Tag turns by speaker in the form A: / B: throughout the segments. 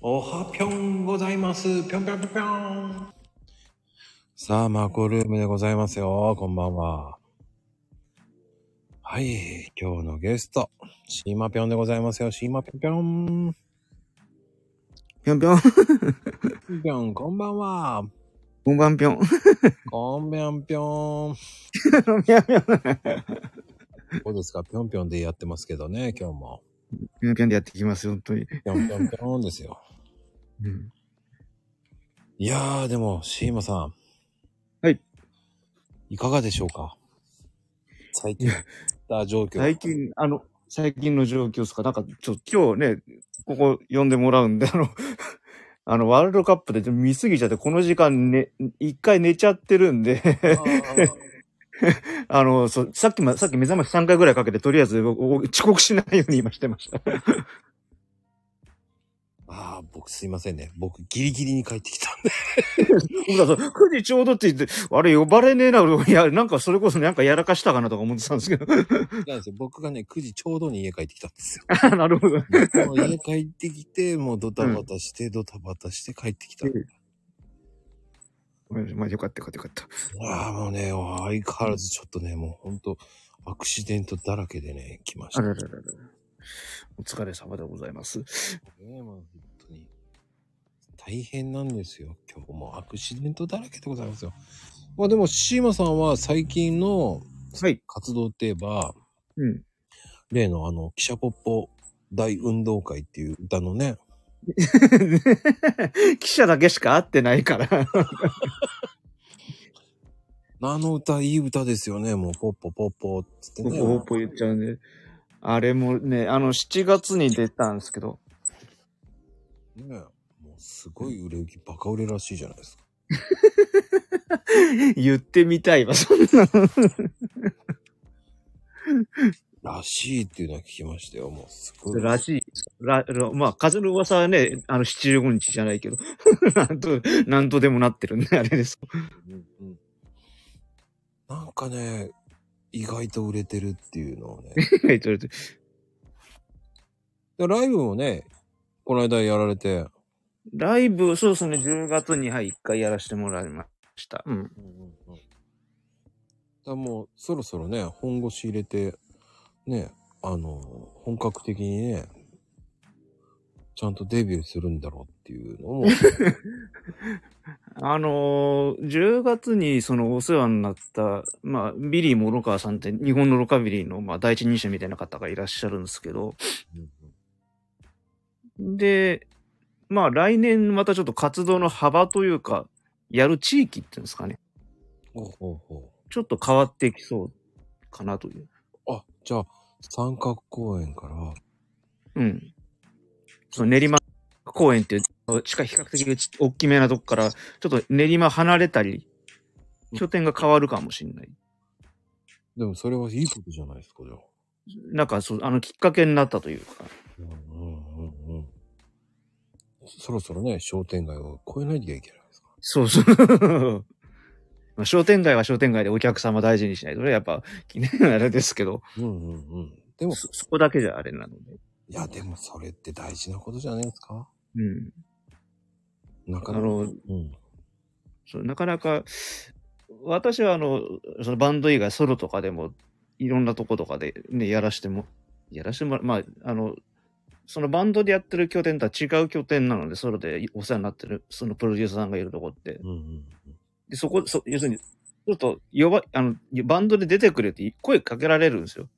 A: おはぴょんございます。ぴょんぴょんぴょんぴょん。さあ、マコルームでございますよ。こんばんは。はい、今日のゲスト、シーマぴょんでございますよ。シーマぴょんぴょん。
B: ぴょんぴょん。
A: ぴょんぴょん、こんばんは。
B: こんばんぴょ ん。
A: こんぴょんぴょん。
B: ぴょんぴょん。
A: どうですかぴょんぴょんでやってますけどね、今日も。
B: ぴょんぴょんでやってきますよ、本当に。
A: ぴょんぴょんぴょんですよ。
B: うん。
A: いやー、でも、シーマさん。
B: はい。
A: いかがでしょうか最近、た状況。
B: 最近、あの、最近の状況ですかなんか、ちょ、今日ね、ここ呼んでもらうんで、あの、 あの、ワールドカップでちょっと見すぎちゃって、この時間ね、一回寝ちゃってるんで、 あの、そう、さっきま、さっき目覚まし3回ぐらいかけて、とりあえずおお遅刻しないように今してました。
A: ああ、僕すいませんね。僕ギリギリに帰ってきたんで。
B: 僕だと、9時ちょうどって言って、あれ呼ばれねえな、俺いや、なんかそれこそなんかやらかしたかなとか思ってたんです けど。
A: なんですよ。僕がね、9時ちょうどに家帰ってきたんですよ。
B: あなるほど。
A: もう家帰ってきて、もうドタバタして、ドタバタして帰ってきた。
B: う
A: い
B: んごめんなさいまあ、よかったよかったよかった。
A: やあ、もうね、相変わらずちょっとね、もうほんと、アクシデントだらけでね、来ました
B: あ
A: ね。
B: らららら。お疲れ様でございます。
A: もう本当に。大変なんですよ。今日もアクシデントだらけでございますよ。まあでも、シーマさんは最近の
B: はい。
A: 活動って言えば、
B: うん。
A: 例のあの、記者ポッポ大運動会っていう歌のね、
B: 記者だけしか会ってないから。
A: あの歌いい歌ですよね。もうポッポポッポっつって
B: ほ
A: ね。
B: ぽほぽ言っちゃうね。あれもね、あの、7月に出たんですけど、
A: ねもうすごい売れ行き、バカ売れらしいじゃないですか。
B: 言ってみたいわ、そんなの。
A: らしいっていうのは聞きましたよ。もうすごい。
B: らしいです。ららまあ、風の噂はね、あの、75日じゃないけど、 なんと、なんとでもなってるん で、あれです。
A: うんうんなんかね、意外と売れてるっていうの をね。
B: はいとりあえず
A: でライブもね、この間やられて、
B: ライブ、そうですね、10月に、はい、1回やらせてもらいました。うん。
A: だからもうそろそろね本腰入れてねあの本格的にねちゃんとデビューするんだろうっていうのも
B: あのー、10月にそのお世話になった、まあ、ビリー・モロカワさんって日本のロカビリーの、まあ、第一人者みたいな方がいらっしゃるんですけど、で、まあ、来年またちょっと活動の幅というか、やる地域っていうんですかね、
A: ほうほうほ
B: ちょっと変わってきそうかなという。
A: うあじゃあ三角公園から
B: うん。その練馬公園っていう、地下比較的ち大きめなとこから、ちょっと練馬離れたり、拠点が変わるかもしれない。
A: でもそれはいいことじゃないですかじゃあ
B: なんか、そう、あの、きっかけになったというか。
A: うんうんうんうんそろそろね商店街を越えないといけないですか
B: そうそう。 まあ、商店街は商店街でお客様大事にしないとね、やっぱ、記念あれですけど、
A: うんうんうんでも
B: そ、そこだけじゃあれなので。
A: いやでもそれって大事なことじゃないですか
B: うん。
A: なか
B: あ
A: なか
B: の、
A: うん
B: そうなかなか、私はあの、そのバンド以外ソロとかでも、いろんなとことかでね、やらしても、やらしてもらまあ、あの、そのバンドでやってる拠点とは違う拠点なので、ソロでお世話になってる、そのプロデューサーさんがいるとこって、
A: うんうん
B: で、そこ、そ要するに、ちょっと、呼ば、あの、バンドで出てくれって声かけられるんですよ。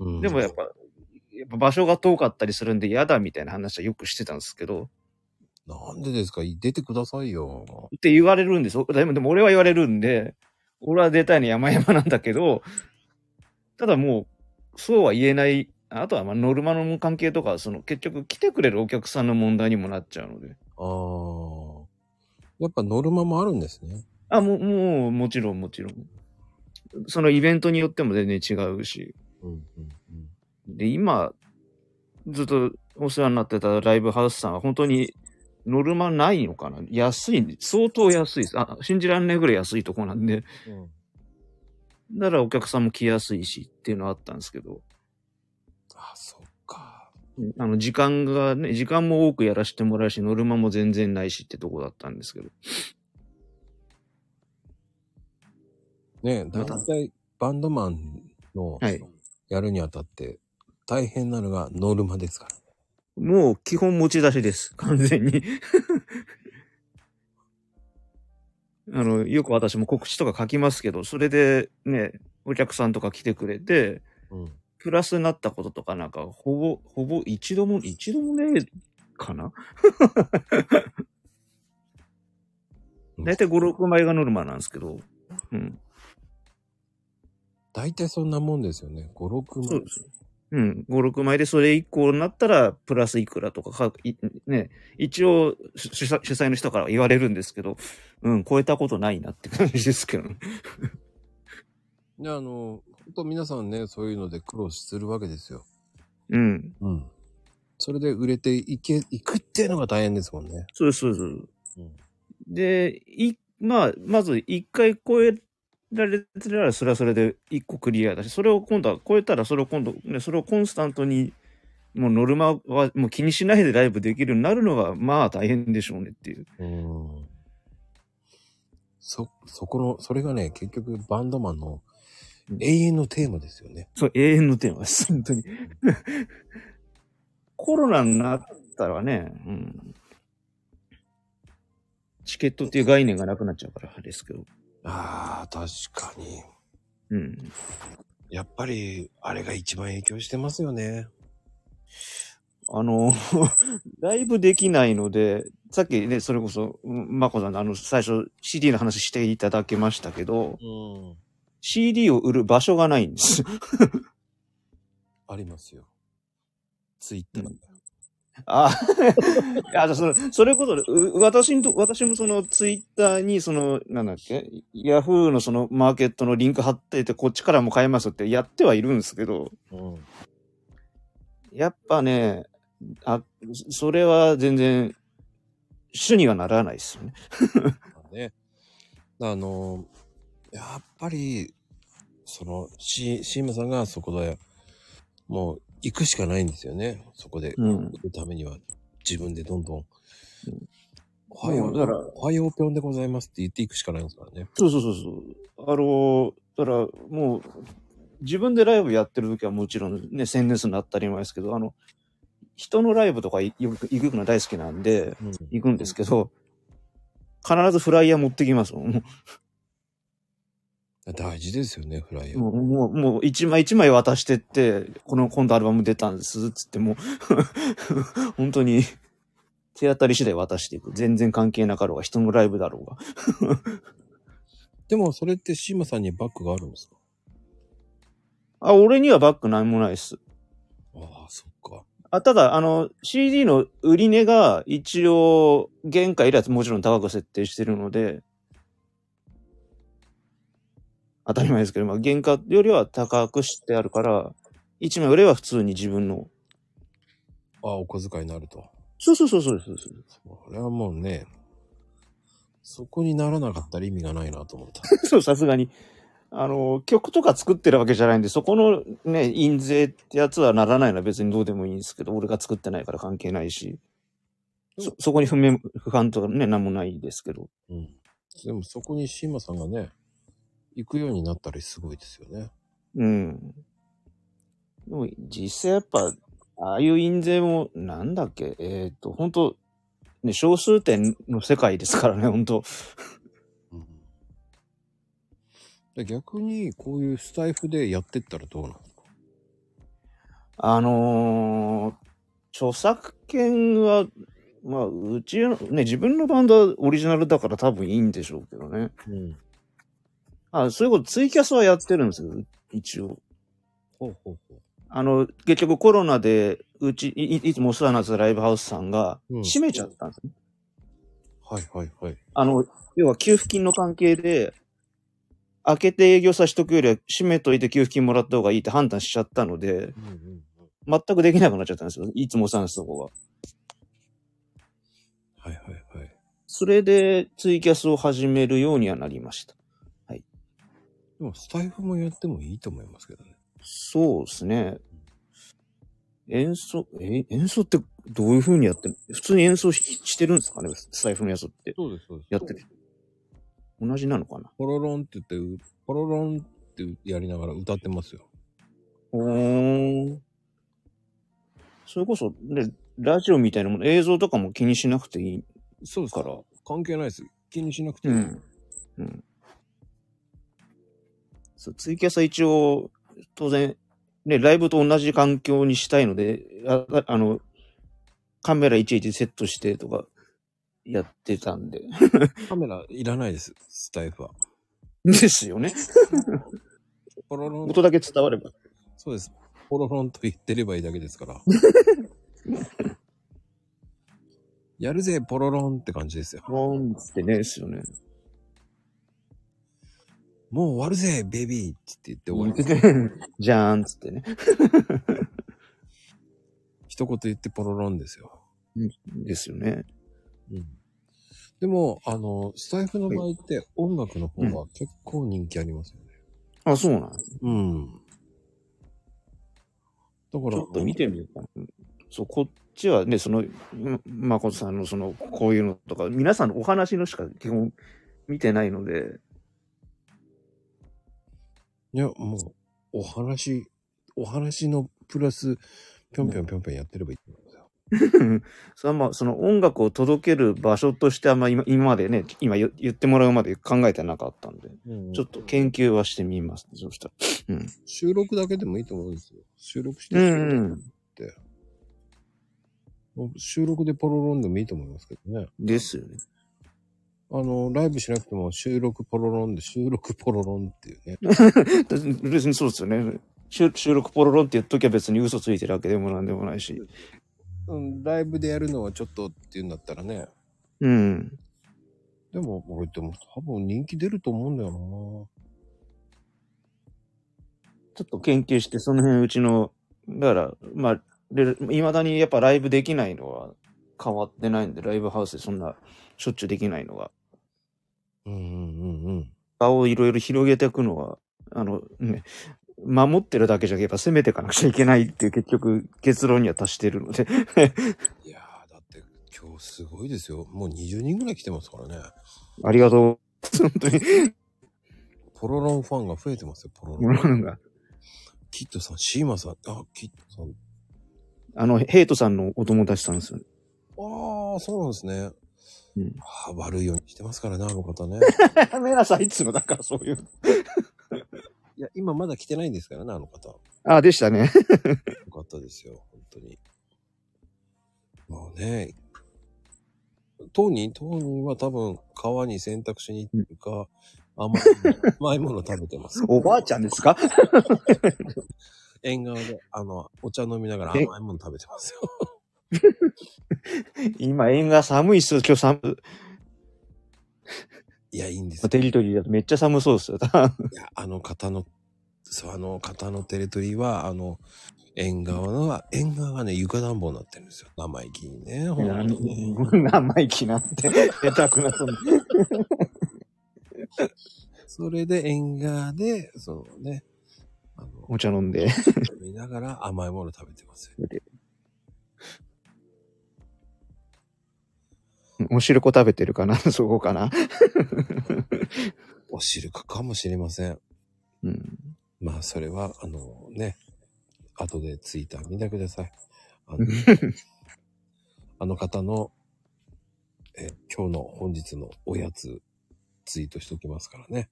A: うん
B: でもやっぱ、やっぱ場所が遠かったりするんで嫌だみたいな話はよくしてたんですけど、
A: なんでですか出てくださいよ。
B: って言われるんですよ。でも、でも俺は言われるんで、俺は出たいの山々なんだけど、ただもう、そうは言えない、あとはまあノルマの関係とか、その結局来てくれるお客さんの問題にもなっちゃうので。
A: ああ。やっぱノルマもあるんですね。
B: あ、もう、もう、もちろん、もちろん。そのイベントによっても全然違うし。
A: うんうん
B: で、今、ずっとお世話になってたライブハウスさんは本当にノルマないのかな安いんで、相当安いです。あ、信じらんないぐらい安いとこなんで、
A: うん。
B: だからお客さんも来やすいしっていうのはあったんですけど、
A: あ、そっか。
B: あの、時間がね、時間も多くやらせてもらうし、ノルマも全然ないしってとこだったんですけど。
A: ね、だいたいバンドマンの
B: はい
A: やるにあたって大変なのがノルマですから。
B: もう基本持ち出しです。完全に。 あの、よく私も告知とか書きますけど、それでね、お客さんとか来てくれて、
A: うん。
B: プラスになったこととかなんか、ほぼ、ほぼ一度も、一度もねえかなだいたい5、6枚がノルマなんですけど、うん。
A: 大体そんなもんですよね。5、6
B: そう
A: 万
B: で。す。うん、5、6枚でそれ以降になったら、プラスいくらとかか、いね、一応主主催主催の人から言われるんですけど、うん、超えたことないなって感じですけどね。
A: で、あの、本当皆さんね、そういうので苦労するわけですよ。
B: うん、
A: うん。それで売れていけ、いくっていうのが大変ですもんね。
B: そうです、そうです。
A: うん。
B: で、い、まあ、まず一回超えられたら、それはそれで一個クリアだし、それを今度は超えたら、それを今度、ね、それをコンスタントに、もうノルマはもう気にしないでライブできるようになるのが、まあ大変でしょうねっていう。
A: うん。そ、そこの、それがね、結局バンドマンの永遠のテーマですよね。
B: そう、永遠のテーマです、本当に。 コロナになったらね、うん。チケットっていう概念がなくなっちゃうから、ですけど。
A: ああ、確かに。
B: うん。
A: やっぱり、あれが一番影響してますよね。
B: あの、 ライブできないので、さっきね、それこそ、うんまこさんのあの、最初 CD の話していただけましたけど、
A: うん。
B: CD を売る場所がないんです。
A: ありますよ。ツイッター。
B: あ あ、じゃあそれ、それこそ、う私んと、私もそのツイッターに、その、なんだっけ、ヤフーのそのマーケットのリンク貼ってて、こっちからも買えますよってやってはいるんですけど、
A: うん。
B: やっぱね、あ、それは全然、主にはならないですよね。
A: ね。あの、やっぱり、その、シシーマさんがそこで、もう、行くしかないんですよね。そこで、
B: うん
A: 行くためには、自分でどんどん、おは
B: も
A: よ
B: う
A: う、
B: だから
A: おはようぴょんでございますって言っていくしかないんですからね。
B: そうそうそうそう。あの、だからもう、自分でライブやってる時はもちろんね、宣伝するの当たり前ですけど、あの、人のライブとかいよく行くの大好きなんで、行くんですけど、必ずフライヤー持ってきますもん。
A: 大事ですよね、フライヤー。
B: もう、もう、もう一枚一枚渡してって、この今度アルバム出たんです、つってもう、 本当に、手当たり次第渡していく。全然関係なかろうが、人のライブだろうが。
A: でも、それってシーマさんにバッグがあるんですか
B: あ、俺にはバッグなんもないです。
A: ああ、そっか。
B: あただ、あの、CD の売り値が一応、原価よりはもちろん高く設定してるので、当たり前ですけど、まあ、原価よりは高くしてあるから、1枚売れば普通に自分の。
A: ああ、お小遣いになると。
B: そうそうそうそうそうです。
A: それはもうね、そこにならなかったら意味がないなと思 った。
B: そう、さすがに。あの、曲とか作ってるわけじゃないんで、そこのね、印税ってやつはならないのは別にどうでもいいんですけど、俺が作ってないから関係ないし、そ、そこに不明、不安とかね、なんもないですけど。
A: うん。でもそこにシーマさんがね、行くようになったりすごいですよね。
B: うん。でも実際やっぱ、ああいう印税も、なんだっけ、えっ、と、本当ね、少数点の世界ですからね、 本当
A: うん。で逆にこういうスタイフでやってったらどうなんですか
B: あのー著作権は、まあ、うちの、ね、自分のバンドはオリジナルだから多分いいんでしょうけどね。
A: うん。
B: あ、そういうこと、ツイキャスはやってるんですよ、一応。
A: ほうほうほう。
B: あの、結局コロナで、うち、いいいつもお世話になってたライブハウスさんが、
A: うん
B: 閉めちゃったんですね
A: はいはいはい。
B: あの、要は給付金の関係で、開けて営業させとくよりは閉めといて給付金もらった方がいいって判断しちゃったので、
A: うんうんうん。
B: 全くできなくなっちゃったんですよ。いつもさんです、そこが。
A: はいはいはい。
B: それでツイキャスを始めるようにはなりました。
A: でもスタイフもやってもいいと思いますけどね。
B: そうですね。演奏、え、演奏ってどういう風にやってる普通に演奏ししてるんですかねスタイフのやつって。
A: そうです、そうです。
B: やってる。同じなのかな
A: ポロロンって言って、ポロロンってやりながら歌ってますよ。
B: おー。それこそ、ね、ラジオみたいなもの、映像とかも気にしなくてい
A: そうで
B: いから。
A: 関係ないです。気にしなくていい。
B: うん。うん。そう、ツイキャスは一応、当然、ね、ライブと同じ環境にしたいので、あああの、カメラいちいちセットしてとか、やってたん で。
A: カメラいらないです、スタイフは。
B: ですよね。
A: ポロロン、
B: 音だけ伝われば。
A: そうです。ポロロンと言ってればいいだけです から。やるぜ、ポロロンって感じですよ。
B: ポーンってね、です よね。
A: もう終わるぜ、ベビーって言って終わり。
B: じゃーんっつってね。
A: 一言言ってポロロンですよ。
B: ですよね。
A: うん。でも、あの、スタイフの場合って音楽の方が結構人気ありますよね。
B: あ、そうなん
A: うん。だから、
B: ちょっと見てみようかな。そう、こっちはね、その、ま誠さんのその、こういうのとか、皆さんのお話のしか基本見てないので、
A: いや、もう、お話、お話のプラス、ぴょんぴょんぴょんぴょんやってればいいと思いますよ。
B: それはまあ、その音楽を届ける場所としてあんま今今までね、今言言ってもらうまで考えてなかったんで、ちょっと研究はしてみます、そうしたら。
A: 収録だけでもいいと思うんですよ。収録して、
B: うんうん。
A: もう収録でポロロンでもいいと思いますけどね。
B: ですよね。
A: あの、ライブしなくても収録ポロロンで収録ポロロンっていうね。
B: だ 別にそうですよね。収収録ポロロンって言っときゃ別に嘘ついてるわけでもなんでもないし。
A: うん、ライブでやるのはちょっとっていうんだったらね。
B: うん。
A: でも、俺っても多分人気出ると思うんだよ
B: ちょっと研究して、その辺うちの、だから、まあ、いまだにやっぱライブできないのは変わってないんで、ライブハウスでそんなしょっちゅうできないのが。
A: なうんうんうんうん。
B: 場をいろいろ広げていくのは、あの、ね、守ってるだけじゃやっぱ攻めていかなくちゃいけないっていう結局結論には達してるので。
A: いやー、だって今日すごいですよ。もう20人ぐらい来てますからね。
B: ありがとう。本当に。
A: ポロロンファンが増えてますよ、ポロロ
B: も
A: ン。
B: うなんか
A: キッドさん、シーマさん、あ、キッドさん。
B: あの、ヘイトさんのお友達さんですよね。
A: ああ、そうなんですね。
B: うん
A: あー悪いようにしてますからね、あの方 ね。
B: やめなさいっつうの、だからそういう。
A: いや、今まだ来てないんですからね、あの方。よ
B: あ、でしたね。
A: かったですよ、本当に。もうね、当人、当人は多分、川に洗濯しに行ってるか、甘い、甘いもの食べてます。
B: おばあちゃんですか
A: 縁側で、あの、お茶飲みながら甘
B: え
A: いもの食べてますよ。
B: 今、縁が寒いっすよ。今日寒
A: いや、いいんです
B: い。テリトリーだとめっちゃ寒そうっすよ。
A: いや、あの方の、そう、あの方のテレトリーは、あの、縁側のは、縁側がね、床暖房になってるんですよ。生意気にね、ほんとにね。
B: 生意気なん て、下手くなそう
A: それで縁側で、そのね、あの、
B: お茶飲んで。
A: 見ながら甘いもの食べてますよ。
B: お汁粉食べてるかな そこかな
A: お汁かかもしれません。
B: うん。
A: まあ、それは、あのね、後でツイッター見てください。あのあの方の、え、今日の本日のおやつ、ツイートしておきますからね。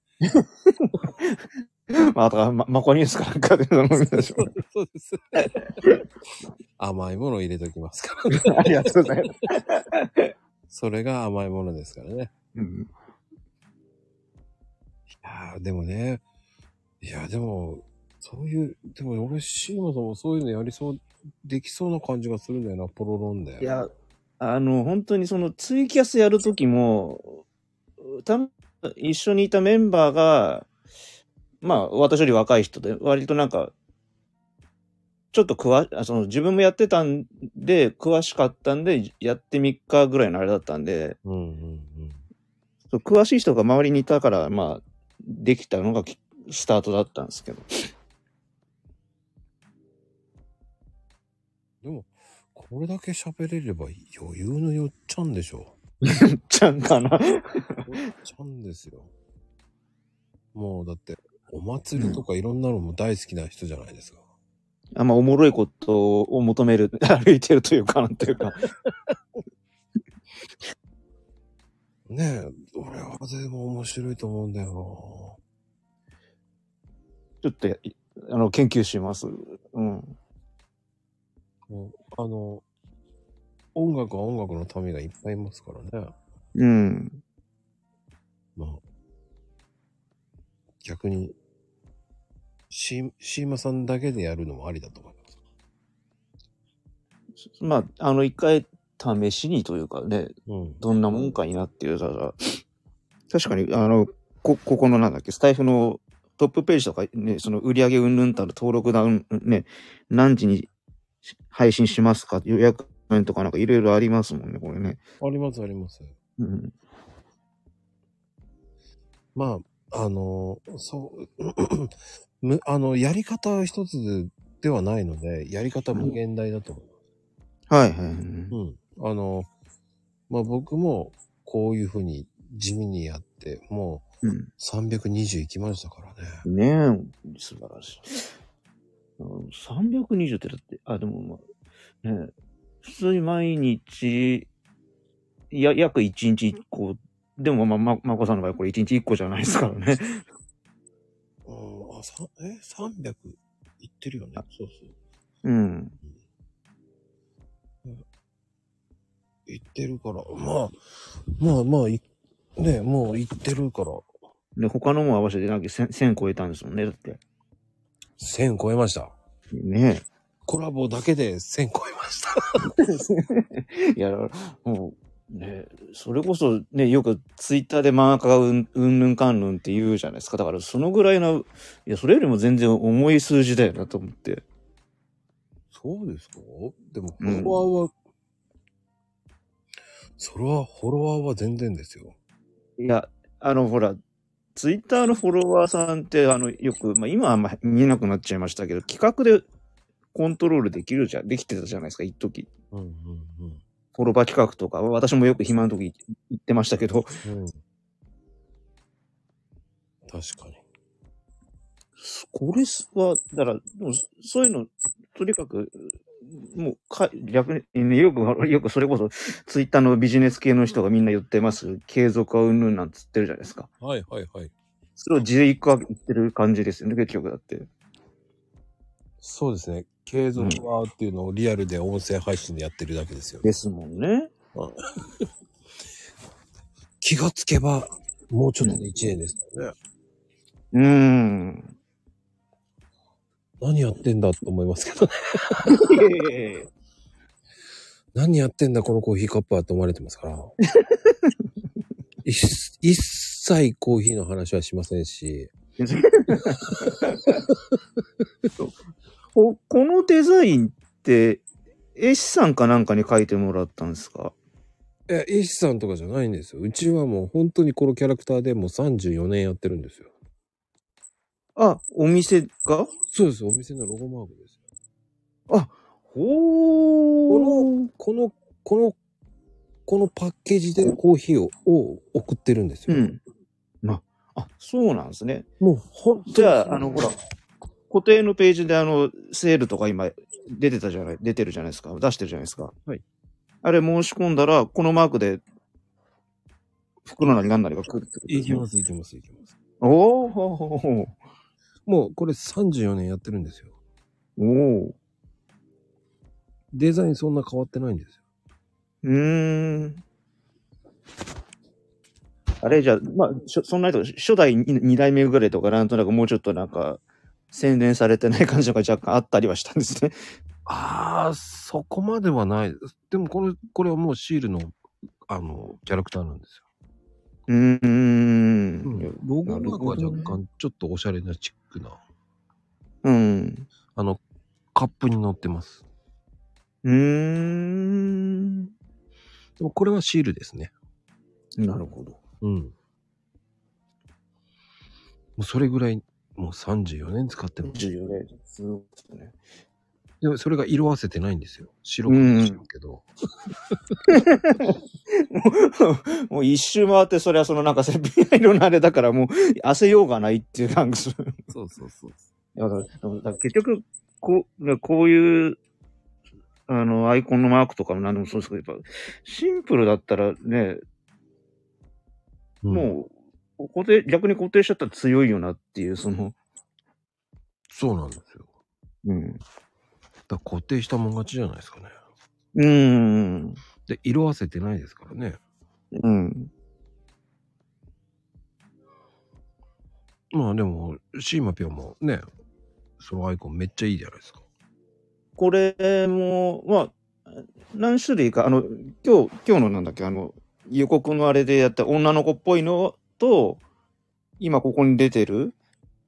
B: まあ、あとは、ま、マコニュースかなんかで飲みましょ う。
A: そうです。甘いものを入れときますから、ね。
B: ありがとうございます。
A: それが甘いものですからね。
B: うん。
A: いやーでもね、いや、でも、そういう、でも俺、シーマさんもそういうのやりそう、できそうな感じがするんだよな、ポロロンで。
B: いや、あの、本当にそのツイキャスやるときも、た一緒にいたメンバーが、まあ、私より若い人で、割となんか、ちょっと詳あその自分もやってたんで、詳しかったんで、やって3日ぐらいのあれだったんで、
A: うんうん
B: そう詳しい人が周りにいたから、まあ、できたのがきスタートだったんですけど。
A: これだけ喋れれば余裕のよっちゃんでしょ
B: ちゃんか な。
A: う。よっちゃんですよ。もうだって、お祭りとかいろんなのも大好きな人じゃないですか。
B: あんまおもろいことを求める、 歩いてるというか、なんていうか。
A: ねえ、俺はでも面白いと思うんだよ
B: ちょっとや、あの、研究します。うん。
A: な。もうあの、音楽は音楽の民がいっぱいいますからね。
B: うん。
A: まあ、逆に、シシーマさんだけでやるのもありだと思います。
B: まあ、あの、一回試しにというかね、
A: うん。
B: どんなもんかになっていうたら、確かに、あの、こ、ここのなんだっけ、スタイフのトップページとかね、その売り上げうんぬんたる登録だうん、ね、何時に配信しますか、予約面とかなんかいろいろありますもんね、これね。
A: ありますあります。
B: うん。
A: まあ、あの、そう、む あの、やり方一つではないので、やり方無限大だと思
B: はいはい。
A: う。うん。あの、まあ僕もこういうふうに地味にやって、も
B: うん。
A: う320いきましたからね。
B: ねえ、素晴らしい。うん320ってだって、あ、でもまあ、ねえ普通に毎日、や、約1日1個、でもまあ、ま、まこさんの場合これ1日1個じゃないですからね。
A: うん、あ、さえ、300いってるよね。そうそう。
B: うん。
A: 行ってるから、まあ、まあまあ、いね、もう行ってるから、
B: で、他のも合わせてなんか 1000, 1000超えたんですもんね、だって。
A: 1000超えました。
B: ね
A: コラボだけで1000超えました。
B: え。いや、もう、ねえそれこそね、よくツイッターで漫画家がうんうんぬんかんぬんって言うじゃないですか。だからそのぐらいの、いや、それよりも全然重い数字だよなと思って。
A: そうですかでも、フ
B: うん
A: ォロワーは、それは、フォロワーは全然ですよ。
B: いや、あの、ほら、ツイッターのフォロワーさんって、あの、よく、まあ、今はあんま見えなくなっちゃいましたけど、企画でコントロールできるじゃん、できてたじゃないですか、一時。
A: うんうんうん。
B: フォロワー企画とか、私もよく暇の時言ってましたけど、
A: うん、確かに。
B: これは、だから、でもそういうの、とにかく、もうか、逆に、ね、よく、よくそれこそ、ツイッターのビジネス系の人がみんな言ってます。継続はうんぬんなんつってるじゃないですか。
A: はいはいはい。
B: それを11個は言ってる感じですよね、結局だって。
A: そうですね。継続はっていうのをリアルで音声配信でやってるだけですよね。
B: ですもんね。
A: 気がつけば、もうちょっとで1年ですからね。
B: うーん。
A: 何やってんだと思いますけどね。 何やってんだこのコーヒーカップはと思われてます から。一一切コーヒーの話はしませんし。
B: ここのデザインって、絵師さんかなんかに書いてもらったんですか
A: え、イシさんとかじゃないんですよ。うちはもう本当にこのキャラクターでもう34年やってるんですよ。
B: あ、お店か
A: そうです。お店のロゴマークです。
B: ほー。
A: この、この、このパッケージでコーヒーをを送ってるんです
B: う
A: よ。
B: ん。ま、あ、そうなんですね。
A: もう本当に
B: じゃあ、あの、ほら、固定のページであの、セールとか今、出てたじゃない、出てるじゃないですか。出してるじゃないですか。
A: はい。
B: あれ申し込んだら、このマークで、袋なり何なりが来るってこと
A: い
B: です
A: き
B: ね
A: ま。す、いきます、いきます。
B: おおほー
A: もうこれ34年やってるんですよ。
B: おお
A: デザインそんな変わってないんですよ。
B: うーん。あれじゃあ、まあ、しょそんなにと初代2代目ぐらいとか、なんとなくもうちょっとなんか、洗練されてない感じとか若干あったりはしたんですね。
A: ああ、そこまではないです。でもこれ、これはもうシールの、あの、キャラクターなんです
B: うー
A: よ。
B: ん。
A: ロゴマークは
B: なるほどね
A: 若干ちょっとおしゃれなチックな、
B: うん。
A: あの、カップに載ってます。
B: うーん。
A: でもこれはシールですね。
B: なるほど。
A: うん。もうそれぐらい、もう34年使ってます。
B: 14年。すごいですね。
A: でもそれが色あせてないんですよ。白
B: う
A: く
B: ん
A: しるけど。
B: もう一周回って、それはそのなんかセピア色のあれだから、もう汗ようがないっていう、なんかそう
A: そうそうそう。
B: いやだからだから結局、こう、こういう、あの、アイコンのマークとかも何でもそうですけど、やっぱ、シンプルだったらね、
A: ん
B: もう、固定、逆に固定しちゃったら強いよなっていう、その、
A: そうなんですよ。
B: うん。
A: だから固定したもん勝ちじゃないですかね。
B: うーん。
A: で、色あせてないですからね。
B: うん。
A: まあでも、シーマピョンもね、そのアイコンめっちゃいいじゃないですか。
B: これも、まあ、何種類か、あの、今日、今日のなんだっけ、あの、予告のあれでやった女の子っぽいのと、今ここに出てる、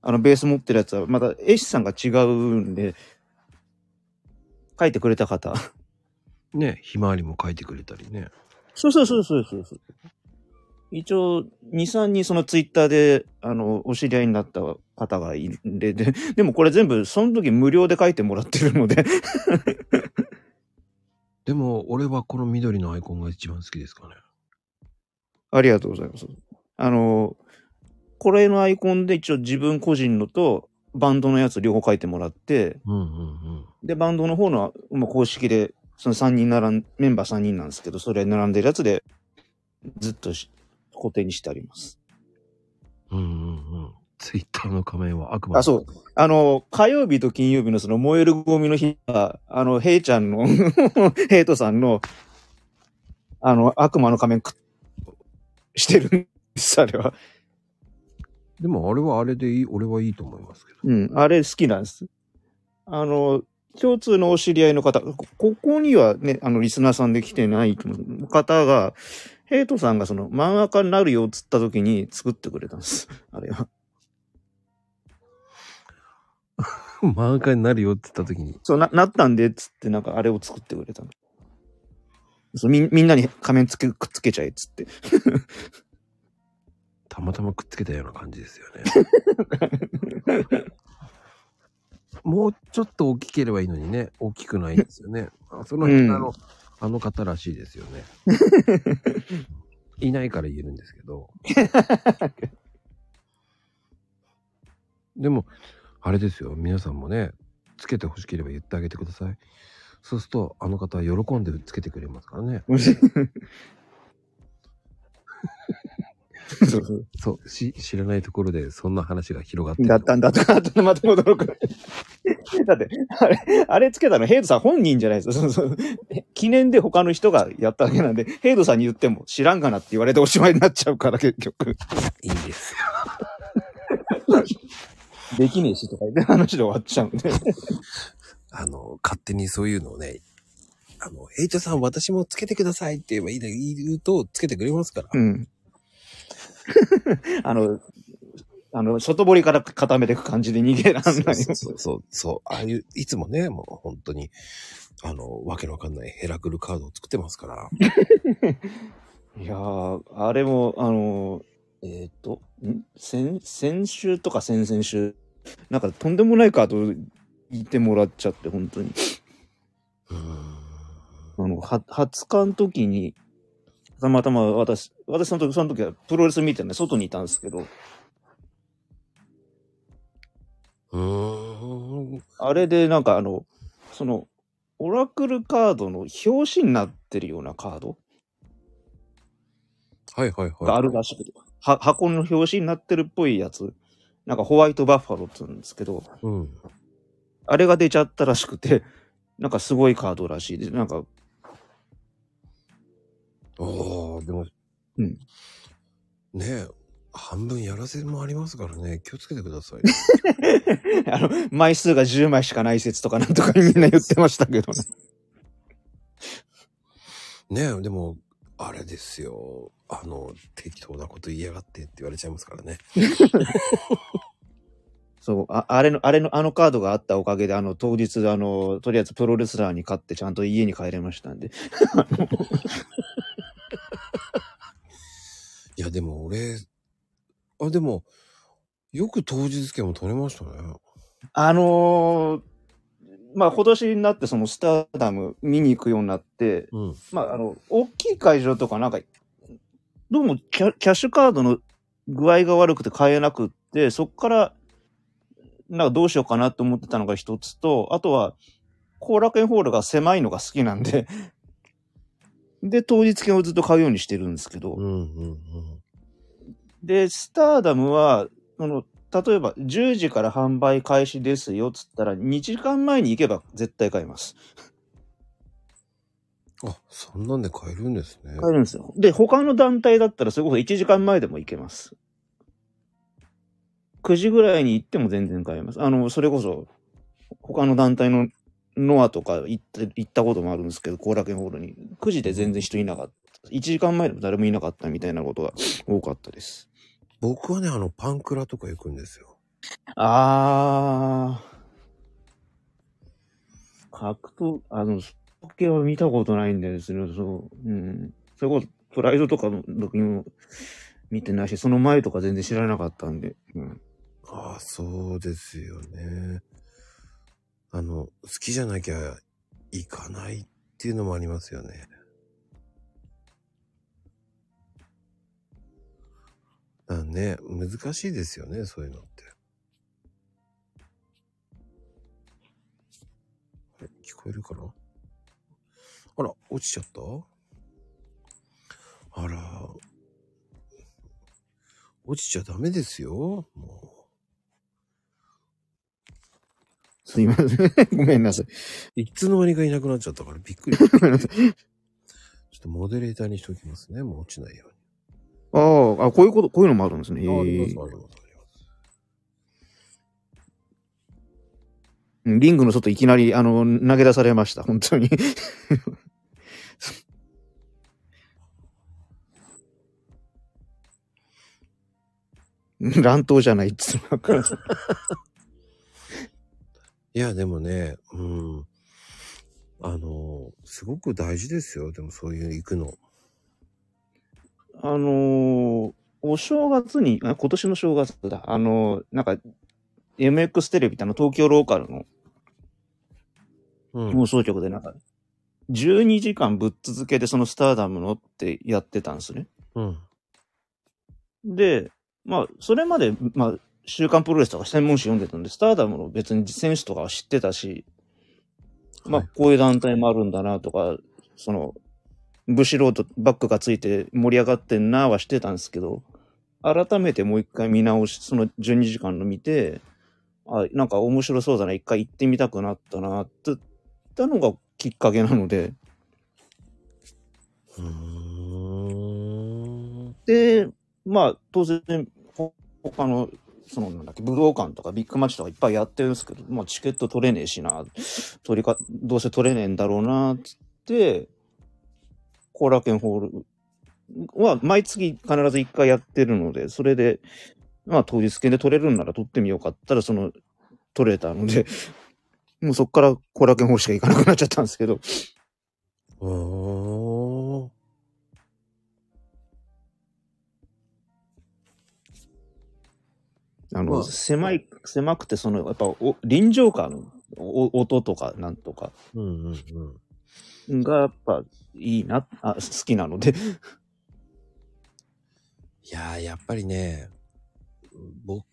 B: あの、ベース持ってるやつは、また、絵師さんが違うんで、書いてくれた方。
A: ね、ひまわりも描いてくれたりね。
B: そうそうそうそうそうそう。一応、2、3人そのツイッターで、あの、お知り合いになった方がいるんで、で、でもこれ全部、その時無料で書いてもらってるので、
A: でも、俺はこの緑のアイコンが一番好きですかね。
B: ありがとうございます。あの、これのアイコンで一応自分個人のとバンドのやつ両方書いてもらって、
A: うんうん
B: で、バンドの方のはもう公式で、その3人並ん、メンバー3人なんですけど、それ並んでるやつで、ずっとし固定にしてあります。
A: うん。うんうんうん。ツイッターの仮面は悪魔
B: あ、そう。あの、火曜日と金曜日のその燃えるゴミの日は、あの、ヘイちゃんの、 ヘイトさんの、あの、悪魔の仮面く、してるんです、あれは。
A: でも、あれはあれでいい、俺はいいと思いますけど。
B: うん、あれ好きなんです。あの、共通のお知り合いの方、こここにはね、あの、リスナーさんで来てないと思う方が、ヘイトさんがその漫画家になるよっつった時に作ってくれたんです。 あれは。
A: 漫画家になるよって言った時に、
B: そうな、なったんでっつって、なんかあれを作ってくれたの。そうみんみんなに仮面つけ、くっつけちゃえっつって。
A: たまたまくっつけたような感じですよね。 もうちょっと大きければいいのにね、大きくないんですよね。あその辺、
B: うん
A: あの、あの方らしいですよ ね。いないから言えるんですけど。でも、あれですよ、皆さんもね、つけてほしければ言ってあげてください。そうすると、あの方は喜んでつけてくれますからね。
B: そうそう
A: そう、し知らないところでそんな話が広がってる
B: だったんだとか、あとまた驚く。だって、あれ、あれつけたのヘイドさん本人じゃないですか。そうそう記念で他の人がやったわけなんで、ヘイドさんに言っても知らんかなって言われておしまいになっちゃうから結局。
A: いいですよ。
B: できねえしとか言って話で終わっちゃうんで。
A: あの、勝手にそういうのをね、あの、ヘイトさん私もつけてくださいって言えばいいの言うと、つけてくれますから。
B: うん。 あの、あの、外堀から固めていく感じで逃げらん
A: そう
B: ない。
A: そうそう、そう、ああいう、いつもね、もう本当に、あの、わけのわかんないヘラクルカードを作ってますから。
B: いやー、あれも、あのー、えっ、と、ん先、先週とか先々週、なんかとんでもないカード言ってもらっちゃって、本当に。
A: うーん。
B: あの、は、20日の時に、たまたま私、私その時、その時はプロレス見てね、外にいたんですけど、
A: うーん。
B: あれでなんかあの、その、オラクルカードの表紙になってるようなカード
A: はいはいはい。
B: があるらしくて、は箱の表紙になってるっぽいやつ、なんかホワイトバッファローって言うんですけど、
A: うん。
B: あれが出ちゃったらしくて、なんかすごいカードらしいで、なんか、
A: おー、でも、
B: うん
A: ねえ、半分やらせもありますからね、気をつけてください。
B: あの、枚数が10枚しかない説とかなんとかみんな言ってましたけどね。
A: ねえ、でも、あれですよ。あの、適当なこと言いやがってって言われちゃいますからね。
B: そう、ああれの、あれの、あのカードがあったおかげで、あの、当日、あの、とりあえずプロレスラーに勝って、ちゃんと家に帰れましたんで。
A: いや、でも俺、あ、でも、よく当日券も取れましたね。
B: あのーまあ今年になってそのスターダム見に行くようになって、
A: うん。
B: まああの、大きい会場とかなんか、どうもキャキャッシュカードの具合が悪くて買えなくって、そこから、なんかどうしようかなって思ってたのが一つと、あとは、後楽園ホールが狭いのが好きなんで、 で、当日券をずっと買うようにしてるんですけど、
A: うんうん
B: で、スターダムは、その、例えば10時から販売開始ですよっつったら、2時間前に行けば絶対買います。
A: うん。あ、そんなんで買えるんですね。
B: 買えるんですよ。で、他の団体だったら、それこそ1時間前でも行けます。9時ぐらいに行っても全然買えます。あの、それこそ、他の団体のノアとか行って行ったこともあるんですけど、後楽園ホールに。9時で全然人いなかった。1時間前でも誰もいなかったみたいなことが多かったです。
A: 僕はね、あの、パンクラとか行くんですよ。
B: あー。格闘、あの、時計は見たことないんですね。そう。うん。それこそ、プライドとかの時も見てないし、その前とか全然知らなかったんで。うん。
A: ああ、そうですよね。あの、好きじゃなきゃ行かないっていうのもありますよね。だからね、難しいですよね、そういうのって。あれ、聞こえるかなあら、落ちちゃったあら、落ちちゃダメですよ、もう。
B: すいません。ごめん なさい。
A: いつの間にかいなくなっちゃったからびっ くりした。ちょっとモデレーターにしておきますね。もう落ちないよ
B: あーあ、こういうこと、こういうのもあるんですね。
A: う
B: へ
A: に。あります、
B: ー
A: あります、あります。
B: うんリングの外いきなり、あの、投げ出されました。本当に。乱闘じゃないっつうのが分かる
A: いや、でもね、うん。あの、すごく大事ですよ。でもそういう行くの。
B: あのーお正月に、あ今年の正月だ。あのーなんか、MX テレビってあの東京ローカルの
A: うん。
B: 放送局でなんか、12時間ぶっ続けてそのスターダムのってやってたんですね。
A: うん。
B: で、まあ、それまで、まあ、週刊プロレスとか専門誌読んでたんで、スターダムの別に選手とかは知ってたし、まあ
A: はい、
B: こういう団体もあるんだなとか、その、ブシロードバックがついて盛り上がってんなはしてたんですけど、改めてもう一回見直し、その12時間の見て、あ、なんか面白そうだな、一回行ってみたくなったな、って言ったのがきっかけなので、
A: うーん。
B: で、まあ、当然、ほ他の、その、なんだっけ、武道館とかビッグマッチとかいっぱいやってるんですけど、まあ、チケット取れねえしな、取りか、どうせ取れねえんだろうな、つって、後楽園ホールは、毎月必ず1回やってるので、それで、まあ、当日券で取れるんなら取ってみようかって言ったら、その、取れたので、もうそっから後楽園ホールしか行かなくなっちゃったんですけど、
A: あー
B: あの、
A: まあ
B: 狭い、狭くて、その、やっぱ、お臨場感のお音とか、なんとか、
A: うんうんうん。
B: が、やっぱ、いいな、あ、好きなので。
A: いやー、やっぱりね、僕、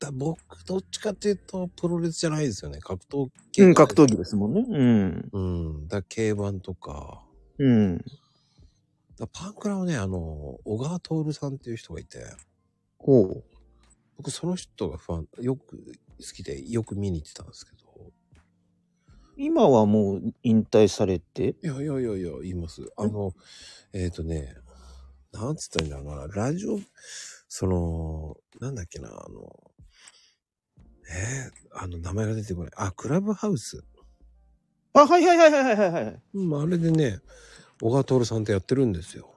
A: だ僕、どっちかっていうと、プロレスじゃないですよね。格闘系。
B: うん、格闘技ですもんね。うん。
A: うん。だ、競馬とか。
B: うん。
A: だパンクラはね、あの、小川徹さんっていう人がいて、
B: ほう。
A: 僕その人がファン、よく好きで、よく見に行ってたんですけど。
B: 今はもう引退されて、
A: いやいやいやいや、言います。あの、えっ、とね、なんつったらいいんだろうな、ラジオ、その、なんだっけな、あの、えー、あの、名前が出てこない。あ、クラブハウス。
B: あ、はいはいはいはいはいはい。
A: うん、あれでね、小川徹さんってやってるんですよ。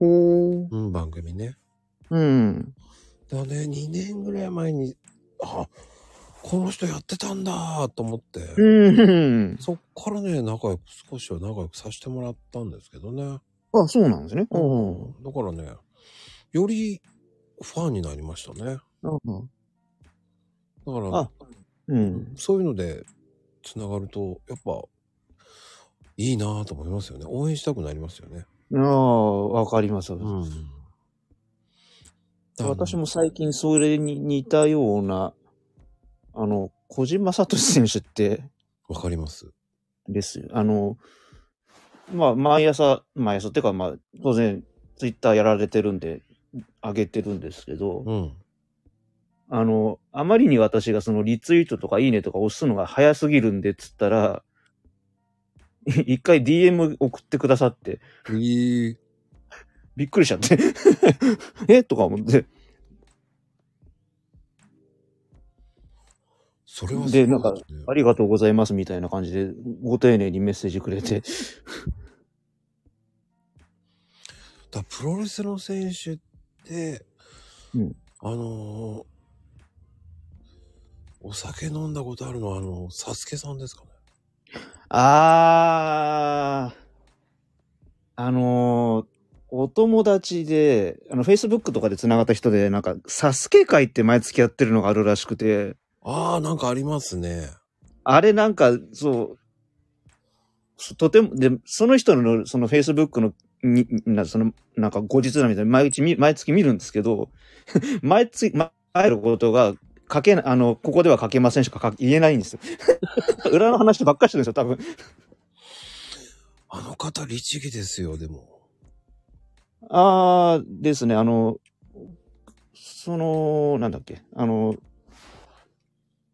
B: ほう。
A: うん、番組ね。
B: うん。
A: だね、2年ぐらい前に、あ、この人やってたんだと思って、
B: うん。
A: そっからね、仲良く、少しは仲良くさせてもらったんですけどね。
B: あ、そうなんですね。
A: う
B: ほ
A: んだからね、よりファンになりましたね。だか
B: う。
A: ら
B: あ、うん。
A: そういうので、つながると、やっぱ、いいなぁと思いますよね。応援したくなりますよね。
B: ああ、わかります。
A: ん。
B: 私も最近それに似たような、あの、小島聡選手って、
A: わかります。
B: ですよ。あの、まあ、毎朝、毎朝っていうか、まあ、当然、ツイッターやられてるんで、上げてるんですけど、
A: うん。
B: あの、あまりに私がそのリツイートとかいいねとか押すのが早すぎるんで、つったら、 い一回 DM 送ってくださって、
A: えー、
B: びっくりしちゃって、 えとか思って、
A: それは
B: で
A: ご
B: す
A: い
B: なんか
A: すね
B: ありがとうございますみたいな感じで、ご丁寧にメッセージくれて、
A: だプロレスの選手って、
B: うん
A: あのーお酒飲んだことあるのは、あの、サスケさんですかね。
B: あー、あのーお友達で、あの、Facebook とかで繋がった人で、なんか、サスケ会って毎月やってるのがあるらしくて、
A: ああ、なんかありますね。
B: あれなんか、そう、そとても、で、その人の、その Facebook の、に、な、その、なんか後日談みたいな、毎日見、毎月見るんですけど、 毎月、ま会えることが、書けな、あの、ここでは書けませんしか書言えないんですよ。 裏の話ばっかりしてるんですよ、多分。
A: あの方、律儀ですよ、でも。
B: ああ、ですね、あの、その、なんだっけ、あの、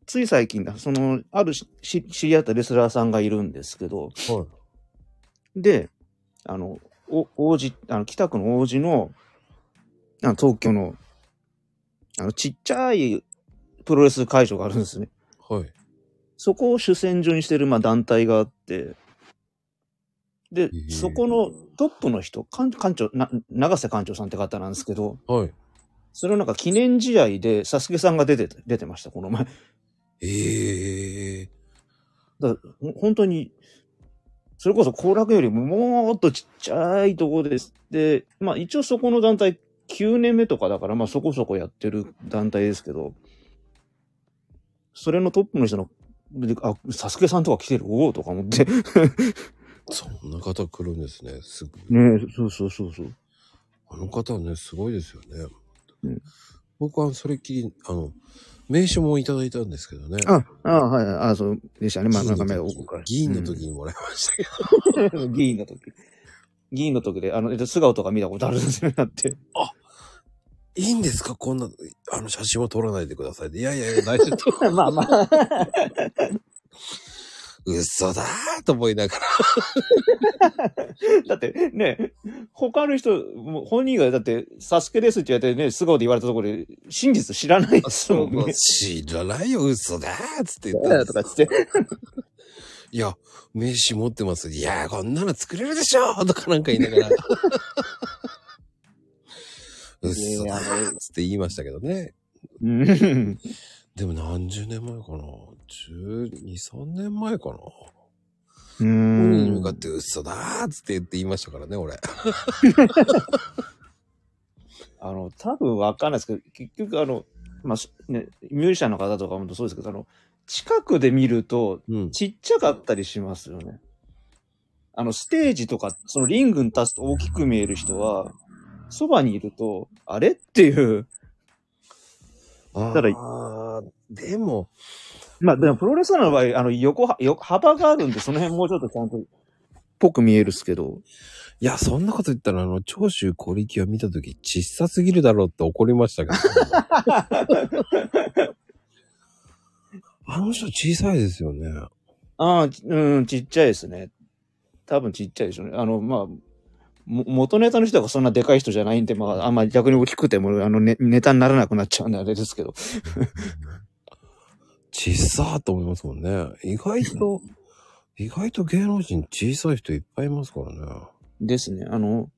B: つい最近だ、その、あるしし知り合ったレスラーさんがいるんですけど、
A: はい。
B: で、あの、お王子、あの、北区の王子の、あの東京の、あの、ちっちゃいプロレス会場があるんですね。
A: はい。
B: そこを主戦場にしてる、まあ、団体があって、
A: へ、
B: で
A: え
B: そこのトップの人、館館長、な長瀬館長さんって方なんですけど、
A: はい。
B: それをなんか記念試合で、サスケさんが出てた、出てました、この前。
A: ええ
B: だからほ本当に、それこそ後楽よりももっとちっちゃいところです。で、まあ一応そこの団体9年目とかだから、まあそこそこやってる団体ですけど、それのトップの人の、であ、サスケさんとか来てる、おおとか思って。 ね
A: そんな方来るんですね、すぐ。
B: え、そうそうそうそう。
A: あの方ね、すごいですよね。
B: うん
A: 僕はそれっきり、あの、名刺もいただいたんですけどね。
B: あ、あはい、はいあ、そうでしたね。まあなんか
A: 議
B: 目
A: 員の
B: を
A: 時
B: 置くから。
A: 議員の時にもらいましたけど。
B: うん議員の時。議員の時で、あの、えっと素顔とか見たことあるんですよ、だって。
A: いいんですかこんな、あの写真は撮らないでください。いやいやいや、大 丈夫。
B: まあまあ。
A: 嘘だーと思いながら。
B: だってね、他の人、もう本人がだって、サスケですって言われてね、素顔で言われたところで、真実知らないですもんね。
A: 知らないよ、嘘だーっつって言ったん
B: と
A: です
B: かつって。
A: いや、名刺持ってます。いやー、こんなの作れるでしょとかなんか言いな がら。嘘だーっつって言いましたけどね。
B: うん
A: でも何十年前かな ?12、3年前かな
B: う
A: 本人に
B: ん
A: 向かって嘘だーっつって言って言いましたからね、俺。
B: あの、多分わかんないですけど、結局あの、まあ、しね、ミュージシャンの方とかもそうですけど、あの、近くで見ると、
A: うん。
B: ちっちゃかったりしますよね。あの、ステージとか、そのリングに立つと大きく見える人は、そばにいると、あれっていう。
A: あ
B: ただ
A: あー、でも、
B: まあ、でもプロレスラーの場合、あの、横は、横幅があるんで、その辺もうちょっとちゃんと、ぽく見えるっすけど。
A: いや、そんなこと言ったら、あの、長州小力を見たとき、小さすぎるだろうって怒りましたけど。あの人小さいですよね。
B: ああ、ちうん、ちっちゃいですね。多分ちっちゃいでしょうね。あの、まあ、も元ネタの人がそんなでかい人じゃないんで、まあ、あんまり逆に大きくても、あの、ね、ネタにならなくなっちゃうんで、あれですけど。
A: 小さーと思いますもんね。意外と、意外と芸能人小さい人いっぱいいますからね。
B: ですね。あの、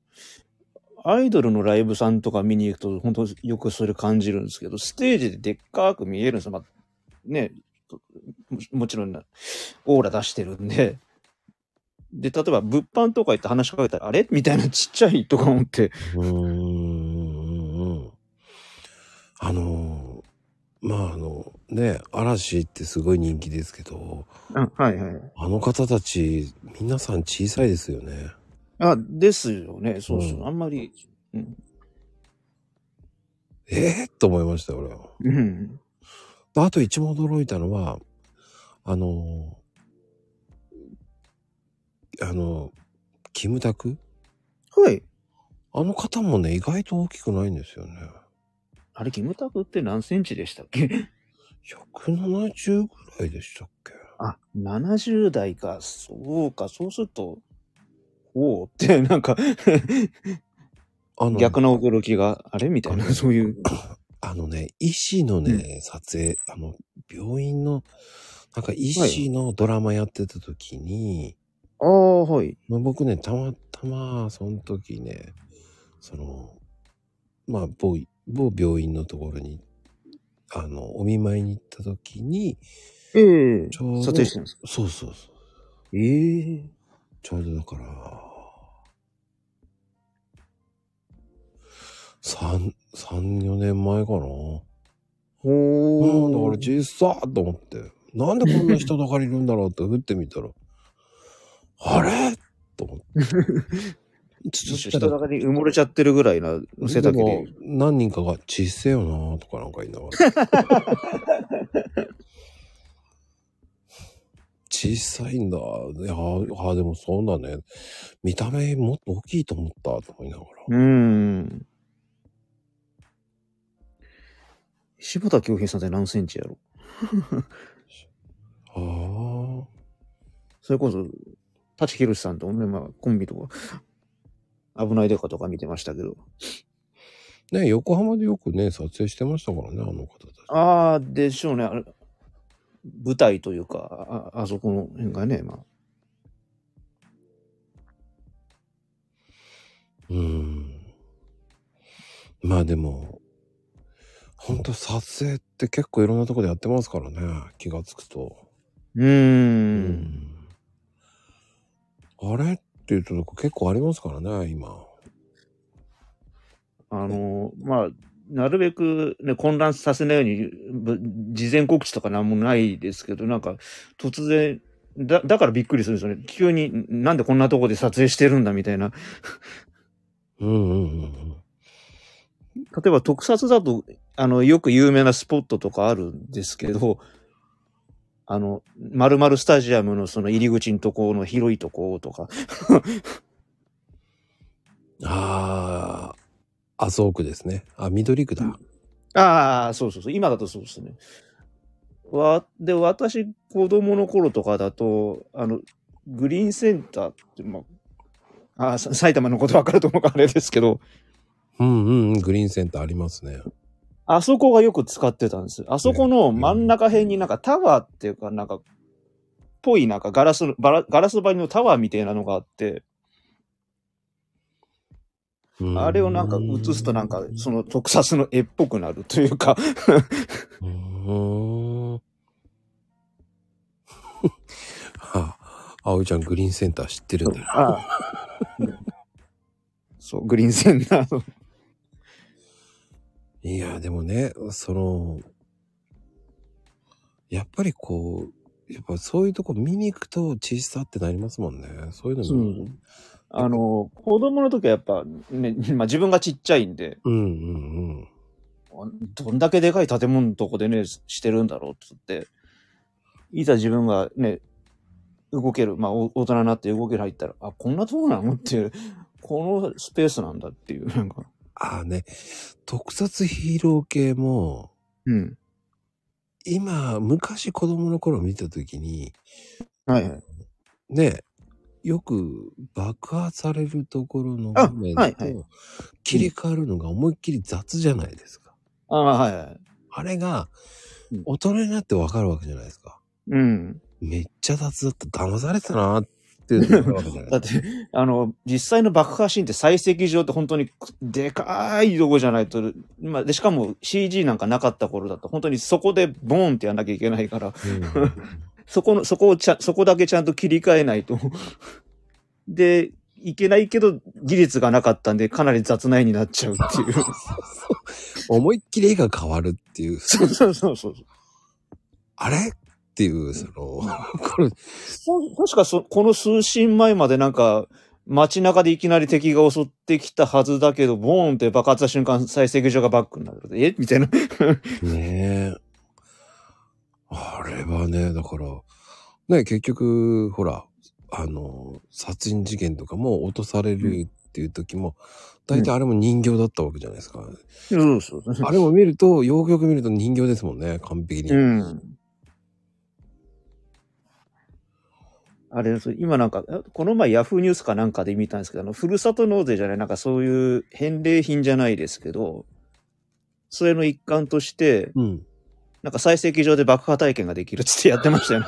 B: アイドルのライブさんとか見に行くと、本当よくそれ感じるんですけど、ステージででっかく見えるんですよ。まあ、ね、とももちろんな、オーラ出してるんで。で、例えば物販とか行って話しかけたら、あれみたいなちっちゃいとか思って。
A: うーん。あのーまああの、ね、嵐ってすごい人気ですけど、
B: うん、はいはい。
A: あの方たち、皆さん小さいですよね。
B: あ、ですよね。そうそうう。
A: ん
B: あんまり。うん。
A: ええー、と思いましたよ、俺は。
B: うん。
A: あと一番驚いたのは、あの、あの、キムタク
B: はい。
A: あの方もね、意外と大きくないんですよね。
B: あれ、キムタクって何センチでしたっけ
A: 170ぐらいでしたっけ
B: あ、70代か。そうか。そうすると、おおって、なんか、
A: あの、
B: 逆の驚きが、あれ みたいな、そういう。
A: あのね、医師のね、撮影、あの、病院の、なんか医師のドラマやってた時に、
B: ああ、はい。
A: まあ、僕ね、たまたま、その時ね、その、まあ、某、某病院のところに、あの、お見舞いに行った時に、
B: ええ
A: ちょうど
B: 撮影してるんですか
A: そうそうそう、
B: ええ
A: ちょうどだから、三、三、四年前かな。なんだ
B: ほ
A: 俺
B: ー。
A: 小さーと思って、なんでこんな人だかりいるんだろうって打ってみたら、あれと思って。ちょっと
B: 人だかに埋もれちゃってるぐらいな背丈
A: でも
B: で。
A: 何人かが「小せえよな」とかなんか言いながら「小さいんだいやあでもそうだね見た目もっと大きいと思った」と思いながら
B: うん。柴田恭平さんって何センチやろ
A: 「ああ
B: それこそ、舘ひろしさんとね、まあ、コンビとか、危ないデカとか見てましたけど。
A: ね横浜でよくね撮影してましたからねあの方たち
B: ああ、でしょうね。あれ舞台というか、あ、あそこの辺がね、まあ。
A: うーんまあでもほんと撮影って結構いろんなとこでやってますからね気がつくと。
B: うーん。
A: あれっていうとこ結構ありますからね、今。
B: あの、まあ、なるべくね、混乱させないように、ぶ事前告知とかなんもないですけど、なんか、突然、だ、だからびっくりするんですよね。急に、なんでこんなとこで撮影してるんだみたいな。
A: うんうんうんうん。
B: 例えば特撮だと、あの、よく有名なスポットとかあるんですけど、あの、〇〇スタジアムのその入り口のとこの広いとことか、
A: ああ、麻生区ですね。あ、緑区だ。
B: うんああ、そうそうそう。今だとそうですね。わ、で、私、子供の頃とかだと、あの、グリーンセンターって、まあ、あーさ埼玉のことわかると思うからあれですけど、
A: うんうんうん、グリーンセンターありますね。
B: あそこがよく使ってたんです。あそこの
A: うん
B: 真ん中辺になんかタワーっていうか、なんか、ぽいなんかガラスの、バラガラス張りのタワーみたいなのがあって、
A: うん
B: あれをなんか映すとなんか、その特撮の絵っぽくなるというか、
A: うーん。 あ、葵ちゃんグリーンセンター知ってるんだな。
B: あ そう、グリーンセンターの。
A: いや、でもね、その、やっぱりこう、やっぱそういうとこ見に行くと小さってなりますもんね。そういうの
B: そう
A: も。
B: あの、子供の時はやっぱ、ね、 まあ自分がちっちゃいんで、
A: うんうんうん。
B: どんだけでかい建物のとこでね、してるんだろうってって、いざ自分がね、動ける、まあお大人になって動ける入ったら、あ、こんなとこなのっていう、このスペースなんだっていう、なんか。
A: ああね、特撮ヒーロー系も、
B: うん。
A: 今、昔子供の頃見たときに、
B: はいはい。
A: ね、よく爆破されるところの
B: あ
A: 画面
B: はいは
A: と切り替わるのが思いっきり雑じゃないですか。
B: ああ、はいはい。
A: あれが
B: うん、
A: 大人になってわかるわけじゃないですか。
B: うん。
A: めっちゃ雑だった。騙されてたなーっていうのがわかるわけじゃない
B: だ
A: で
B: っ
A: すか。
B: て、あの、実際の爆破シーンって採石場って本当にでかいとこじゃないと、まあ、で、しかも CG なんかなかった頃だと、本当にそこでボーンってやんなきゃいけないから、
A: うん
B: そこの、そこをちゃ、そこだけちゃんと切り替えないと。 で、いけないけど、技術がなかったんで、かなり雑な絵になっちゃうっていう。
A: 思いっきり絵が変わるっていう、
B: そう そうそうそう。
A: あれっていう、その、これ、
B: そう確かそ、この数進前までなんか、街中でいきなり敵が襲ってきたはずだけど、ボーンって爆発した瞬間、再生所がバックになる。えみたいな。
A: ねえ。あれはね、だから、ね、結局、ほら、あの、殺人事件とかも落とされるっていう時も、大体あれも人形だったわけじゃないですか。
B: そうそう。
A: あれも見ると、よくよく見ると人形ですもんね、完璧に。
B: うん。あれです、今なんか、えこの前ヤフーニュースかなんかで見たんですけど、あの、ふるさと納税じゃない、なんかそういう返礼品じゃないですけど、それの一環として、
A: うん。
B: なんか再生機場で爆破体験ができるっつってやってました よね。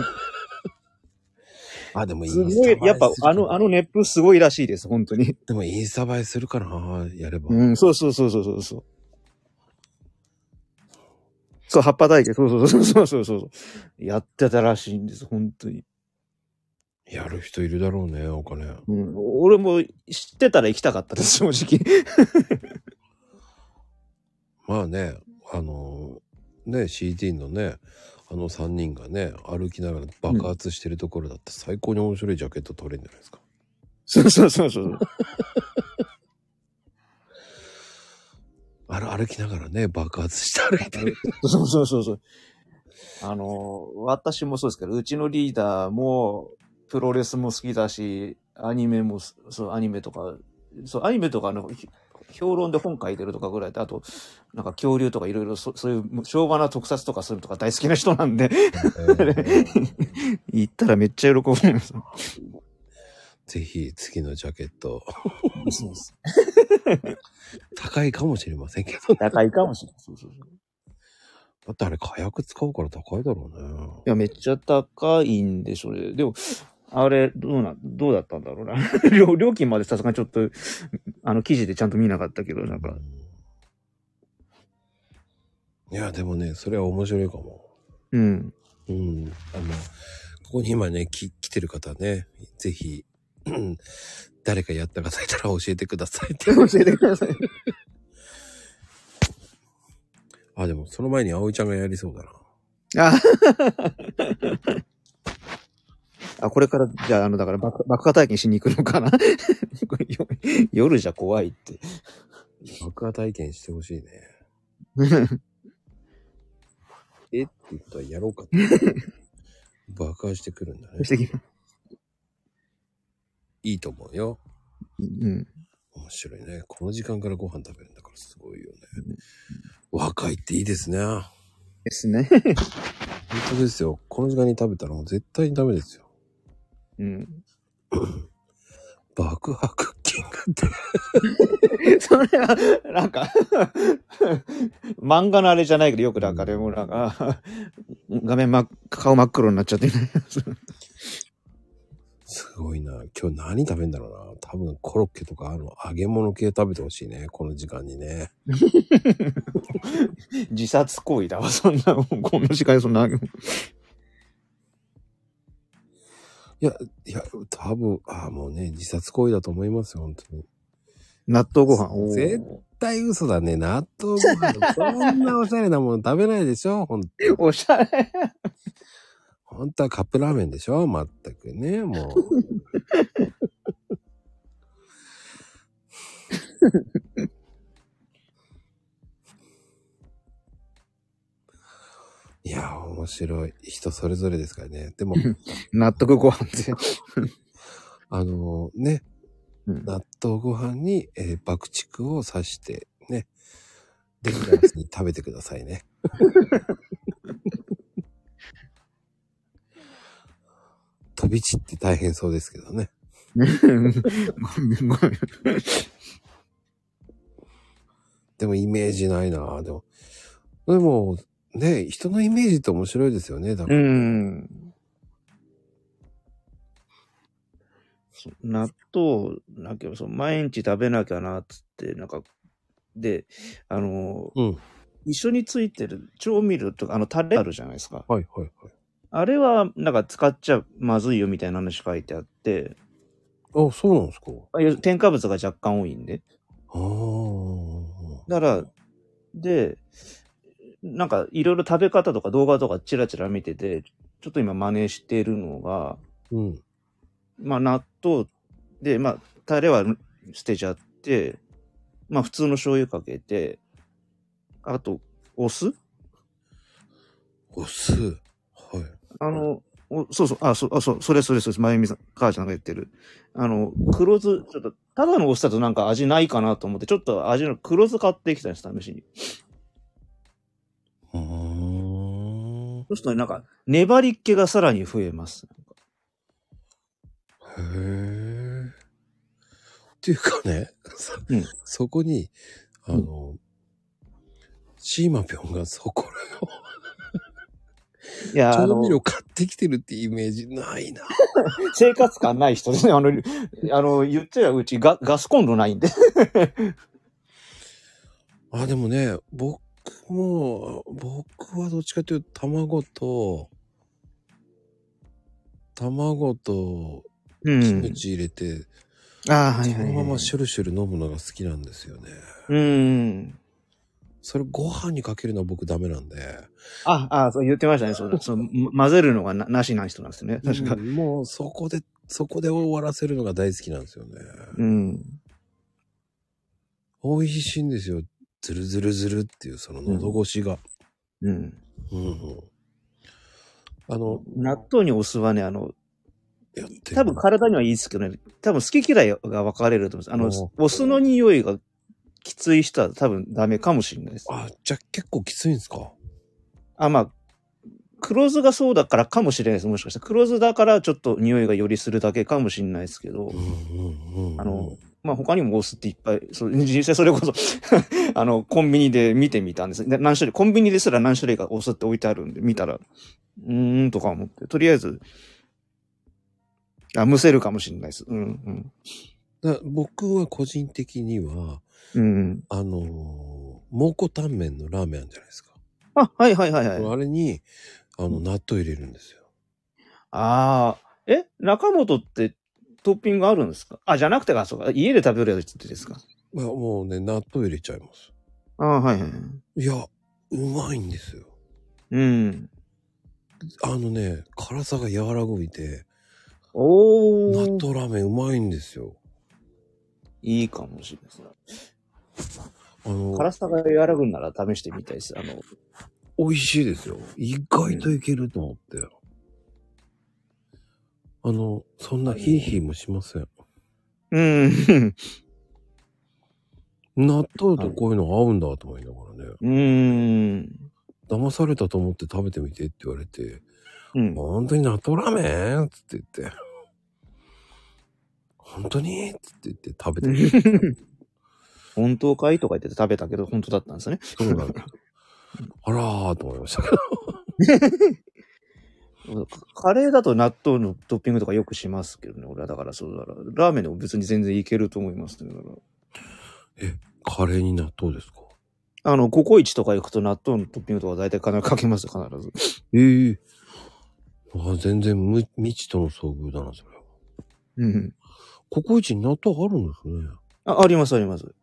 A: あ、でもイン
B: す
A: ス
B: ご
A: タ映え
B: い、やっぱ
A: するか
B: あの、あの、熱風すごいらしいです、本当に。
A: でもインスタ映えするかな、やれば。
B: うん、そうそうそうそうそうそう。そう、葉っぱ体験、そうそうそうそうそうそう。やってたらしいんです、本当に。
A: やる人いるだろうね、お金。
B: うん、俺も知ってたら行きたかった です、正直。
A: まあね、あのね、CT のね、あの3人がね、歩きながら爆発してるところだって最高に面白いジャケット撮れるんじゃないですか。
B: そうそうそうそう。
A: あれ歩きながらね、爆発して歩いてる。
B: そうそうそうそう。あの、私もそうですけど、うちのリーダーも、プロレスも好きだし、アニメもす、そう、アニメとか、そう、アニメとかあの、ひ評論で本書いてるとかぐらいで、あと、なんか恐竜とかいろいろ、そそういう、昭和な特撮とかするとか大好きな人なんで、 行ったらめっちゃ喜ぶんですよ。
A: ぜひ次のジャケット、高いかもしれませんけど、ね、
B: 高いかもしれない。そうそうそう
A: だってあれ火薬使うから高いだろう
B: い
A: ね。
B: や、めっちゃ高いんでしょうね。でも、あれ、どうな、どうだったんだろうな。 料料金までさすがにちょっと、あの、記事でちゃんと見なかったけど、なんか、
A: いや、でもね、それは面白いかも。
B: うん。
A: うん。あの、ここに今ね、き来てる方ね、ぜひ、うん誰かやった方いたら教えてくださいって。
B: 教えてください。
A: あ、でもその前に葵ちゃんがやりそうだな。
B: ああ、これから、じゃあ、あの、だから爆、爆破体験しに行くのかな これよ夜じゃ怖いって。
A: 爆破体験してほしいね。えって言ったらやろ うかって。爆破してくるんだね。
B: してきま
A: いいと思うよ。
B: うん。
A: 面白いね。この時間からご飯食べるんだからすごいよね。若いっていいですね。本
B: ですね。
A: 当ですよ。この時間に食べたらもう絶対にダメですよ。
B: うん。
A: 爆破クッキングって。
B: それは、なんか、漫画のあれじゃないけど、よくなんかでもなんか、画面真っ、顔真っ黒になっちゃってる。
A: すごいな。今日何食べんだろうな。多分コロッケとかあの揚げ物系食べてほしいね。この時間にね。
B: 自殺行為だわ、そんな、もうこの時間にそんな。
A: いや、多分、ああ、もうね、自殺行為だと思いますよ、本当に。
B: 納豆ご飯。おー
A: 絶絶対嘘だね。納豆ご飯。そんなおしゃれなもの食べないでしょほんと。
B: おしゃれ。
A: 本当はカップラーメンでしょまったくね、もう。いや、面白い。人それぞれですからね。でも、
B: 納得ご飯って。
A: あのね、
B: うん
A: 納豆ご飯に、えー爆竹を刺して、ね、デミグラスに食べてくださいね。 飛び散って大変そうですけどね。でもイメージないなぁでも、でも、ね、人のイメージって面白いですよね。だか
B: う
A: ら、
B: ん。そう納豆、だけど、そう毎日食べなきゃな、つって、なんか、で、あの、
A: うん
B: 一緒についてる調味料とか、あの、タレあるじゃないですか。
A: はいはいはい。
B: あれは、なんか使っちゃまずいよみたいな話書いてあって、
A: あ、そうなんですか。
B: ああいう添加物が若干多いんで。
A: ああ。
B: だから、で、なんかいろいろ食べ方とか動画とかチラチラ見てて、ちょっと今真似してるのが、
A: うん。
B: まあ納豆で、まあタレは捨てちゃって、まあ普通の醤油かけて、あと、お酢
A: お酢。はい。
B: あの、おそうそう、あ、そう、あ、そう、それそれそれ、まゆみさん、母ちゃんが言ってる。あの、黒酢、ちょっと、ただのお酢だとなんか味ないかなと思って、ちょっと味の黒酢買ってきたんです、試しに。
A: うーん。へ
B: そうするとなんか、粘りっ気がさらに増えます。
A: え。っていうかね、そ
B: うん
A: そこに、あの、シーマピョンがそこ
B: いや、
A: ら
B: あ
A: 調味料
B: の、
A: 買ってきてるってイメージないな。
B: 生活感ない人ですね。あの、あの、言っちゃううちガガスコンロないんで。
A: あ、でもね、僕も、僕はどっちかというと、卵と、卵と
B: う
A: キム。チ入れて、
B: ああ、はい
A: そ
B: はい、はい。
A: のままシュルシュル飲むのが好きなんですよね。
B: うん。
A: それご飯にかけるのは僕ダメなんで。
B: あ、あ、そう言ってましたね。そうそう、ま混ぜるのがななしな人なんで すね。確か。
A: うんもうそこで、そこで終わらせるのが大好きなんですよね。
B: うん。
A: 美味しいんですよ。ズルズルズルっていうその喉越しが。
B: うん。
A: うん。あの、
B: 納豆にお酢はね、あの、
A: やってる
B: 多分体にはいいですけどね、多分好き嫌いが分かれると思います。あの、お酢の匂いがきつい人は多分ダメかもしれないです。
A: あ、じゃあ結構きついんですか
B: あ、まあ、黒酢がそうだからかもしれないです。もしかしたら。黒酢だからちょっと匂いがよりするだけかもしれないですけど
A: うん、うんうんうん。
B: あの、まあ他にもお酢っていっぱい、そう実際それこそ、 あの、コンビニで見てみたんです。で何種類、コンビニですら何種類かお酢って置いてあるんで、見たら、うーんとか思って、とりあえず、あ、むせるかもしれないです。うん、うん。
A: だ僕は個人的には、
B: うん。
A: あのー、蒙古タンメンのラーメンあるじゃないですか。
B: あ、はいはいはいはい。
A: あれに、あの、
B: うん
A: 納豆入れるんですよ。
B: ああ。え中本ってトッピングあるんですかあ、じゃなくてか、そうか。家で食べるやつってですか
A: まあ、もうね、納豆入れちゃいます。
B: ああ、はいはい。
A: いや、うまいんですよ。
B: うん。
A: あのね、辛さが和らぐいて、
B: お
A: 納
B: ー。
A: 豆ラーメンうまいんですよ。
B: いいかもしれないですね。
A: あの、
B: 辛さが和らぐんなら試してみたいです。あの、
A: 美味しいですよ。意外といけると思って。あの、そんなヒーヒーもしません。
B: うん。
A: 納豆とこういうの合うんだと思いながらね、
B: うん。
A: 騙されたと思って食べてみてって言われて、
B: うん。
A: 本当に納豆ラーメンっつって言って。本当にっつって言って食べてみた
B: 本当かいとか言って食べたけど、本当だったんですね。
A: そうなんだ。あらーと思いましたけど。
B: カレーだと納豆のトッピングとかよくしますけどね。俺はだから、そうだから、ラーメンでも別に全然いけると思いますね。だから
A: カレーに納豆ですか
B: あの、ココイチとか行くと納豆のトッピングとか大体金かけますよ、必ず。
A: ええあ全然無未知との遭遇だな、それは。
B: うん。
A: ココイチに納豆あるんですね。
B: あ、あります、あります。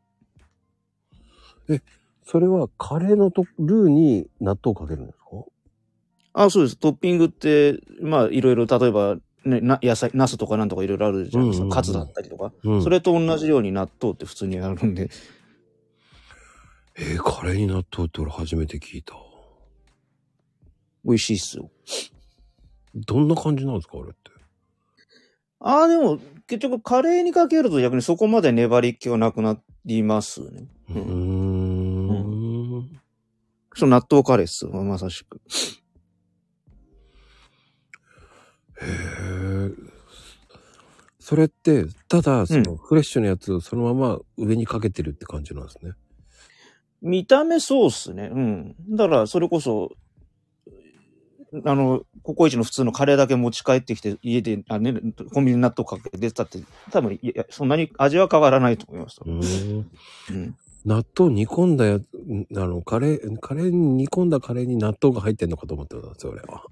A: それはカレーのとルーに納豆かけるんですか
B: あ、そうです。トッピングって、まあ、いろいろ、例えば、ね、な野菜、ナスとかなんとかいろいろあるじゃないです
A: うんうんうん
B: か。カツだったりとか。
A: うん
B: それと同じように納豆って普通にあるんで。
A: えーカレーに納豆って俺初めて聞いた。
B: 美味しいっすよ。
A: どんな感じなんですか、あれって。
B: ああ、でも、結局、カレーにかけると逆にそこまで粘り気はなくなりますね。
A: う
B: う
A: ー
B: ん
A: ん。
B: そう、納豆カレーっすよ。まさしく。
A: へえ。それって、ただ、その、フレッシュなやつをそのまま上にかけてるって感じなんですね。
B: 見た目そうっすね。うん。だから、それこそ、あの、ココイチの普通のカレーだけ持ち帰ってきて、家で、あね、コンビニに納豆かけて出てたって、多分、いや、そんなに味は変わらないと思います。
A: うん。
B: うん。
A: 納豆煮込んだやつ、んあの、カレー、カレーに煮込んだカレーに納豆が入ってんのかと思ってたんですよ、俺は。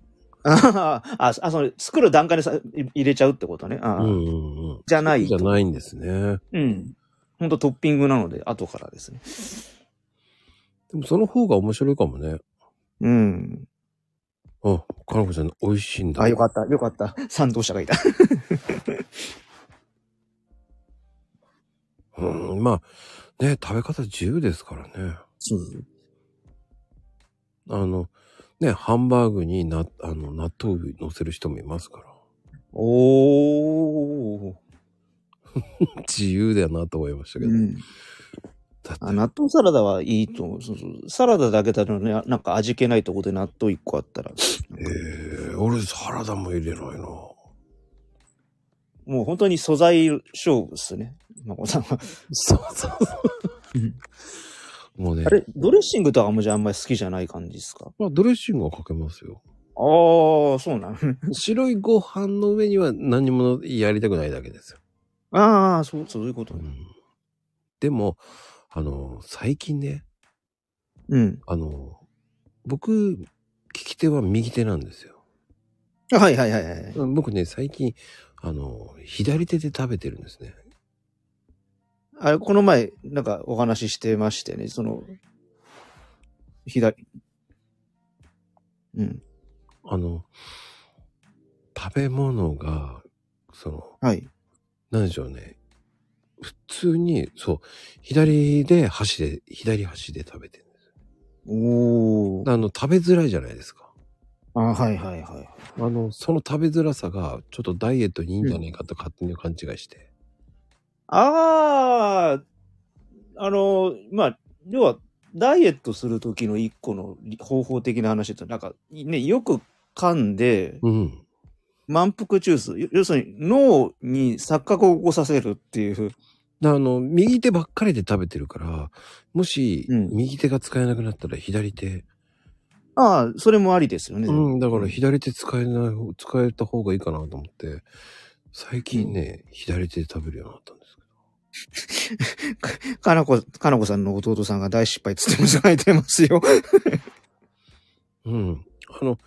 B: あははあ、あその、作る段階でさい入れちゃうってことね。ああ
A: うんうんうん。
B: じゃない
A: じゃないんですね。
B: うん。ほんとトッピングなので、後からですね。
A: でもその方が面白いかもね。
B: うん。
A: うん。かなこちゃん、美味しいんだ。
B: あ、よかった、よかった。賛同者がいた。
A: うん。まあ、ね、食べ方自由ですからね。
B: そうそう
A: あの、ね、ハンバーグにな、あの、納豆乗せる人もいますから。
B: おー。
A: 自由だなと思いましたけど。
B: うん。
A: だって
B: あ納豆サラダはいいと思う。そうそうサラダだけだとね、なんか味気ないとこで納豆一個あったら、
A: えー、俺サラダも入れないな。
B: もう本当に素材勝負っすね。まこさんは。
A: そうそうそう
B: うん。
A: もうね
B: あ、れ、ドレッシングとかもじゃああんまり好きじゃない感じですか
A: まあ、ドレッシングはかけますよ。
B: ああ、そうなの。
A: 白いご飯の上には何もやりたくないだけですよ。
B: ああ、そう、そういうこと
A: う
B: ね。
A: ん、でも、あの、最近ね、
B: うん。
A: あの、僕、利き手は右手なんですよ。
B: はいはいはいはい。
A: うん僕ね、最近、あの、左手で食べてるんですね。
B: あれ、この前、なんかお話ししてましてね、その、左。うん。
A: あの、食べ物が、その、
B: はい。
A: なんでしょうね。普通に、そう、左で箸で、左箸で食べてるんです
B: おー。
A: あの、食べづらいじゃないですか。
B: あはいはいはい。
A: あの、その食べづらさが、ちょっとダイエットにいいんじゃないかと勝手に勘違いして。
B: ああ、あの、まあ、要は、ダイエットするときの一個の方法的な話と、なんか、ね、よく噛んで、
A: うん。
B: 満腹中枢、要要するに脳に錯覚を起こさせるっていう。
A: だあの、右手ばっかりで食べてるから、もし、
B: うん
A: 右手が使えなくなったら左手。
B: ああ、それもありですよね。
A: うん、だから左手使えない、使えた方がいいかなと思って、最近ね、左手で食べるようになったんですけど。
B: かなこ、かなこさんの弟さんが大失敗っつって間違えてますよ。
A: うん。あの、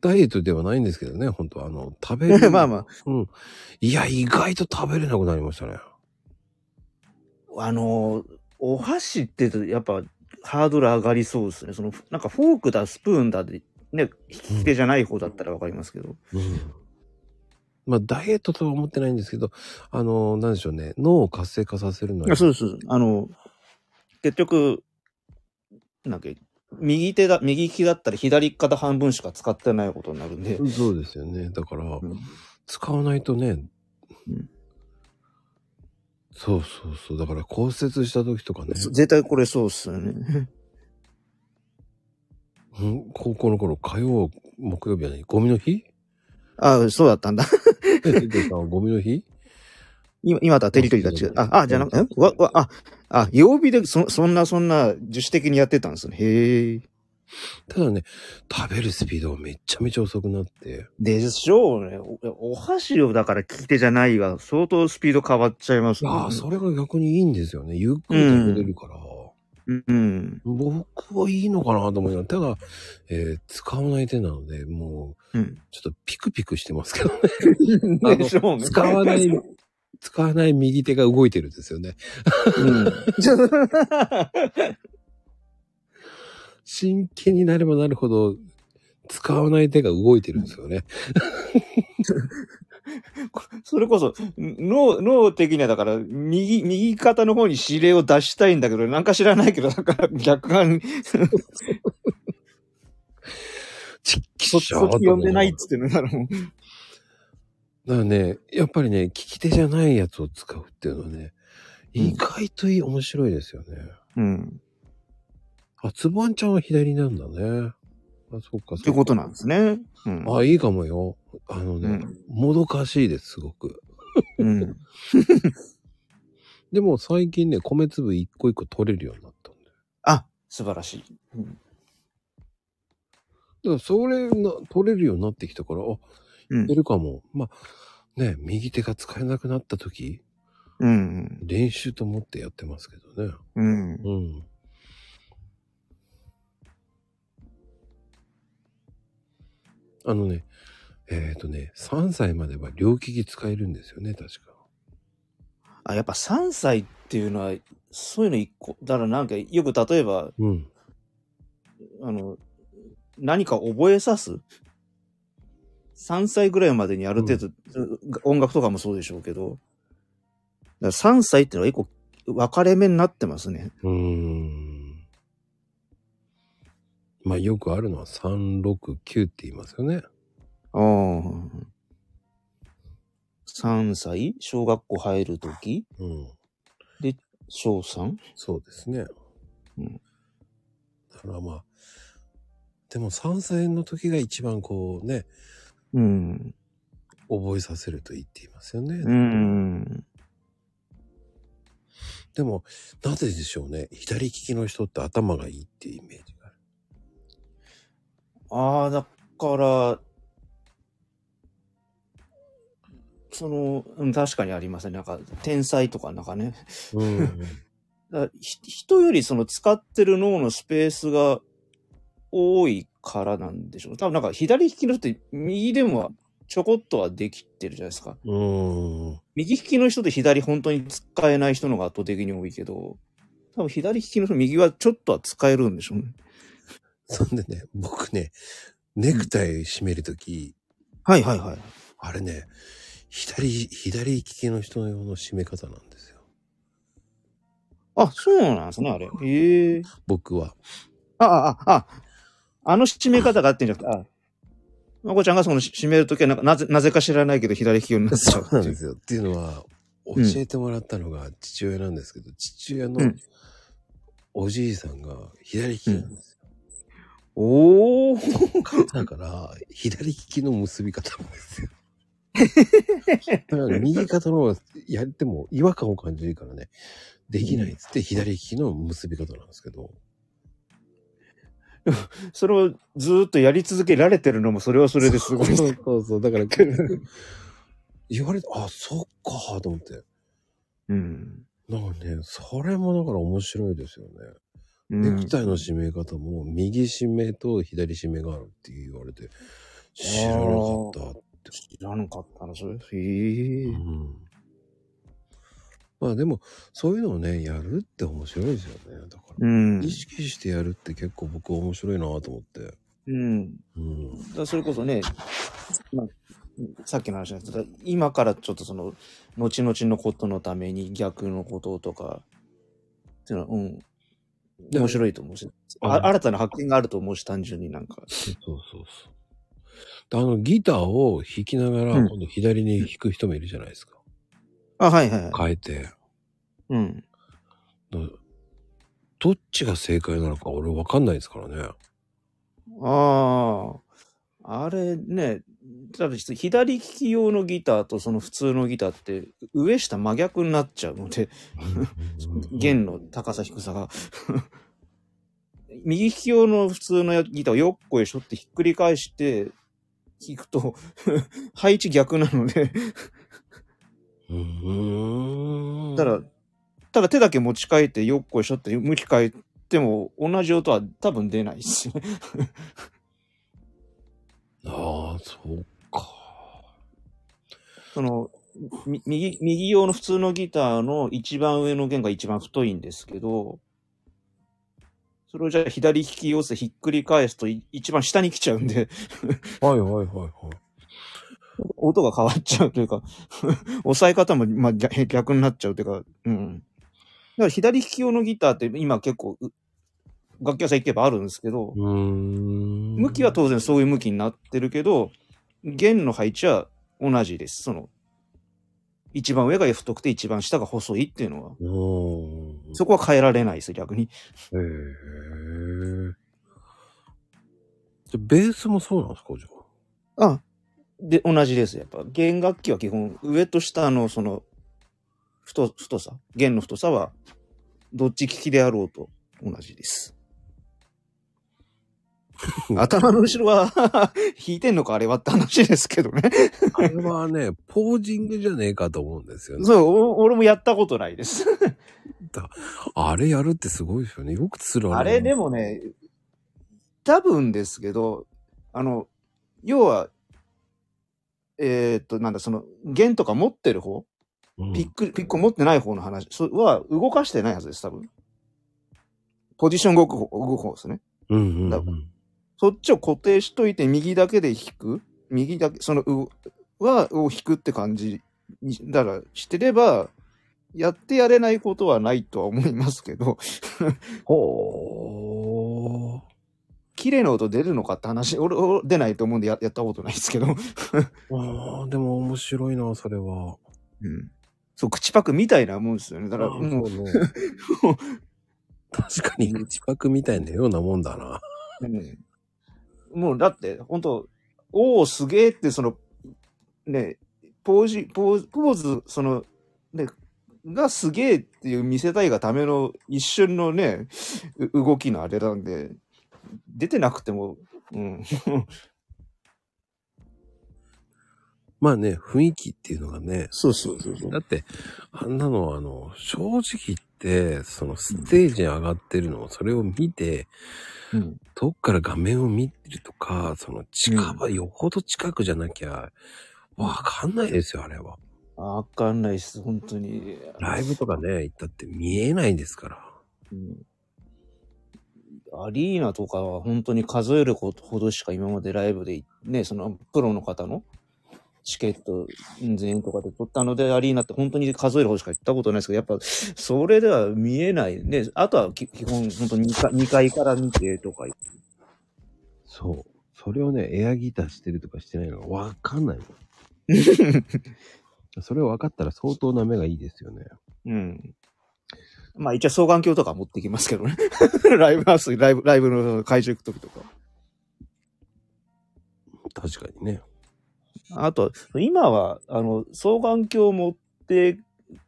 A: ダイエットではないんですけどね、本当あの、食べる。
B: まあま
A: うん。いや、意外と食べれなくなりましたね。
B: あ、あのー、お箸ってやっぱハードル上がりそうですね。その、なんかフォークだ、スプーンだで、ね、利き手じゃない方だったらわかりますけど。
A: うん。まあ、ダイエットとは思ってないんですけど、あの、なんでしょうね、脳を活性化させるの
B: あ
A: に。
B: そうです。あの、結局、なんか、右手だ、右利きだったら左肩半分しか使ってないことになるんで。
A: そうですよね。だから
B: う、ん
A: 使わないとね、
B: うん
A: そうそうそう。だから骨折した時とかね、
B: 絶対これそうっすよね。
A: うん高校の頃、火曜、木曜日はね、ゴミの 日
B: ああ、そうだったんだ。
A: え、テテさんはゴミの日
B: 今、今とはテリトリーが違う。あ、あ、じゃなくて、んわ、わ、あ、あ、曜日でそ、そんな、そんな、自主的にやってたんですね。へえ。
A: ただね、食べるスピードがめっちゃめちゃ遅くなって、
B: でしょうね。おお箸をだから利き手じゃないが、相当スピード変わっちゃいますね。
A: ああ、それが逆にいいんですよね。ゆっくり食べれるから、
B: うん。
A: 僕はいいのかなと思いながら、ただ、えー使わない手なので、もう、
B: うん。
A: ちょっとピクピクしてますけ どね。あの
B: でしょうね。
A: 使わない、使わない右手が動いてるんですよね。
B: うん。
A: 真剣になればなるほど、使わない手が動いてるんですよね。
B: それこそ、脳、脳的にはだから、右、右肩の方に指令を出したいんだけど、なんか知らないけど、だから逆側に、
A: ちっき
B: そっち
A: しょーと思
B: 読んでないっ
A: だ
B: つってのならもう。
A: からね、やっぱりね、利き手じゃないやつを使うっていうのはね、
B: うん
A: 意外といい、面白いですよね。
B: うん。
A: あ、つぼあんちゃんは左なんだね。あ、そっか、そっか。
B: ってことなんですね。うん。
A: あ、いいかもよ。あのね、
B: うん
A: もどかしいです、すごく。
B: うん。
A: でも最近ね、米粒一個一個取れるようになったんだよ。
B: あ、素晴らしい。
A: だからそれな、取れるようになってきたから、あ、
B: うん
A: 出。るかも。まあ、ね、右手が使えなくなった時、
B: うん。
A: 練習と思ってやってますけどね。
B: うん。
A: うん。あのね、えっ、とね、3歳までは両利き使えるんですよね、確か。
B: あ、やっぱ3歳っていうのは、そういうの一個。だからなんか、よく例えば、
A: うん。
B: あの、何か覚えさす ?3 歳ぐらいまでにある程度、音楽とかもそうでしょうけど、だから3歳ってのは一個分かれ目になってますね。
A: うーん。まあよくあるのは369って言いますよね。
B: ああ。3歳小学校入るとき
A: うん。
B: 小 3?
A: そうですね。
B: うん。
A: だからまあ、でも3歳の時が一番こうね、
B: うん。
A: 覚えさせるといいって言いますよね。
B: うん。
A: でも、なぜでしょうね。左利きの人って頭がいいっていうイメージがある。
B: ああ、だから、その、うん、確かにありません、ね。なんか、天才とかなんかね。
A: うん。
B: だからひ人よりその使ってる脳のスペースが多いからなんでしょう。多分なんか左利きの人って右でもちょこっとはできてるじゃないですか。
A: うん。
B: 右利きの人と左本当に使えない人の方が圧倒的に多いけど、多分左利きの人右はちょっとは使えるんでしょうね。
A: そんでね、僕ね、ネクタイ締めるとき、
B: はいはいはい。
A: あれね、左、左利きの人用の締め方なんですよ。
B: あ、そうなんですね、あれ。へえ
A: 僕は。
B: あ、あ、あ、あ、あの締め方があってんじゃなくて、あ、まこちゃんがその締めるときはなんかなぜ、なぜか知らないけど左利きようになっち ゃ
A: そううな
B: っていうん
A: ですよ。っていうのは、教
B: うん
A: えてもらったのが父親なんですけど、父親
B: う
A: の
B: ん
A: おじいさんが左利きなんですよ。
B: おお。
A: だから、左利きの結び方なんですよ。だから右肩の方がやっても違和感を感じるからね、できないっつって左利きの結び方なんですけど、
B: それをずーっとやり続けられてるのもそれはそれです ごい。
A: そうそうそう。だから、言われて、あ、そっか、と思って。
B: うん。
A: なんかね、それもだから面白いですよね。
B: う
A: ネ
B: ん
A: クタイの締め方も、右締めと左締めがあるって言われて、知らなかったって。
B: 知らなかったな、それ。へえ
A: う。ん。まあでも、そういうのをね、やるって面白いですよね。だから、
B: うん。
A: 意識してやるって結構僕面白いなと思って。
B: うん。
A: うん。
B: だからそれこそね、まあ、さっきの話なんですけど、今からちょっとその、後々のことのために逆のこととか、っていうのは、うん。
A: も
B: 面白いと思うし、
A: あの
B: あ新たな発見があると思うし、単純になんか。
A: そうそうそう。あの、ギターを弾きながら、
B: うん
A: 今度左に弾く人もいるじゃないですか。
B: あ、はいはいはい。
A: 変えて。
B: うん。
A: だどっちが正解なのか俺わかんないですからね。
B: ああ、あれね、ただ左利き用のギターとその普通のギターって上下真逆になっちゃうので、弦の高さ低さが。 右利き用の普通のギターをよっこいしょってひっくり返して弾くと 配置逆なので、
A: うーん。
B: ただ、ただ手だけ持ち替えてよっこいしょって向き変えても同じ音は多分出ないですね。
A: ああ、そうか。
B: その、み右、右用の普通のギターの一番上の弦が一番太いんですけど、それをじゃあ左利き要請ひっくり返すとい一番下に来ちゃうんで、
A: はいはいはいはい。
B: 音が変わっちゃうというか、 押さえ方も、まあ、逆逆になっちゃうというか、うん。だから左利き用のギターって今結構、う楽器屋さん行けばあるんですけど、
A: うーん。
B: 向きは当然そういう向きになってるけど、弦の配置は同じです。その、一番上が太くて一番下が細いっていうのは。
A: うーん。
B: そこは変えられないです、逆に。
A: へえ。じゃ、ベースもそうなんですか、じゃあ。
B: あ、で、同じです。やっぱ、弦楽器は基本、上と下のその、太、太さ、弦の太さは、どっち利きであろうと同じです。頭の後ろは、 弾いてんのかあれはって話ですけどね。
A: あれはね、ポージングじゃねえかと思うんですよね。
B: そう、お俺もやったことないです。
A: あれやるってすごいですよね。よくする
B: あれで
A: も。
B: もね、多分ですけど、あの、要は、えーっと、なんだ、その、弦とか持ってる方
A: うん
B: ピック、ピックを持ってない方の話そは動かしてないはずです、多分。ポジション動く方、動く方ですね。
A: うんうん
B: だか
A: うん。
B: そっちを固定しといて、右だけで弾く右だけ、その、う、は、を弾くって感じに、だから、してれば、やってやれないことはないとは思いますけど、
A: ほー。
B: 綺麗な音出るのかって話、俺、俺出ないと思うんでややったことないですけど、
A: ああ、でも面白いな、それは。
B: うん。そう、口パクみたいなもんですよね。だから、
A: あー
B: もう、
A: そうね確かに、口パクみたいなようなもんだな。
B: うんもうだって、本当おお、すげえって、その、ね、ポージ、ポーズ、ポーズ、その、ね、がすげえっていう見せたいがための一瞬のね、う動きのあれなんで、出てなくても、うん。
A: まあね、雰囲気っていうのがね。
B: そうそうそうそ
A: だって、あんなのは、あの、正直言って、そのステージに上がってるのを、それを見て、
B: うん。
A: 遠くから画面を見てるとか、その近場、よほど近くじゃなきゃ、わかんないですよ、あれは。
B: わかんないです、本当に。
A: ライブとかね、行ったって見えないですから。
B: うんアリーナとかは本当に数えることほどしか今までライブで、ね、そのプロの方のチケットうん全員とかで取ったので、アリーナって本当に数えるほどしか行ったことないですけど、やっぱそれでは見えないね。あとはき基本本当に 2, 2階から見てとか。
A: そう。それをね、エアギターしてるとかしてないのがわかんないの。それを分かったら相当な目がいいですよね。
B: うん。まあ一応双眼鏡とか持ってきますけどね。 ライブハウス、ライブ、ライブの会場行く時とか。
A: 確かにね。
B: あと、今は、あの、双眼鏡を持って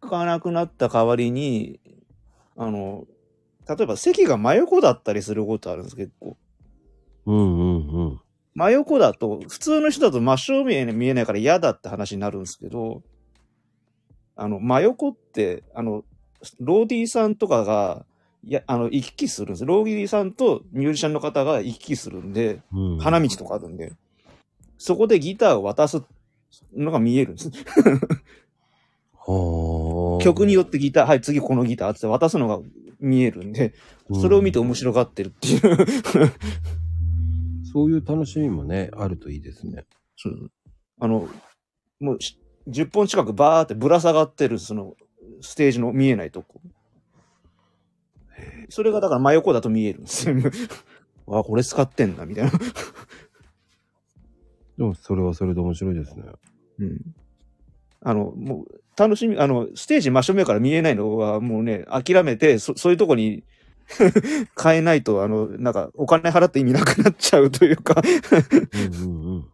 B: かなくなった代わりに、あの、例えば席が真横だったりすることあるんです、結構。
A: うんうんうん。
B: 真横だと、普通の人だと真正面に見えないから嫌だって話になるんですけど、あの、真横って、あの、ローディーさんとかが、いや、あの、行き来するんです。ローディーさんとミュージシャンの方が行き来するんで、
A: うん、
B: 花道とかあるんで、そこでギターを渡すのが見えるんです。
A: はあ
B: 曲によってギター、はい、次このギターっつって渡すのが見えるんで、それを見て
A: うん
B: 面白がってるっていう。
A: そういう楽しみもね、あるといいですね。
B: そうあの、もうし10本近くバーってぶら下がってる、その、ステージの見えないとこ。それがだから真横だと見えるんですよ。 わあ、これ使ってんだ、みたいな。
A: でも、それはそれで面白いですね。
B: うん。あの、もう、楽しみ、あの、ステージ真正面から見えないのは、もうね、諦めて、そそういうとこに 変えないと、あの、なんか、お金払って意味なくなっちゃうというか、
A: うんうんうん。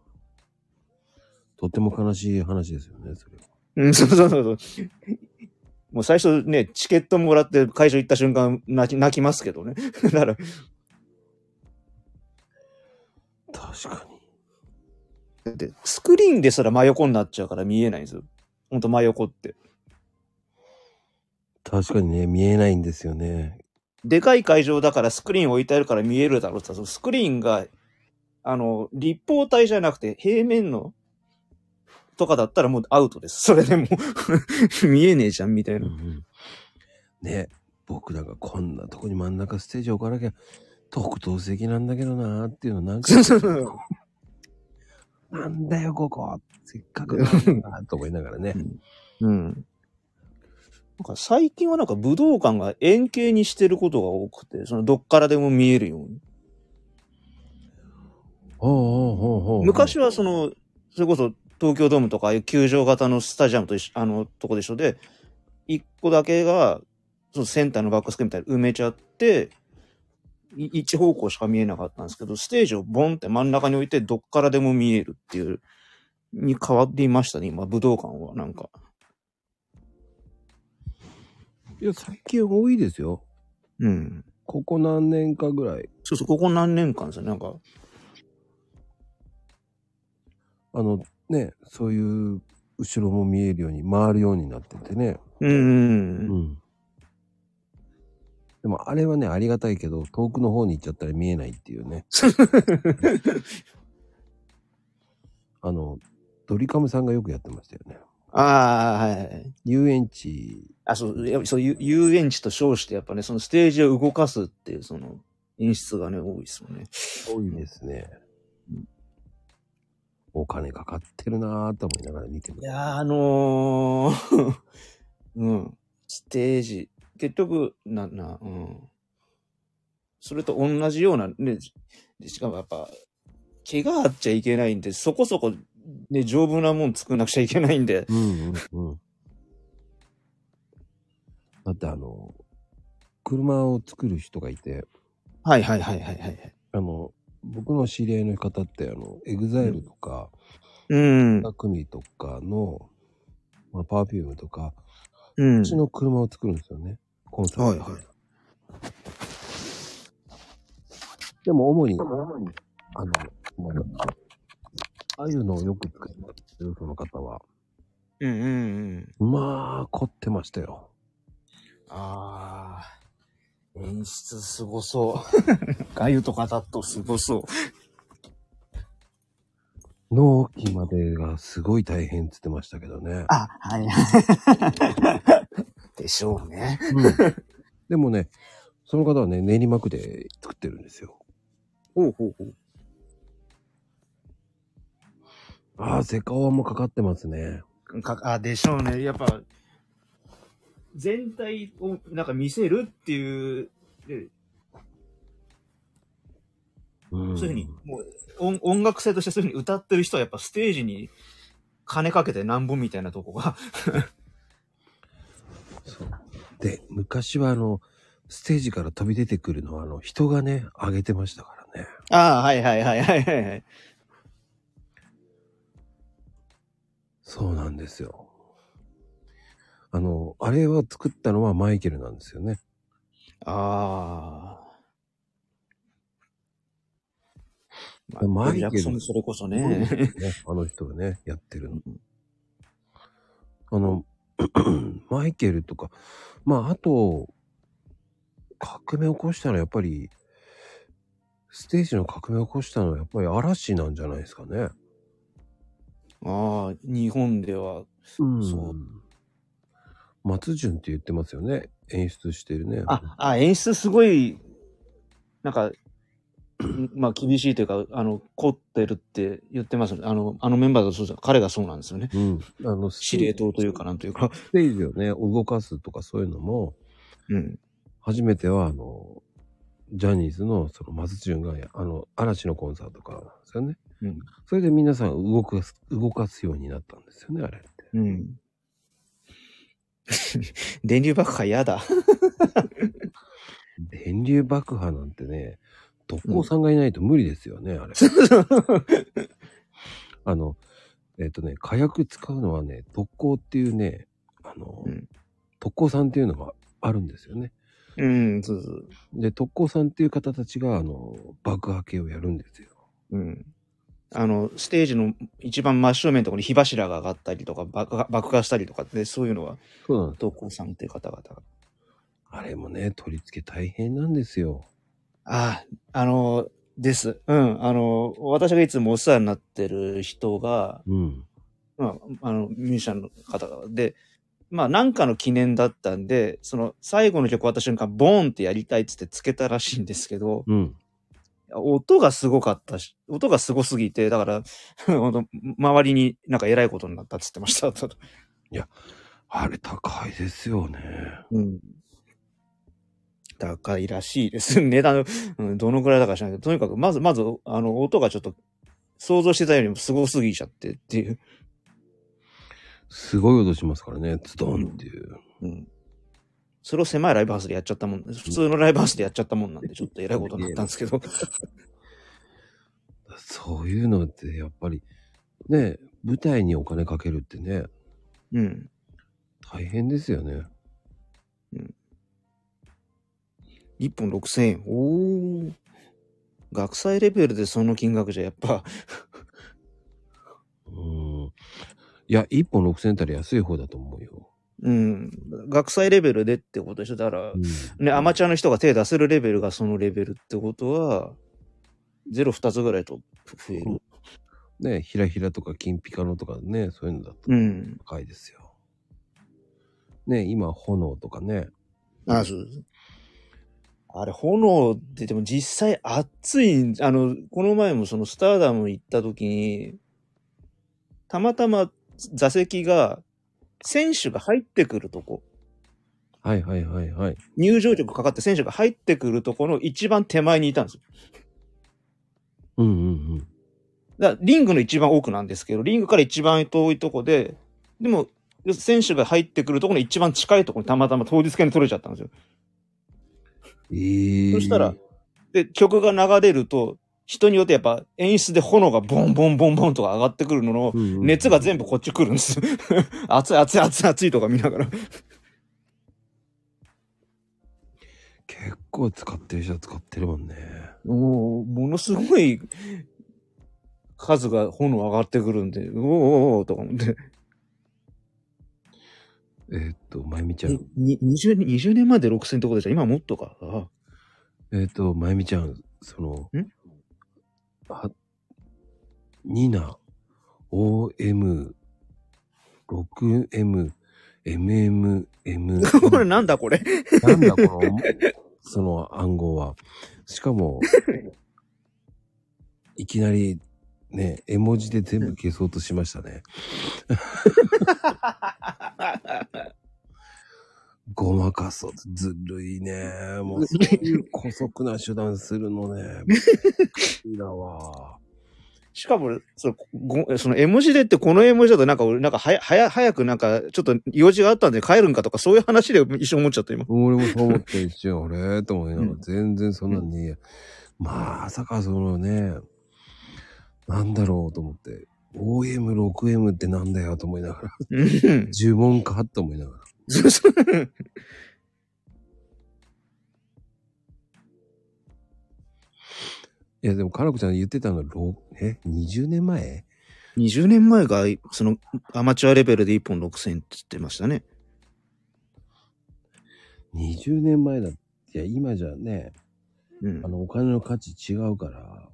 A: とっても悲しい話ですよね、それは。
B: うん、そうそうそうそう。もう最初ね、チケットもらって会場行った瞬間泣き泣きますけどね。 だから、
A: 確かに。
B: だってスクリーンですら真横になっちゃうから見えないんですよ。ほんと真横って。
A: 確かにね、見えないんですよね。
B: でかい会場だからスクリーン置いてあるから見えるだろうって言ったらそのスクリーンが、あの、立方体じゃなくて平面のとかだったらもうアウトです。それでもう 見えねえじゃんみたい
A: うんう
B: な。
A: ん。ね、僕なんかこんなとこに真ん中ステージ置かなきゃ、特等席なんだけどなーっていうの なんか
B: そうそうそう。
A: なんだよ、ここせっかくなんだなと思いながらね。
B: うん。なんか最近はなんか武道館が円形にしてることが多くて、そのどっからでも見えるように。
A: ほうほうほうほう。
B: 昔はその、それこそ東京ドームとかああいう球場型のスタジアムと一緒、あのとこで一緒で、一個だけが、そのセンターのバックスクリーンみたいに埋めちゃって、い一方向しか見えなかったんですけど、ステージをボンって真ん中に置いてどっからでも見えるっていう、に変わっていましたね、今、武道館はなんか。
A: いや、最近多いですよ。
B: うん。
A: ここ何年かぐらい。
B: そうそう、ここ何年間ですよ、なんか。
A: あの、ね、そういう、後ろも見えるように、回るようになっててね。
B: うんうんうん。
A: ん。でも、あれはね、ありがたいけど、遠くの方に行っちゃったら見えないっていう ね。あの、ドリカムさんがよくやってましたよね。
B: ああ、はいはい。
A: 遊園地、
B: あ、そう、やっぱそう、遊遊園地と称して、やっぱね、そのステージを動かすっていう、その、演出がね、多いですもんね。
A: 多いですね。お金かかってるなぁと思いながら見てま
B: い
A: す。
B: やー、あの ー、うん、ステージ、結局、な、な、うん。それと同じような、ね、でしかもやっぱ、怪我あっちゃいけないんで、そこそこ、ね、丈夫なもん作んなくちゃいけないんで、
A: うんうんうん。だってあの、車を作る人がいて、
B: はいはいはいはいはい。
A: あの、僕の知り合いの方って、あの、エグザイルとか、
B: うん、
A: ラクミとかの、まあ、パーフュームとか、
B: うん
A: うち。の車を作るんですよね。コンサートで。
B: はいはい
A: でも主に、あの、ああいうのをよく作ってるその方は、
B: うんうんうん。
A: まあ、凝ってましたよ。
B: ああ、演出すご そう。ガユとかだとすごそう。
A: 納期までがすごい大変って言ってましたけどね。
B: あ、はい。 でしょうね。
A: うん でもね、その方はね、練馬区で作ってるんですよ。
B: ほうほうほう。
A: ああ、セカオワもかかってますね。
B: かあでしょうね。やっぱ、全体をなんか見せるっていう、で
A: うん
B: そういうふうに、もう音音楽性としてそういうふうに歌ってる人はやっぱステージに金かけてなんぼみたいなとこが。
A: そうで、昔はあの、ステージから飛び出てくるのは、あの、人がね、上げてましたからね。
B: ああ、はいはいはいはいはい。
A: そうなんですよ。あの、あれを作ったのはマイケルなんですよね。
B: ああ。
A: マイケル
B: ジャクソンそれこそ
A: ね
B: ね。
A: あの人がね、やってるの。あの、 マイケルとか、まあ、あと、革命を起こしたのはやっぱり、ステージの革命を起こしたのはやっぱり嵐なんじゃないですかね。
B: ああ、日本では。
A: うん
B: そう
A: 松潤って言ってますよね。演出してるね。
B: あ、あ、演出すごい、なんか、まあ厳しいというか、あの、凝ってるって言ってますね。あの、あのメンバーがそうじゃ、彼がそうなんですよね。
A: うん。あの、
B: 司令塔というかなんというか。
A: ステージをね、動かすとかそういうのも、
B: うん。
A: 初めては、あの、ジャニーズの、その、松潤が、あの、嵐のコンサートからなんですよね。
B: うん。
A: それで皆さん動かす、動かすようになったんですよね、あれって。
B: うん。 電流爆破嫌だ。
A: 電流爆破なんてね、特攻さんがいないと無理ですよね、あれ。あの、えっ、とね、火薬使うのはね、特攻っていうね、あの、
B: うん
A: 特攻さんっていうのがあるんですよね。
B: うん、そうそう。
A: で、特攻さんっていう方たちが、あの、爆破系をやるんですよ。
B: うん。あの、ステージの一番真正面のところに火柱が上がったりとか、爆破爆破したりとかで、そういうのは、
A: そうなんです。
B: 同行さんっていう方々が。
A: あれもね、取り付け大変なんですよ。
B: ああ、あの、です。うん。あの、私がいつもお世話になってる人が、
A: うん。
B: まあ、あの、ミュージシャンの方がで、まあ、なんかの記念だったんで、その、最後の曲終わった瞬間、ボーンってやりたいっつってつけたらしいんですけど、
A: うん。
B: 音がすごかったし、音がすごすぎて、だから、 ほんと周りになんか偉いことになったっつってました。
A: あれ高いですよね。
B: うん。高いらしいです。 値段、うん、どのくらいだか知らないけど、とにかく、まず、まず、あの、音がちょっと、想像してたよりもすごすぎちゃってっていう。
A: すごい音しますからね、ズドンっていう。
B: うん。それを狭いライブハウスでやっちゃったもん、普通のライブハウスでやっちゃったもんなんで、ちょっと偉いことになったんですけど。
A: そういうのって、やっぱり、ね、舞台にお金かけるってね、
B: うん。
A: 大変ですよね。
B: 1本6000円。おー。学祭レベルでその金額じゃ、やっぱ、
A: うん。いや、1本6000円ったら安い方だと思うよ。
B: うん。学祭レベルでってことでしょ。だから、ね、アマチュアの人が手出せるレベルがそのレベルってことは、ゼロ2つぐらいと増える。
A: ね、ひらひらとか金ピカのとかね、そういうのだと
B: うん。
A: 高いですよ。ね、今、炎とかね、
B: あそうです。あれ、炎ってでも実際熱いん、あの、この前もそのスターダム行った時に、たまたま座席が、選手が入ってくるとこ、
A: はいはいはいはい。
B: 入場曲かかって選手が入ってくるとこの一番手前にいたんですよ。
A: うんうん
B: だからリングの一番奥なんですけど、リングから一番遠いとこで、でも、選手が入ってくるところの一番近いところにたまたま当日券取れちゃったんですよ。
A: うん。ええ
B: そしたら、で、曲が流れると、人によってやっぱ演出で炎がボンボンボンボンとか上がってくるのの、熱が全部こっち来るんです。 熱い熱い熱い熱いとか見ながら。
A: 結構使ってる人は使ってるもんね。
B: もう、ものすごい数が炎上がってくるんで、おーおーおーとか思って。
A: えーっと、まゆみちゃん。
B: にに 20, 年20年前で6000とこでした。今もっと か。ああ
A: えーっと、まゆみちゃん、その
B: ん、
A: は、ニナ、OM、6M、MM、M。
B: これなんだこれ。
A: なんだこの、その暗号は。しかも、いきなり、ね、絵文字で全部消そうとしましたね。ごまかそう。ずるいね。もう、そういう古速な手段するのね。びっくりだわ。
B: しかも、その、ごその絵文字でってこの絵文字だとなんか俺、なんかはや、はや、早くなんか、ちょっと用事があったんで帰るんかとか、そういう話で一緒に思っちゃった今。
A: 俺もそう思って一瞬、あれ と思いながら
B: う、ん
A: 全然そんなんねえや。まさかそのね、なんだろうと思って、OM、6M ってなんだよと思いながら、
B: うん
A: 呪文かと思いながら。
B: そうそう
A: いや、でも、かなこちゃん言ってたのは、ろえ ?20 年前
B: 20年前が、その、アマチュアレベルで1本6000って言ってましたね。
A: ?20 年前だ。いや、今じゃね、
B: うん
A: あ。の、お金の価値違うから、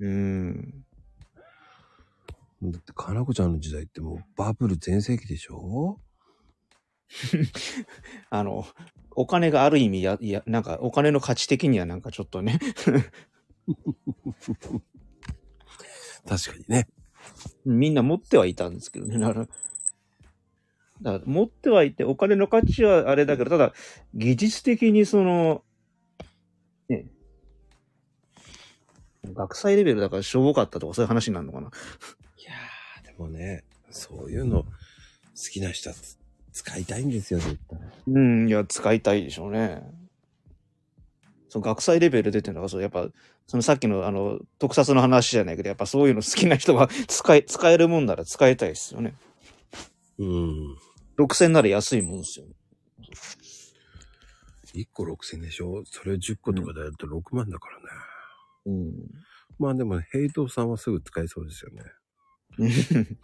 B: うん。
A: だって、かなこちゃんの時代ってもうバブル全盛期でしょ
B: あの、お金がある意味や、いや、なんか、お金の価値的にはなんかちょっとね。
A: 確かにね。
B: みんな持ってはいたんですけどね。だからだから持ってはいて、お金の価値はあれだけど、ただ、技術的にその、ね、学祭レベルだからしょぼかったとかそういう話になるのかな。
A: いやー、でもね、そういうの、好きな人はつ使いたいんですよ、絶対。
B: うん、いや、使いたいでしょうね。その学祭レベルでっていうのが、そう、やっぱ、そのさっきのあの、特撮の話じゃないけど、やっぱそういうの好きな人は使い、使えるもんなら使いたいですよね。
A: うん。
B: 6000なら安いもんですよね。
A: 1個6000でしょそれを10個とかでやると6万だからね。
B: うん。
A: まあでも、ヘイトさんはすぐ使えそうですよね。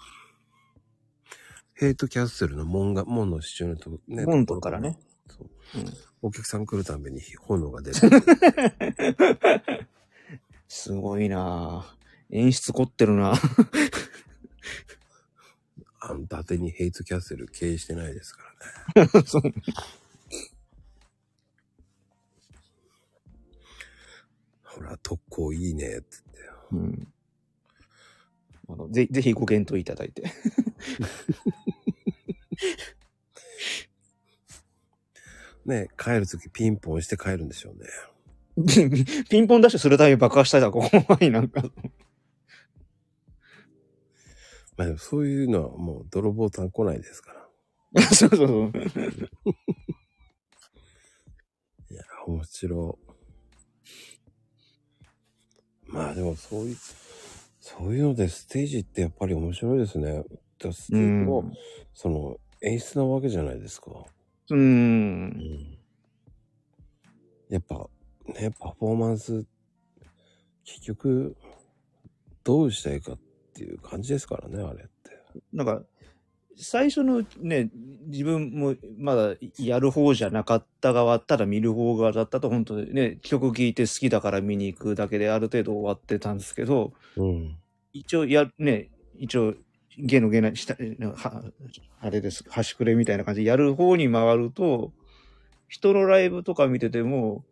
A: ヘイトキャッスルの門が、門の支柱のとこね。
B: 門のとこからね。
A: そう。
B: うん
A: お客さん来るたんびに炎が出る。
B: すごいなぁ。演出凝ってるな ぁ。
A: あの、伊達にヘイトキャッスル経営してないですからね。
B: そう
A: ほら、特攻いいねって言って。
B: うんあのぜぜひご検討いただいて。
A: ね、帰るときピンポンして帰るんでしょうね。
B: ピンポンダッシュするために爆破したいだ、こ こまでなんか。
A: まあでもそういうのはもう泥棒さん来ないですから。
B: そうそうそう。
A: いや、面白い。まあでもそういう、そういうのでステージってやっぱり面白いですね。だステージも、
B: うん
A: その演出なわけじゃないですか。
B: うーん。
A: やっぱね、パフォーマンス、結局、どうしたいかっていう感じですからね、あれって。
B: なんか、最初のね、自分もまだやる方じゃなかった側、ただ見る方側だったと、本当にね、曲聴いて好きだから見に行くだけである程度終わってたんですけど、
A: うん。
B: 一応や、ね、一応、芸の芸な、した、は、あれです、端くれみたいな感じでやる方に回ると、人のライブとか見てても、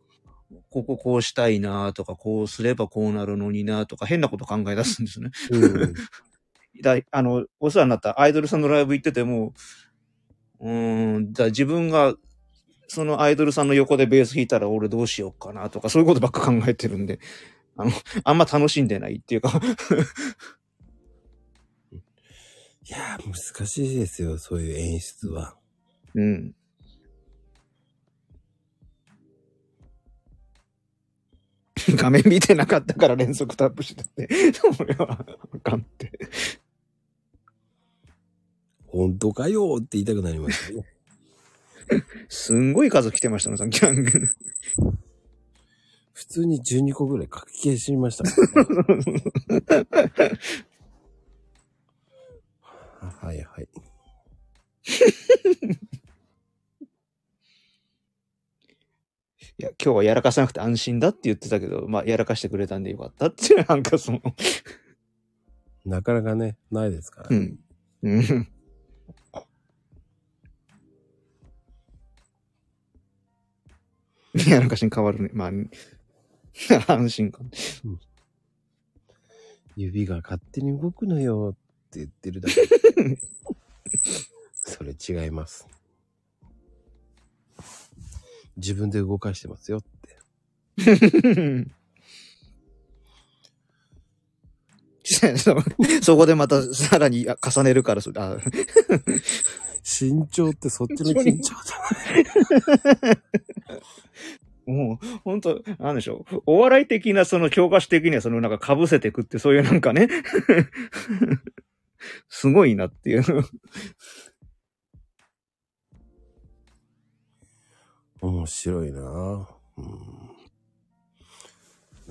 B: こここうしたいなとか、こうすればこうなるのになとか、変なこと考え出すんですね。
A: うん。
B: だあの、お世話になったアイドルさんのライブ行ってても、うーん、だ自分が、そのアイドルさんの横でベース弾いたら俺どうしようかなとか、そういうことばっか考えてるんで、あの、あんま楽しんでないっていうか、
A: いやー、難しいですよ、そういう演出は。
B: うん。 画面見てなかったから連続タップしてて、 俺は、あかんって。
A: 本当かよーって言いたくなりましたね。
B: すんごい数来てましたね、そのギャング。
A: 普通に12個ぐらい書き消しましたもんね、 はいはい。
B: いや、今日はやらかさなくて安心だって言ってたけど、まあ、やらかしてくれたんでよかったって いう、なんかその、
A: なかなかね、ないですから、
B: う
A: ね
B: ん。うん。 やらかしに変わるね。まあ、 安心感。
A: 指が勝手に動くのよって言ってるだ け。それ違います。自分で動かしてますよって。
B: そ そこでまたさらにあ重ねるからそれあ
A: 身長ってそっちの緊張じゃ ない。
B: もう本当なんでしょうお笑い的なその教科書的にはそのなんか被せてくってそういうなんかね すごいなっていう
A: 面白いなぁうん。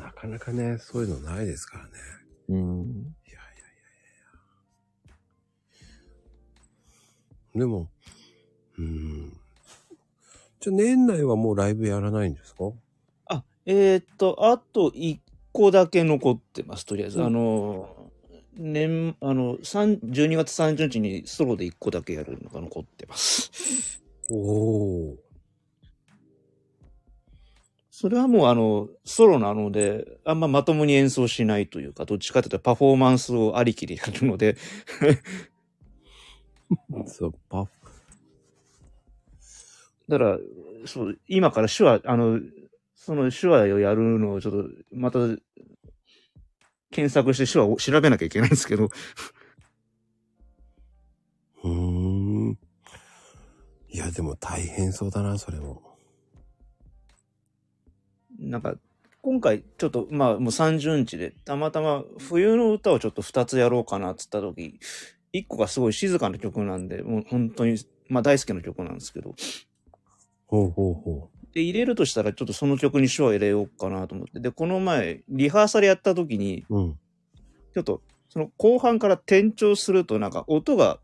A: なかなかね、そういうのないですからね。
B: う
A: い
B: ん
A: やいやいやいや。でも、うーん。じゃあ年内はもうライブやらないんですか
B: あえーっとあと1個だけ残ってますとりあえず、
A: うん
B: あの年あの3 12月30日にソロで1個だけやるのが残ってます
A: おお。
B: それはもうあの、ソロなので、あんままともに演奏しないというか、どっちかというとパフォーマンスをありきでやるので、
A: そう、パフ。
B: だから、そう、今から手話、あの、その手話をやるのをちょっと、また、検索して手話を調べなきゃいけないんですけど、
A: うーん。いや、でも大変そうだな、それも。
B: なんか、今回ちょっと、まあもう30日で、たまたま冬の歌をちょっと2つやろうかなって言った時、1個がすごい静かな曲なんで、もう本当に、まあ大好きな曲なんですけど、
A: ほうほうほ
B: で、入れるとしたら、ちょっとその曲に手話入れようかなと思って。で、この前、リハーサルやった時に、
A: う。うん。
B: ちょっと、その後半から転調すると、なんか音が、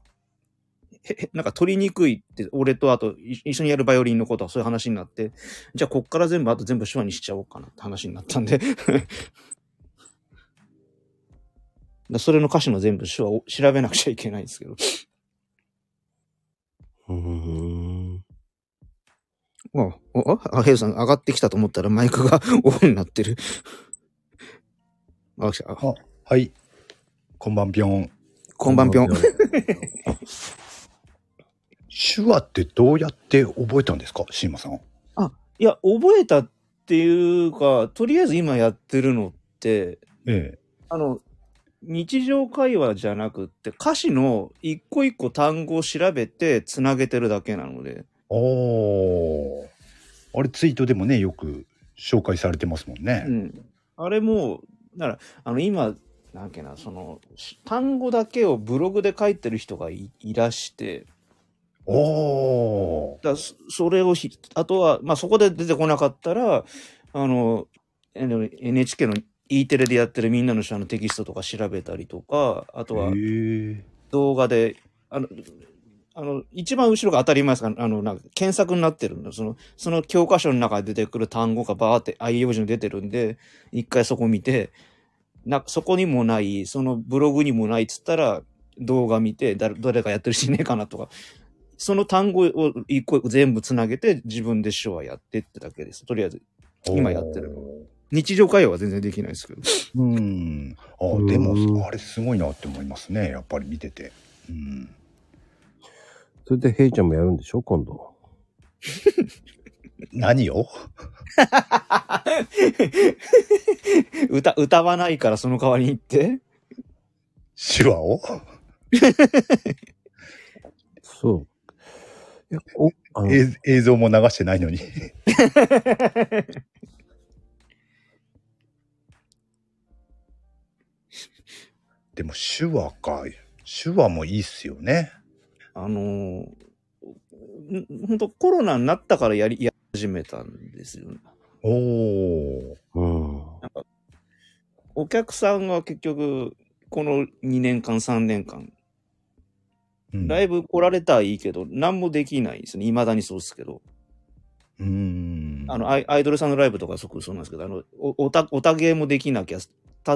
B: へへなんか取りにくいって、俺とあとい一緒にやるバイオリンのことはそういう話になって、じゃあこっから全部、あと全部手話にしちゃおうかなって話になったんで。 だそれの歌詞の全部手話を調べなくちゃいけないんですけど。
A: うーん。
B: あ、あ、あ、ヘイさん上がってきたと思ったらマイクが オフになってる。あ、来たあ
C: はい。こんばんぴょん。
B: こんば んぴょん。
C: 手話ってどうやって覚えたんですかシーマさん。
B: いや、覚えたっていうか、とりあえず今やってるのって、
C: ええ。
B: あの、日常会話じゃなくって、歌詞の一個一個単語を調べてつなげてるだけなので、
C: おー。あれ、ツイートでもね、よく紹介されてますもんね。
B: うん。あれも、だから、あの、今、なんだっけな、その、し単語だけをブログで書いてる人がいいらして、
C: おー。
B: だからそそれをひ、あとは、まあ、そこで出てこなかったら、あの、えの NHK の E テレでやってるみんなの手話のテキストとか調べたりとか、あとは
C: へえ。
B: 動画で、あの、あの、一番後ろが当たり前ですから、あの、なんか検索になってるんだ。その、その教科書の中で出てくる単語がバーって IEO 字に出てるんで、一回そこ見て、な、そこにもない、そのブログにもないっつったら、動画見て、だ誰かやってるしねえかなとか、その単語を一個一個全部つなげて、自分で手話やってってだけです。とりあえず、今やってるの
C: おー
B: 日常会話は全然できないですけど。
C: うん。あ
A: うん
C: ーでも、あれすごいなって思いますね。やっぱり見てて。うん。
A: それで、ヘイちゃんもやるんでしょ今度。
C: 何を
B: 歌、歌わないからその代わりに言って。
C: 手話を
A: そう。いや、お、あの、
C: え映像も流してない のに。でも手話か。手話もいいっすよね。
B: あのー、本当コロナになったからやり、やり始めたんですよ、ね。
C: おお。
A: うん。
B: お客さんが結局、この2年間、3年間、
C: うん
B: ライブ来られたらいいけど、何もできないですね。未だにそうですけど。
C: うん。
B: あのアイ、アイドルさんのライブとかそこそうなんですけど、あの、お、おた、おたげもできなきゃ、立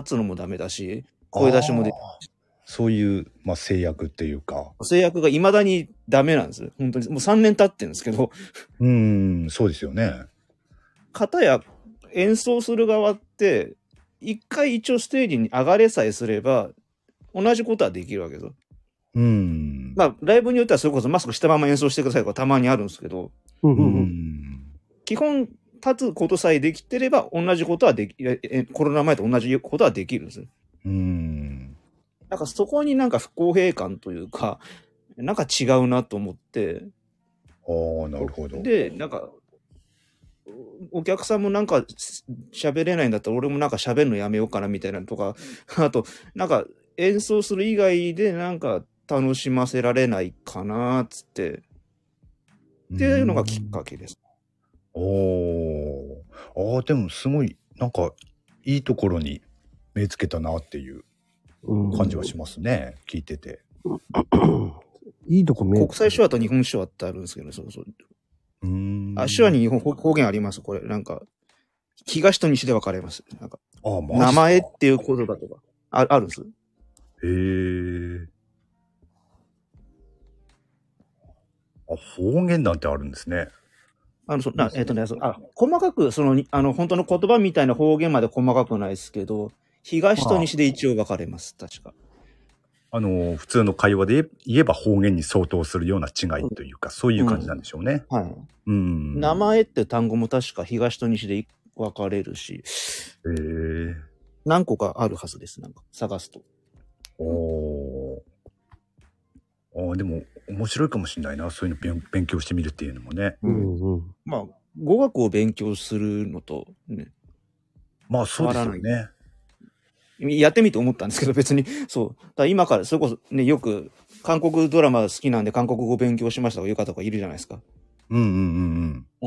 B: つのもダメだし、声出しもでき
C: あーそういう、まあ、制約っていうか。
B: 制約が未だにダメなんです。本当に。もう3年経ってるんですけど、
C: うん、そうですよね。
B: 方や演奏する側って、一回一応ステージに上がれさえすれば、同じことはできるわけですよ。
C: うん。
B: まあ、ライブによってはそれこそマスクしたまま演奏してくださいとかたまにあるんですけど、
A: うん
C: う
A: うん
C: ん。
B: 基本立つことさえできてれば、同じことはでき、ええコロナ前と同じことはできるんです。
C: うん。
B: なんかそこになんか不公平感というか、なんか違うなと思って、
C: ああ、なるほど。
B: で、なんか、おお客さんもなんかす喋れないんだったら俺もなんか喋るのやめようかなみたいなのとか、あと、なんか演奏する以外でなんか楽しませられないかなっつって、っていうのがきっかけです。
C: おおー。ああ、でもすごい、なんか、いいところに目つけたなっていう
A: うん。
C: 感じはしますね。聞いてて。
A: いいとこ見え
B: 国際手話と日本手話ってあるんですけど、そうそう。
C: うーん。
B: あ、手話に日本方方言あります、これ。なんか、東と西で分かれます。なんか、
C: あー、マジっすか
B: 名前っていう言葉とか、ああるんです。
C: へえ。あ、方言なんてあるんですね。
B: あの、そ
C: うん
B: な、えっ、とね、そのあ、細かく、その、にあの、本当の言葉みたいな方言まで細かくないですけど、東と西で一応分かれます、確か。
C: あの、普通の会話で言えば方言に相当するような違いというか、そういう感じなんでしょうね。
B: はい。
C: うん。
B: 名前って単語も確か東と西で分かれるし、
C: へえ。
B: 何個かあるはずです、なんか、探すと。
C: おーあーでも面白いかもしれないなそういうの勉勉強してみるっていうのもね
A: うんうん。
B: まあ、語学を勉強するのと、ね、
C: まあそうですよ
B: 変
C: ね
B: やってみて思ったんですけど、別に、そう。だから今から、それこそね、よく、韓国ドラマ好きなんで韓国語勉強しましたとかいう方がいるじゃないですか。
C: うんう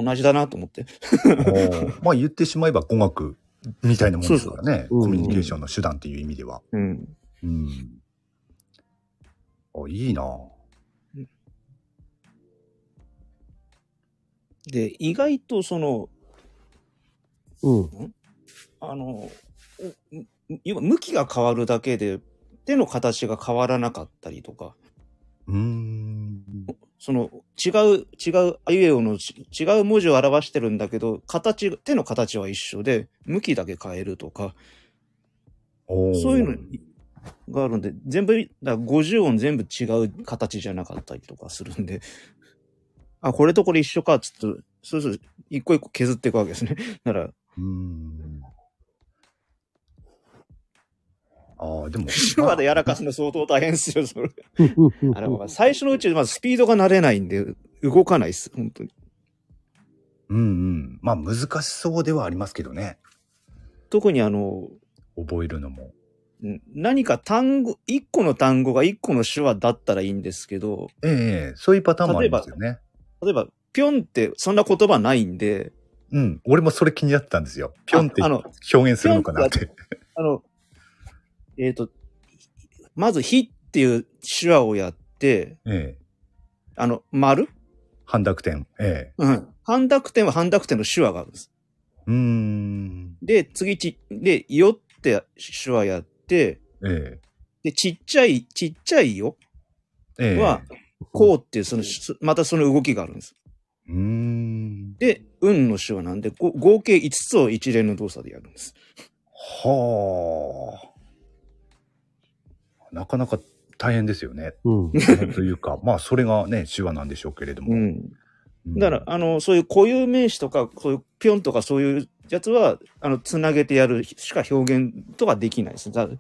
C: ん
B: 同じだなと思って。
C: うんうんおーまあ言ってしまえば語学みたいなもんですからね
A: そうそう
C: コミュニケーションの手段っていう意味では
B: うん。
C: うんあいいな
B: で、意外とその、
A: うん。
B: あの、おん要は向きが変わるだけで、手の形が変わらなかったりとか、
C: うーん
B: その違う、違う、あいうえおのち違う文字を表してるんだけど、形、手の形は一緒で、向きだけ変えるとか、
C: おー
B: そういうのがあるんで、全部、だから50音全部違う形じゃなかったりとかするんで、あ、これとこれ一緒かっつって、そうそう、一個一個削っていくわけですね。 だ から、
C: うーんあーでも
B: 手話でやらかすの相当大変ですよ、それ。あれ
A: うん
B: は最初のうち、まずスピードが慣れないんで、動かないっす、本当に。
C: うんうんまあ難しそうではありますけどね
B: 特にあの、
C: 覚えるのも
B: ん何か単語、一個の単語が一個の手話だったらいいんですけど、
C: ええええそういうパターンもありますよね。
B: 例えば、ぴょんってそんな言葉ないんで、
C: うん。俺もそれ気になってたんですよ。ぴょんって
B: ああの
C: 表現するのかなって。
B: あの、えっ、と、まず、ひっていう手話をやって、
C: ええ。
B: あの、丸
C: 半濁点。ええ。
B: うん。半濁点は半濁点の手話があるんです。
C: うーん。
B: で、次、ち、で、よって手話やって、
C: え
B: で、ちっちゃい、ちっちゃいよ
C: え。ええ。
B: は、こうっていう、その、すまたその動きがあるんです。
C: ううーん。
B: で、運の手話なんで、ご合計5つを一連の動作でやるんです。
C: はあ。なかなか大変です よね。
A: うん。
C: 大変というか、まあ、それがね、手話なんでしょうけれども。
B: うん。
C: うん
B: だから、あの、そういう固有名詞とか、そういうピョンとかそういうやつは、あの、つなげてやるしか表現とかできないです。だ
C: う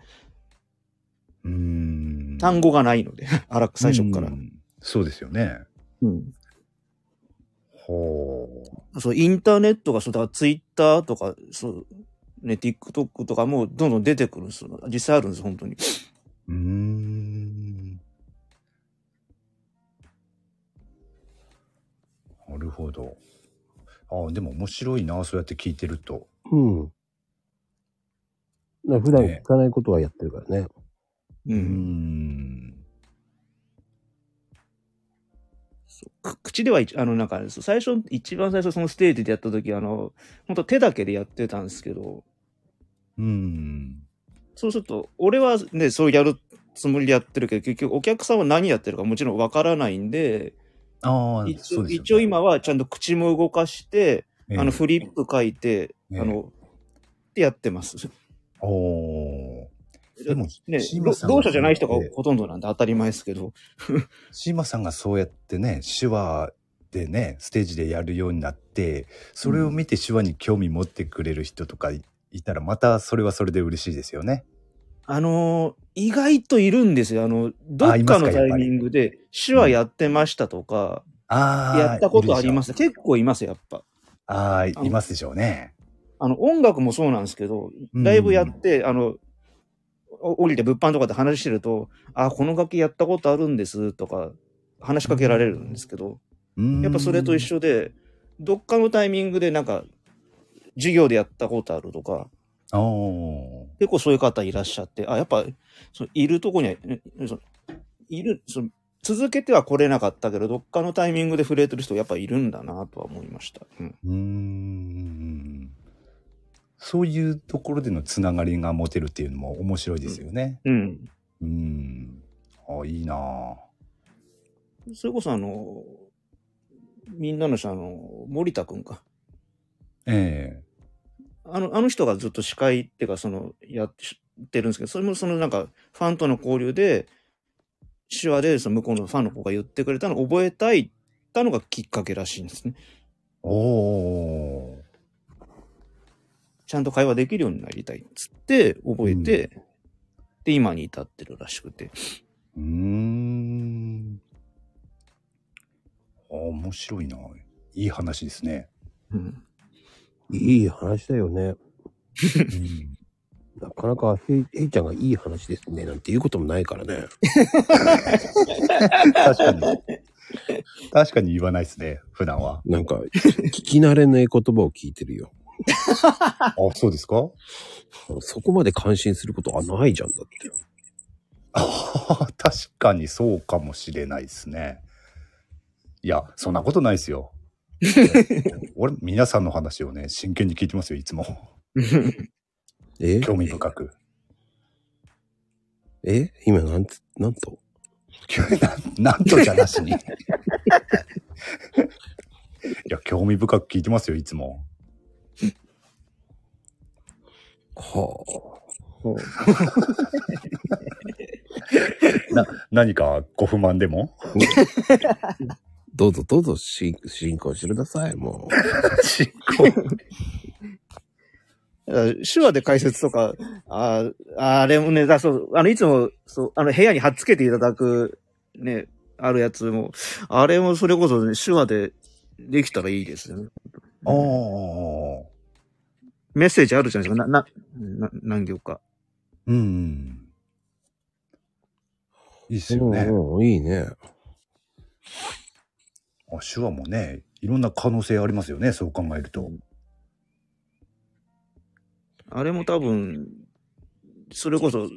C: ーん。
B: 単語がないので、 あら、最初から
C: う。んそうですよね。
B: うん。
C: ほう。
B: そう、インターネットが、そう、だからツイッターとか、そう、ね、TikTok とかもどんどん出てくるんですよ。実際あるんです、本当に。
C: うーん。なるほど。ああ、でも面白いな、そうやって聞いてると。
A: うん。だから普段
C: ね
A: 聞かないことはやってるからね。
B: う
C: うー
B: ん。
C: ん。
B: く口では一、あの、なんか、そう最初、一番最初、そのステージでやった時、あの、本当手だけでやってたんですけど、
C: うーん。
B: そうすると、俺はね、そうやるつもりでやってるけど、結局お客さんは何やってるかもちろんわからないんで、
C: ああ、
B: 一
C: そ
B: 応
C: うですよね
B: 一応今はちゃんと口も動かして、
C: ええ
B: あのフリップ書いて、
C: ええ
B: あの、ってやってます。
C: おーでも
B: ね、
C: シー
B: ろ
C: マさんが
B: 同社じゃない人が
C: ええ
B: ほとんどなんで当たり前ですけど、
C: シーマさんがそうやってね、手話でね、ステージでやるようになって、それを見て手話に興味持ってくれる人とかいいたら、またそれはそれで嬉しいですよね。
B: あのー、意外といるんですよ。あの、どっかのタイミングで手話やってましたとか、
C: ああ。。
B: やったことありますす。結構います、やっぱ。
C: ああ、いますでしょうね。
B: あの、音楽もそうなんですけど、
C: うん
B: ライブやって、あの、お降りて物販とかで話してると、あ、この楽器やったことあるんですとか、話しかけられるんですけど、やっぱそれと一
C: 緒。
B: 緒で、どっかのタイミングでなんか、授業でやったことあるとか、
C: おー
B: 結構そういう方いらっしゃって、あ、やっぱ、そのいるとこには、ねそのいる、その続けては来れなかったけど、どっかのタイミングで触れてる人やっぱいるんだなとは思いました。うん
C: うーん。そういうところでのつながりが持てるっていうのも面白いですよね。
B: うん。
C: うん。ああ、いいなあ
B: それこそあの、みんなの人あの、森田くんか。
C: え
B: あの、あの人がずっと司会っていうか、その、やってしってるんですけど、それもそのなんか、ファンとの交流で、手話でその向こうのファンの子が言ってくれたのを覚えたい、たのがきっかけらしいんですね。
C: えおー
B: ちゃんと会話できるようになりたいっつって、覚えて、で、今に至ってるらしくて。
C: うーん。ああ、面白いな。いい話ですね。
B: うん。
A: いい話だよね。
C: うん
A: なかなかヘイ、ヘイちゃんがいい話ですね、なんていうこともないから ね。
C: 確かに。確かに言わないですね、普段は。
A: なんか、聞き慣れない言葉を聞いてるよ。
C: あ、そうですか
A: そこまで感心することはないじゃんだって。
C: あー 確かにそうかもしれないですね。いや、そんなことないですよ。 俺、皆さんの話をね、真剣に聞いてますよ、いつも。
A: え
C: 興味深く。
A: え今なんつ、なんと
C: 興味ななんとじゃなしに。いや、興味深く聞いてますよ、いつも。
A: は
C: な、何かご不満でも
A: あ。どうぞどうぞし、進行してください、も
C: 進行
B: だから手話で解説とか、あーあれもね、だそう、あの、いつも、そう、あの、部屋に貼っつけていただく、ね、あるやつも、あれもそれこそ、ね、手話でできたらいいですよね。
C: ああ。
B: メッセージあるじゃないですか。な、な、な何行か。
C: うん。いいっす
A: う。
C: よね。
A: うんうん、いいね。
C: あ手話もね、いろんな可能性ありますよね、そう考えると。
B: あれも多分、それこそ、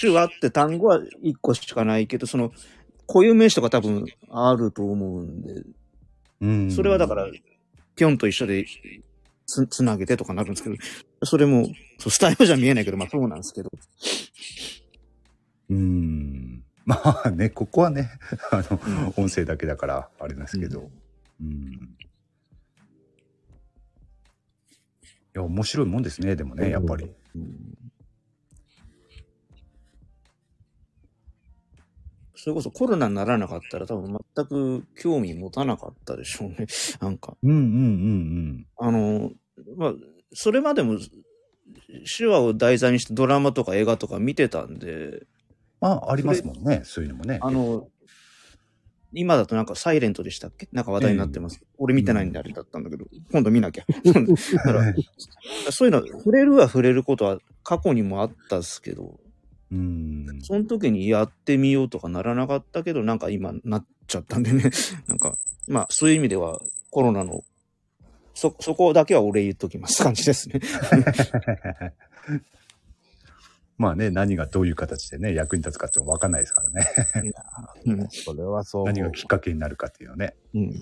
B: 手話って単語は一個しかないけど、その、固有名詞とか多分あると思うんで、
C: うん
B: それはだから、ピョンと一緒でつ、つなげてとかなるんですけど、それも、そうスタイルじゃ見えないけど、まあそうなんですけど。
C: うん。まあね、ここはね、あの、音声だけだから、あれなんですけど。ううん。いや、面白いもんですね、でもね、やっぱり。
B: それこそコロナにならなかったら多分全く興味持たなかったでしょうね。 なんか、
C: うんうんうん
B: あの、まあ、それまでも手話を題材にしてドラマとか映画とか見てたんで、
C: うん。あ、ありますもんね、そういうのもね。
B: あの、今だとなんかサイレントでしたっけなんか話題になってます。俺見てないんであれだったんだけど、今度見なきゃ。 だから
C: はい
B: そういうの、触れるは触れることは過去にもあったっすけど、
C: うん。
B: その時にやってみようとかならなかったけど、なんか今なっちゃったんでね。 なんか、まあそういう意味ではコロナの、そ、そこだけはお礼言っときます感じですね。
C: まあね、何がどういう形でね、役に立つかって分かんないですからね。
B: うん。
A: それはそう思う。
C: 何がきっかけになるかっていうのね。
B: うん。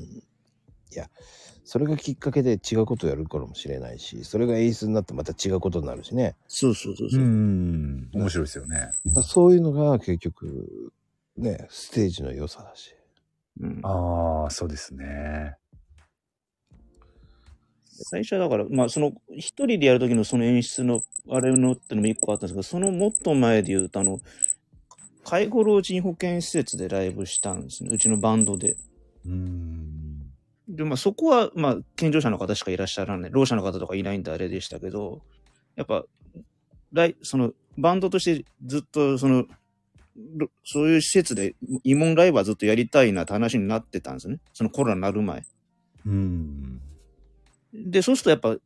A: それがきっかけで違うことをやるかもしれないし、それが演出になってまた違うことになるしね。
B: そうそうそう
C: う
B: そう。
C: ん。面白いですよね。
A: だからそういうのが結局、ね、ステージの良さだし。
B: うん
C: ああ、そうですね。
B: 最初はだから、まあその一人でやる時のその演出のあれのってのも一個あったんですけど、そのもっと前で言うとあの、介護老人保健施設でライブしたんですね。うちのバンドで。
C: うん。
B: で、まあそこは、まあ健常者の方しかいらっしゃらない、ろう者の方とかいないんであれでしたけど、やっぱ、来そのバンドとしてずっとその、ろそういう施設で慰問ライブはずっとやりたいなって話になってたんですね。そのコロナになる前。
C: うん。
B: で、そうするとやっぱ、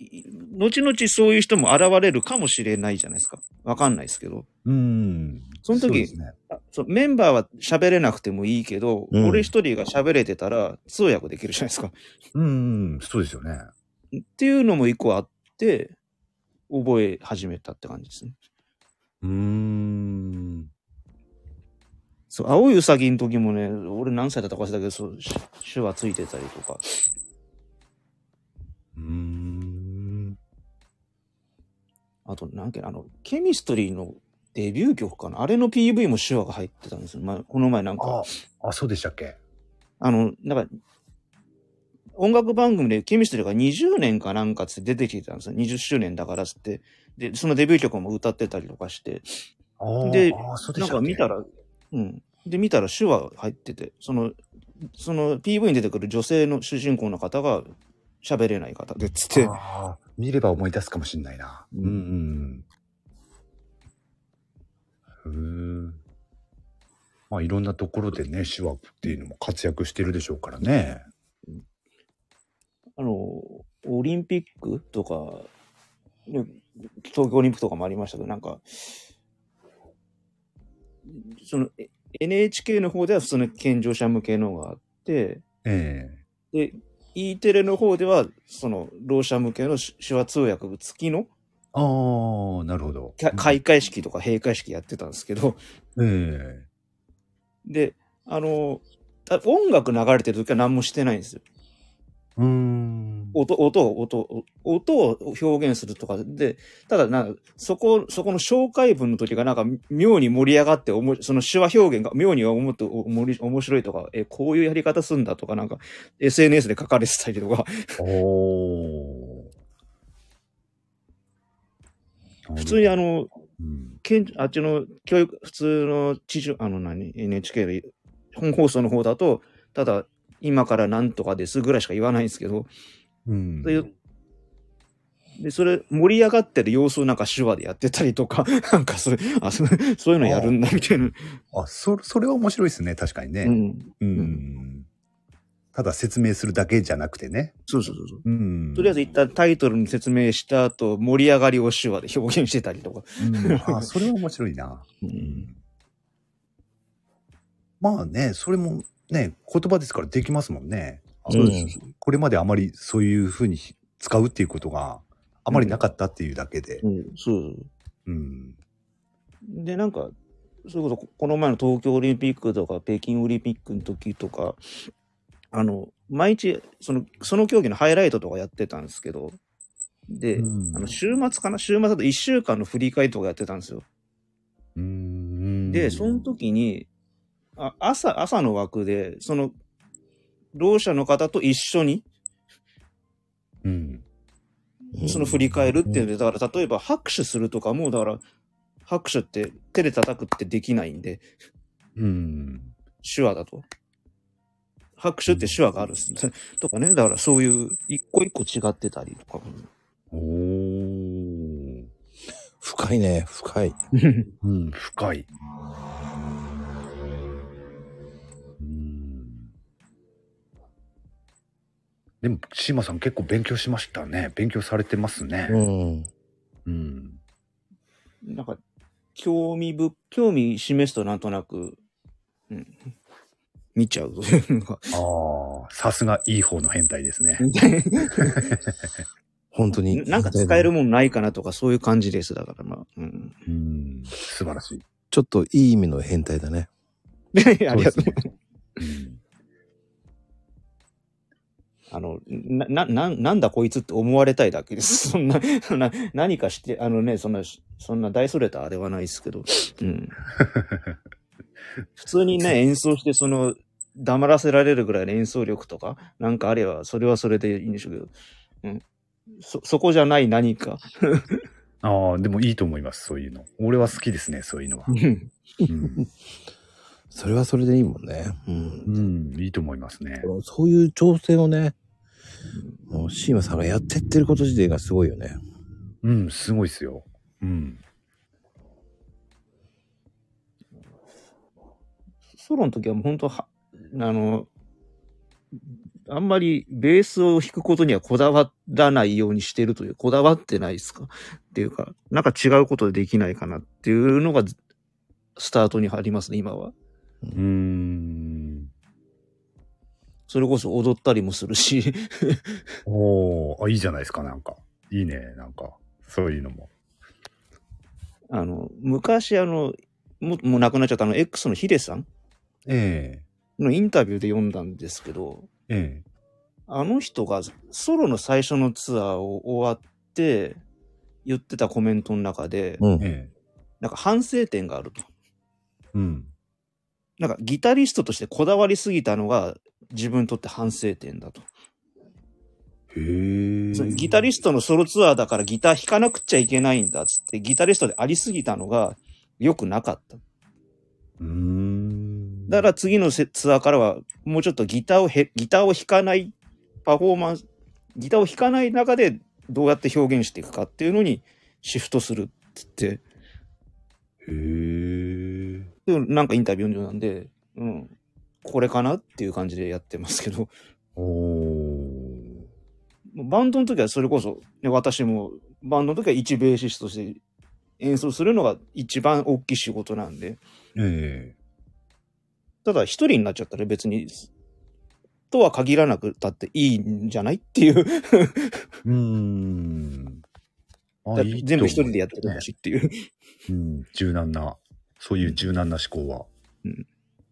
B: い後々そういう人も現れるかもしれないじゃないですか。わかんないですけど。
C: うん。
B: その
C: う
B: 時
C: ですね
B: あそうメンバーは喋れなくてもいいけど、
A: うん
B: 俺一人が喋れてたら通訳できるじゃないですか。
C: うん、そうですよね。
B: っていうのも一個あって、覚え始めたって感じですね。
C: うん。
B: そう、青いウサギの時もね、俺何歳だったか忘れたけど、そう、手話ついてたりとか。
C: うん。
B: あと、なんけ、あの、ケミストリーのデビュー曲かなあれの PV も手話が入ってたんですよ。まあ、この前なんか、
C: あ、あ、そうでしたっけ
B: あの、なんか、音楽番組でケミストリーが20年かなんかつって出てきてたんですよ。20周年だからつって。で、そのデビュー曲も歌ってたりとかして。
C: あー
B: で
C: あー、そうで
B: な
C: し
B: ん
C: たっ
B: か
C: け
B: 見たら、うん。で、見たら手話入ってて、その、その PV に出てくる女性の主人公の方が喋れない方でっつって、
C: あー見れば思い出すかもしれないな。
B: うん
C: んうんうん。ふーまあいろんなところでね、手話っていうのも活躍してるでしょうからね。
B: あの、オリンピックとか、ね東京オリンピックとかもありましたけど、なんか、そのえ NHK の方では普通の健常者向けのがあって、
C: ええ
B: で、E テレの方では、その、ろう者向けの手話通訳付きの
C: ああ、なるほど。
B: か開会式とか閉会式やってたんですけど、
C: ええ
B: で、あの、あ音楽流れてる時は何もしてないんですよ。
C: うーん。
B: 音、音を、音を、音を表現するとかで、ただなんか、そこ、そこの紹介文の時がなんか、妙に盛り上がって、おもその手話表現が妙に思っておもり面白いとか、え、こういうやり方すんだとか、なんか、SNS で書かれてたりとか、
C: おー
B: 普通にあ、の、
C: うん
B: けんあっちの教育、普通の地上、あの何、NHK で、本放送の方だと、ただ、今からなんとかですぐらいしか言わないんですけど、
C: うん
B: そういう、で、それ、盛り上がってる様子をなんか手話でやってたりとか、 なんかそれ、あ、そそういうのやるんだみたいな。
C: あそそれは面白いですね確かにね、
B: うん。
C: うん
B: う
C: ただ説明するだけじゃなくてね、
B: そうそうそうそう。
C: うん
B: とりあえず一旦タイトルに説明した後、盛り上がりを手話で表現してたりとか。
C: うんあそれは面白いな、
B: う
C: う。ん、まあねそれもね言葉ですからできますもんねあ
A: そう
C: の
A: です
C: これまであまりそういうふうに使うっていうことがあまりなかったっていうだけで、
B: うん、そう。
C: うん
B: で、なんか、それこそここの前の東京オリンピックとか北京オリンピックの時とか、あの、毎日、その、その競技のハイライトとかやってたんですけど、で、
C: うん
B: あの週末かな週末だと1週間の振り返りとかやってたんですよ。
C: うん
B: で、その時に、あ朝、朝の枠で、その、ろう者の方と一緒に、
C: うん。
B: その振り返るっていうので、だから例えば拍手するとかも、だから拍手って手で叩くってできないんで、
C: うん。
B: 手話だと。拍手って手話があるんですね。とかね、だからそういう一個一個違ってたりとか も。
C: おー。
A: 深いね、深い。
C: うん、深い。うん。でも、シーマさん結構勉強しましたね。勉強されてます
A: う
C: ね。
A: ん。
C: うん。
B: なんか、興味ぶ、興味示すとなんとなく、うん、見ちゃうというの が。
C: ああ、さすがいい方の変態ですね。
A: 本当に。
B: なんか使えるもんないかなとかそういう感じです。だからまあ。うん、
C: うん、素晴らしい。
A: ちょっといい意味の変態だね。
B: いやいやありがとう
C: そうですねうん
B: あの、な、な、なんなんだこいつって思われたいだけです。そんな、 そんな、何かして、あのね、そんな、そんな大それたあれはないですけど、うん。普通にね、演奏して、その、黙らせられるぐらいの演奏力とか、なんかあれば、それはそれでいいんでしょうけど、うん。そ、そこじゃない何か。
C: ああ、でもいいと思います、そういうの。俺は好きですね、そういうのは。うん、
A: それはそれでいいもんね。うん。
C: うん、いいと思いますね。
A: そういう調整をね、もうシーマさんがやってってること自体がすごいよね。
C: うん、すごいですよ。うん。
B: ソロの時はもう本当は、あの、あんまりベースを弾くことにはこだわらないようにしてるという、こだわってないですかっていうか、なんか違うことでできないかなっていうのがずスタートにありますね、今は。
C: うーん。
B: それこそ踊ったりもするし、
C: おーあ、いいじゃないですか、なんか。いいね、なんか。そういうのも。
B: あの、昔あの、ももう亡くなっちゃったあの X のヒデさん
C: え
B: のインタビューで読んだんですけど、
C: ええ
B: あの人がソロの最初のツアーを終わって言ってたコメントの中で、
A: うん
C: え。ええ
B: なんか反省点があると。
C: うん。
B: なんかギタリストとしてこだわりすぎたのが自分にとって反省点だと。
C: へえ。
B: そのギタリストのソロツアーだからギター弾かなくちゃいけないんだっつってギタリストでありすぎたのが良くなかった。
C: うーん。
B: だから次のせツアーからはもうちょっとギターをへギターを弾かないパフォーマンス、ギターを弾かない中でどうやって表現していくかっていうのにシフトするっつって。
C: へえ。
B: でもなんかインタビュー読んで、うん、これかなっていう感じでやってますけど、
C: おー
B: もうバンドの時はそれこそ、ね、私もバンドの時は一ベーシストとして演奏するのが一番大きい仕事なんで、
C: え
B: ただ一人になっちゃったら別に、とは限らなくたっていいんじゃないっていう、
C: えうーん。あ
B: だって全部一人でやってるん
C: ね
B: だ。しっていう。
C: うん。柔軟な、そういう柔軟な思考は。
B: うん。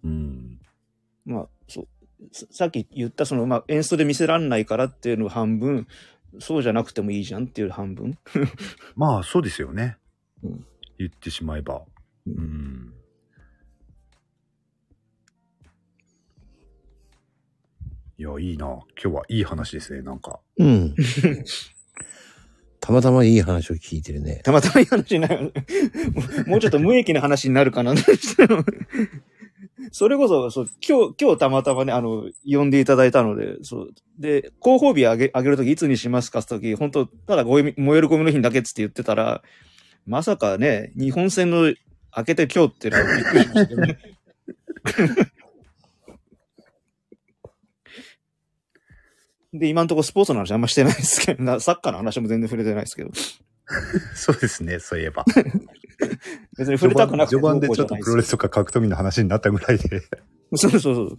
C: うん。
B: まあ、そう、ささっき言ったその、まあ、演奏で見せらんないからっていうの半分、そうじゃなくてもいいじゃんっていう半分。
C: まあ、そうですよね。
B: うん
C: 言ってしまえば。
B: う
C: うんん。いや、いいな。今日はいい話ですね、なんか。
A: うん。 たまたまいい話を聞いてるね。
B: たまたまいい話になる。 もうちょっと無益な話になるかな。 それこそそう、今日、今日たまたまね、あの、呼んでいただいたので、そう。で、広報日あげ、あげるときいつにしますかってとき、本当ただご意味、燃える込みの日にだけっつって言ってたら、まさかね、日本戦の明けて今日ってのはびっくりしましたよね。 で、今んとこスポーツの話あんましてないですけど、なサッカーの話も全然触れてないですけど。
C: そうですね、そういえば。
B: 別に 触れたくなくて
C: 序盤で
B: どう
C: ち
B: こうじゃ
C: ょっと
B: ない
C: プロレスとか格闘技の話になったぐらい で。
B: そうそうそう。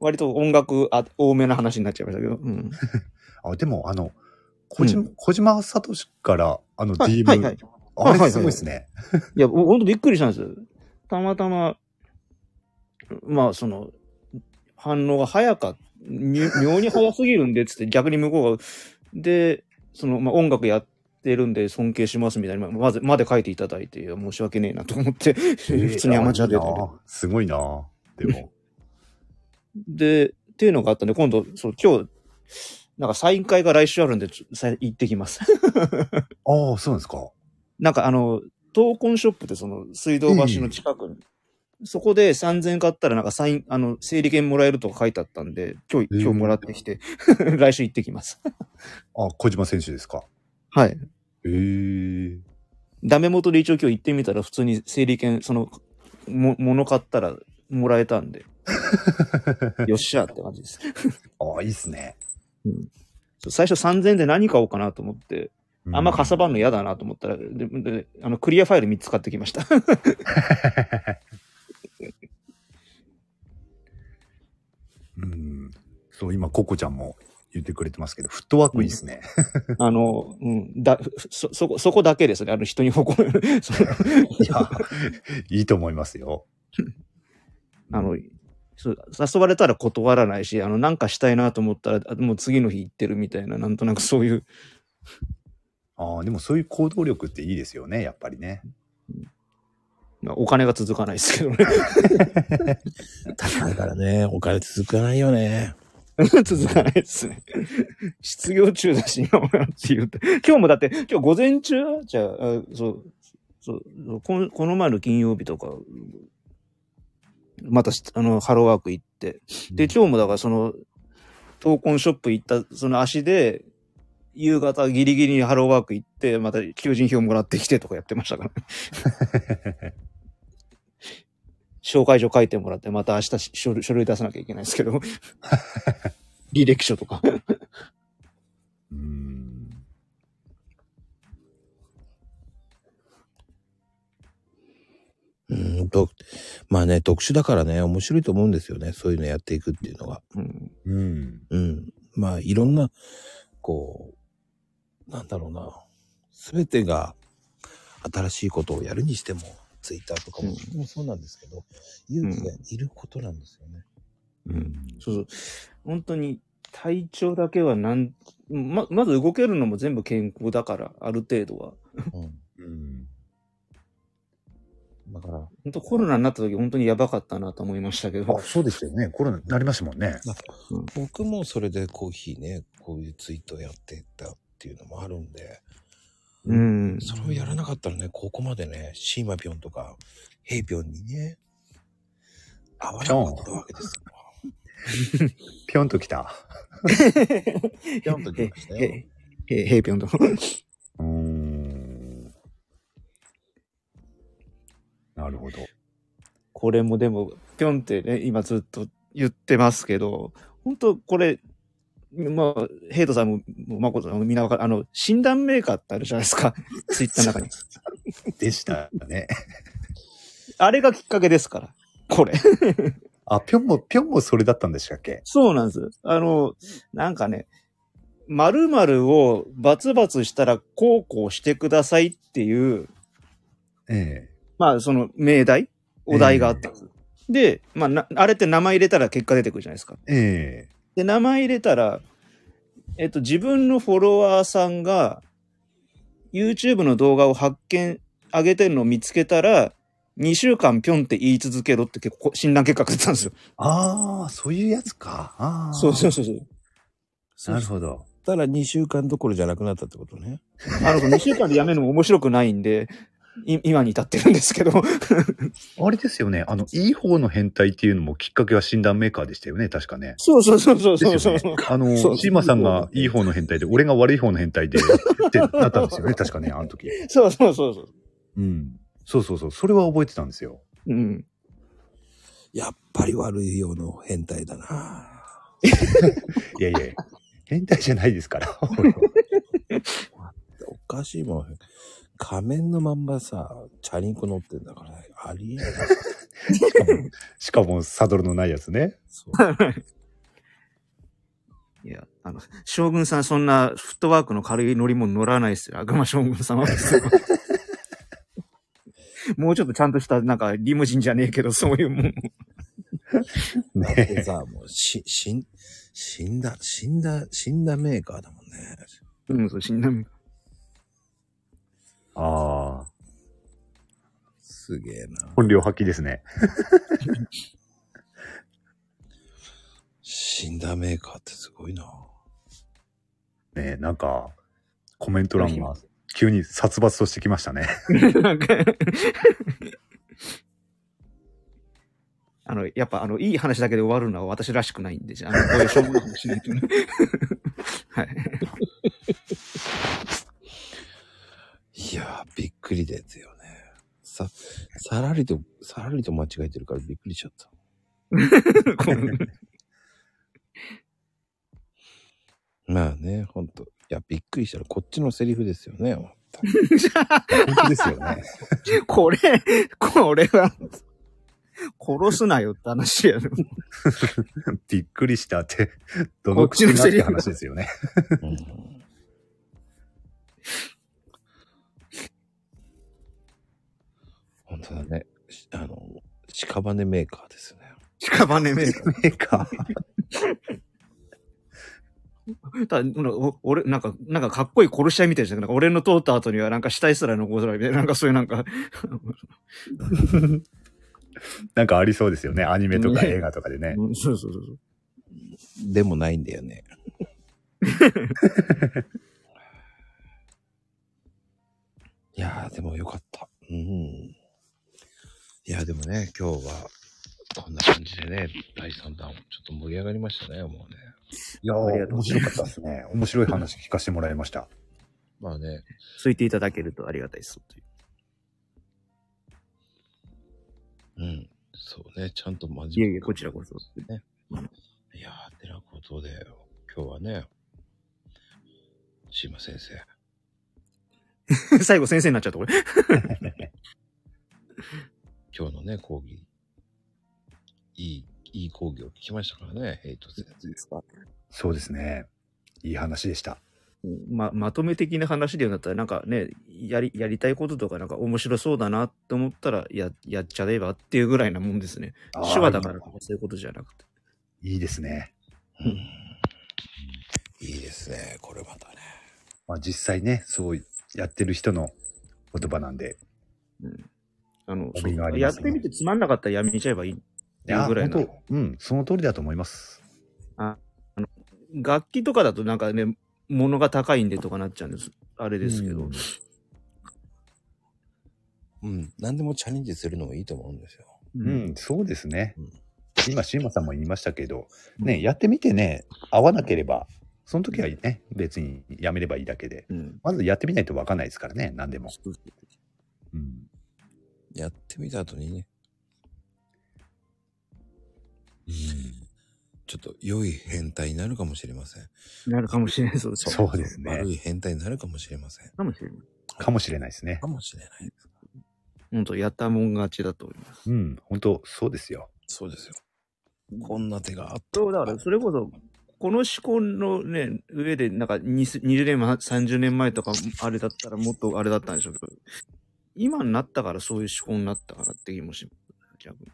B: 割と音楽あ多めな話になっちゃいましたけど。 うん、
C: あ、でも、あの、小島、小島聡から、あの、
B: はい
C: DM、
B: はいはい。
C: あ
B: はいは
C: れ
B: い
C: すごいですね。
B: いや、ほんとびっくりしたんですよ。たまたま、まあ、その、反応が早かっみ妙 に早すぎるんで、つって逆に向こうが、で、その、まあ、音楽やってるんで尊敬しますみたいな、まず、まで書いていただいて、いや申し訳ねえなと思って、普通にアマチュアで
C: いいなすごいなでも。
B: で、っていうのがあったんで、今度、そう、今日、なんかサイン会が来週あるんで、ちょさ行ってきます。
C: ああ、そうなんですか。
B: なんかあの、闘魂ショップってその水道橋の近くに、そこで3000円買ったらなんかサイン、あの、整理券もらえるとか書いてあったんで、今日、
C: えー
B: 今日もらってきて、 来週行ってきます。
C: あ、小島選手ですか。
B: はい。
C: ええ
B: ダメ元で一応今日行ってみたら普通に整理券、その、も、物買ったらもらえたんで、よっしゃって感じです。
C: ああ、いいっすね。
B: そう最初3000円で何買おうかなと思って、あんまかさばん
C: の。
B: の嫌だなと思ったら、でであのクリアファイル3つ買ってきました。
C: うん。そう、今、ココちゃんも言ってくれてますけど、フットワークいいっすね。
B: あの、うん、だ、そ、そこ、そこだけですね。あの人に誇る。 その
C: いや、いいと思いますよ。
B: あの、そう誘われたら断らないし、あの、なんかしたいなと思ったら、あもう次の日行ってるみたいな、なんとなくそういう、
C: ああ、でもそういう行動力っていいですよね、やっぱりね。
B: まあ、お金が続かないですけどね。
A: 高いからね、お金続かないよね。
B: 続かないですね。失業中だし、今もなって言うて。今日もだって、今日午前中じゃあ、あそう、そうそうこの、この前の金曜日とか、またし、あの、ハローワーク行って。で、今日もだからその、闘魂ショップ行った、その足で、夕方ギリギリにハローワーク行って、また求人票もらってきてとかやってましたから。紹介状書いてもらって、また明日し書類書類出さなきゃいけないですけど。履歴書とか。
C: うん。
A: うんと、まあね、特殊だからね、面白いと思うんですよね。そういうのやっていくっていうのが。
B: うん。
C: うん。
A: うん。まあ、いろんな、こう、なんだろうな。すべてが新しいことをやるにしても、ツイッターとかも,、もうそうなんですけど、勇気がいることなんですよね。
C: うん。
B: そうそう。本当に体調だけはなん、ま、まず動けるのも全部健康だから、ある程度は。
A: う
C: うん。
A: ん。だから、
B: 本当コロナになった時本当にやばかったなと思いましたけど
C: あ、。そうですよね。コロナになりましたもんね。
A: 僕もそれでコーヒーね、こういうツイートやってたっていうのもあるんで、
B: うん。
A: それをやらなかったらね、ここまでね、シーマピョンとか、ヘイピョンにね、合わなかったわけですよ。
C: ぴょんときた。
A: ピョンと来ましたよ。
B: へ、へ、へいぴょんと。
C: うーん。なるほど。
B: これもでも、ぴょんってね、今ずっと言ってますけど、本当これ、まあ、ヘイトさんも、もうまことさんもみんなわかる、あの、診断メーカーってあるじゃないですか。ツイッターの中に。
C: でしたね。
B: あれがきっかけですから。これ。
C: あ、ぴょんも、ぴょんもそれだったんでしたっけ
B: そうなんです。あの、なんかね、〇〇をバツバツしたらこうこうしてくださいっていう、
C: え
B: まあその命題お題があったんです。で、まあな、あれって名前入れたら結果出てくるじゃないですか。
C: え。え
B: で、名前入れたら、えっと、自分のフォロワーさんが YouTube の動画を発見、上げてるのを見つけたら、2週間ぴょんって言い続けろって結構診断結果が出たんですよ。
C: え。ああ、そういうやつか。ああ。
B: そうそうそうそう。
C: なるほど。
A: たら2週間どころじゃなくなったってことね。
B: あの、2週間でやめるのも面白くないんで、い今に至ってるんですけど、
C: あれですよね。あの、いい方の変態っていうのもきっかけは診断メーカーでしたよね。確かね。
B: そうそうそうそうそう
C: です
B: そう
C: よね。あ
B: そ
C: の、
B: う
C: シーマさんがいい方の変態で、俺が悪い方の変態で、ってなったんですよね。確かね、あの時。
B: そうそうそうそう。
C: うん。そうそうそう。それは覚えてたんですよ。
B: うん。
A: やっぱり悪いようの変態だな。
C: いやいや、変態じゃないですから。
A: おかしいもん。仮面のまんまさ、チャリンコ乗ってんだから、ありえない。
C: しかも、サドルのないやつね。
A: そう
B: いや、あの、将軍さんそんなフットワークの軽い乗り物乗らないですよ。悪魔将軍様です よ。もうちょっとちゃんとした、なんか、リムジンじゃねえけど、そういうもん。
A: だってさ、もう、 し、しん、死んだ、死んだ、死んだメーカーだもんね。
B: うん、そう、死んだみ
C: ああ。
A: すげえな。
C: 本領発揮ですね。
A: 死んだメーカーってすごいな。
C: ねえ、なんか、コメント欄が急に殺伐としてきましたね。
B: なんかあの、やっぱ、あの、いい話だけで終わるのは私らしくないんで、じゃあ、あのこういう勝負なんかしないとね。はい。
A: いやー、びっくりですよね。さ、さらりと、さらりと間違えてるからびっくりしちゃった。
B: こう
A: まあね、ほんと。いや、びっくりしたらこっちのセリフですよね。ほんと
C: 本当ですよね。
B: これ、これは、殺すなよって話やね。
C: びっくりし たって、どの口がって話ですよね。
A: うん本当だね。しあの、屍メーカーですね。
B: 屍め
C: メーカー。
B: ただ、お俺、なんか、なんかかっこいい殺し合いみたいじゃなくなんか俺の通った後にはなんか死体すら残さないみたいな、なんかそういうなんか、
C: なんかありそうですよね。アニメとか映画とかでね。
B: うんそうそうそう。
A: でもないんだよ ね。いやー、でもよかった。うん。いやー、でもね、今日は、こんな感じでね、第3弾、ちょっと盛り上がりましたね、もうね。
C: いやー
B: ありがとう
C: 面白かったですね。面白い話聞かせてもらいました。
A: まあね、
B: ついていただけるとありがたいです。
A: うん。そうね、ちゃんと真面目
B: いやいや、こちらこそ。
A: ね。いやー、てなことで、今日はね、シーマ先生、
B: 最後先生になっちゃった、これ。
A: 今日のね、講義、いい、いい講義を聞きましたからね、ヘイト先生。
C: そうですね。いい話でした。
B: ま、まとめ的な話で言うんだったら、なんかね、やり、やりたいこととか、なんか面白そうだなって思ったら、や、やっちゃえばっていうぐらいなもんですね。
C: あー
B: 手話だからとかそういうことじゃなくて。
C: いいですね。
A: うんいいですね、これまたね。
C: まあ実際ね、そうやってる人の言葉なんで。
B: あの、
C: 重みがあり
B: や
C: ま
B: っ
C: すね
B: てみてつまんなかったらやめちゃえばいいっていうぐらいの
C: 本。当うん、その通りだと思います。
B: 楽器とかだとなんかね、物が高いんでとかなっちゃうんです。あれですけど。
C: うん
A: うん、何でもチャレンジするのもいいと思うんですよ。
C: うん、そうですね
A: うん。
C: 今、シーマさんも言いましたけど、
B: う
C: ね、やってみてね、合わなければ、その時はね、別にやめればいいだけで。
B: うん。
C: まずやってみないとわかんないですからね、何でも。
B: そうそう
C: うん。
A: やってみた後にね、ちょっと良い変態になるかもしれません。
B: なるかもしれない。そうそう。
C: そうですね
A: 悪。い変態になるかもしれません。
B: かもしれない。
C: かもしれないですね
A: か。もしれない。
B: 本当やったもん勝ちだと思います。
C: うん、本当そうですよ。
A: そうですよ。こんな手があった。
B: そうだから、それこそ、この思考のね、上で、なんか20 20年前、30年前とか、あれだったらもっとあれだったんでしょうけど、今になったからそういう思考になったからって気もします。逆に。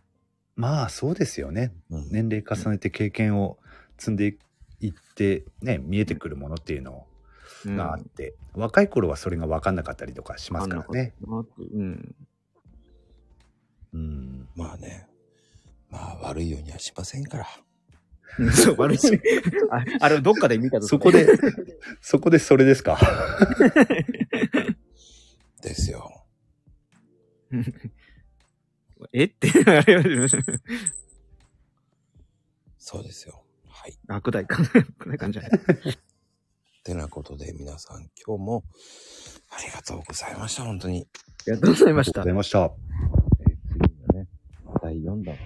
C: まあ、そうですよね。
A: うん
C: 年齢重ねて経験を積んでいって、ね、見えてくるものっていうの
B: うん
C: があって、若い頃はそれが分かんなかったりとかしますからね。
B: あんなことだなってうん。
C: うん。
A: まあね。まあ悪いようにはしませんから。
B: そう、悪い し。ああれをどっかで見たと
C: そこ で、そこでそれですか。
A: ですよ。
B: え って、あれは
A: そうですよ。はい。
B: 悪大か。悪大感じゃない。
A: てなことで皆さん今日もありがとうございました。本当に。
B: ありがとうございま
C: あり
B: し
C: がとう
B: た
C: ござ。いました。
A: えー次がね、第4弾。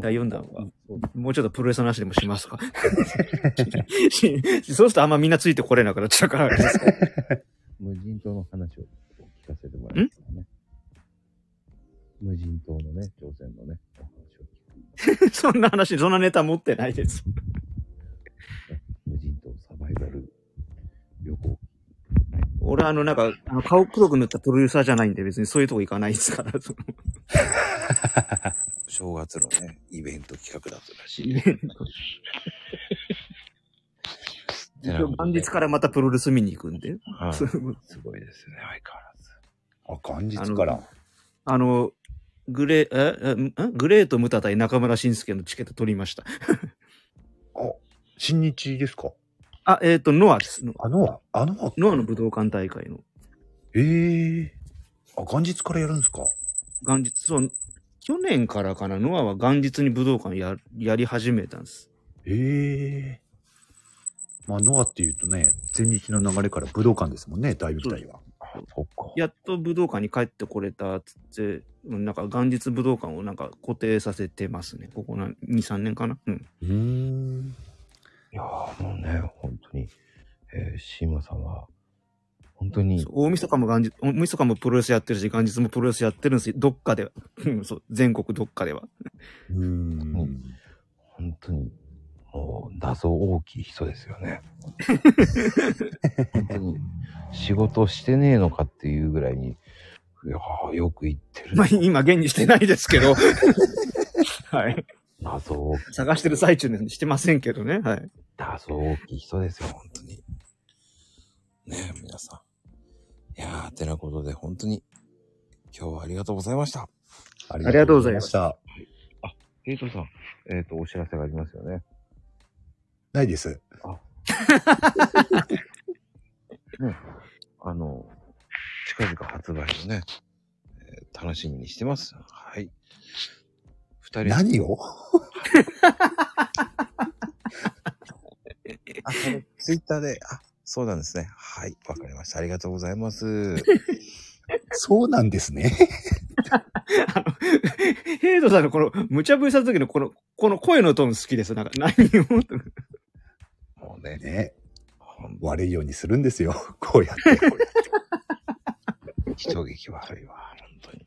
B: 第4弾は
A: そう
B: もうちょっとプロレスの話でもしますか。 しそうするとあんまみんなついてこれなくなっちゃうから。
A: 無人島の話を聞かせてもらいましたね。無人島のね、朝鮮のね、お話を聞く。
B: そんな話、そんなネタ持ってないです。
A: 無人島サバイバル旅行。
B: 俺あの、なんか、あの顔黒く塗ったプロデューサーじゃないんで別にそういうとこ行かないですから。 その
A: 正月のね、イベント企画だったらしい。
B: イベン元日からまたプロレス見に行くんで。
A: はい
B: そう
A: すごいですね、相変わらず。
C: あ、元日から。
B: あの、グレー、え、えんグレート・ムタ対中村晋介のチケット取りました。
C: あ、新日ですか
B: あ、えっ、と、ノアです。ノ
C: あのは、あのは、
B: ノアの武道館大会の。
C: ええあ、元日からやるんですか
B: 元日、そう、去年からかな、ノアは元日に武道館ややり始めたんです。
C: ええまあ、ノアっていうとね、前日の流れから武道館ですもんね、大舞台は。あそっか。
B: やっと武道館に帰ってこれたっつって、うんなんか元日武道館をなんか固定させてますね。ここな、2、3年かな。うん。
C: うーん。
A: いやーもうね、本当に、えー、シーマさんは、本当に
B: そう、大晦日も元日、大晦日もプロレスやってるし、元日もプロレスやってるんですよ。どっかでは。うんそう、全国どっかでは。
C: うーん。
A: 本当に、もう、謎大きい人ですよ ね。本当に、仕事してねえのかっていうぐらいに、いやーよく言ってる。
B: まあ、今、現にしてないですけ ど。はい。
A: 謎大きい、
B: 探してる最中にしてませんけどね。はい。
A: 謎大きい人ですよ、本当に。ねえ、皆さん。いやー、てなことで、本当に、今日はありがとうございました。
C: あ。
B: りがとうございました
A: えイトさん、えっ、と、お知らせがありますよね。
C: ないです。
A: あの、近々発売をね、えー楽しみにしてます。はい。二人、
C: 何を
A: あ、それツイッターで、あ、そうなんですね。はい、わかりました。ありがとうござい ます。
C: そうなんですね。
B: あの、ヘイドさんのこの、無茶ぶりした時のこの、この声のトーン好きです。なんか、何を。
A: もうね、
C: ね。
A: ほんと
C: 悪いようにするんですよ。こう やって。
A: 人劇悪いわ、本当に。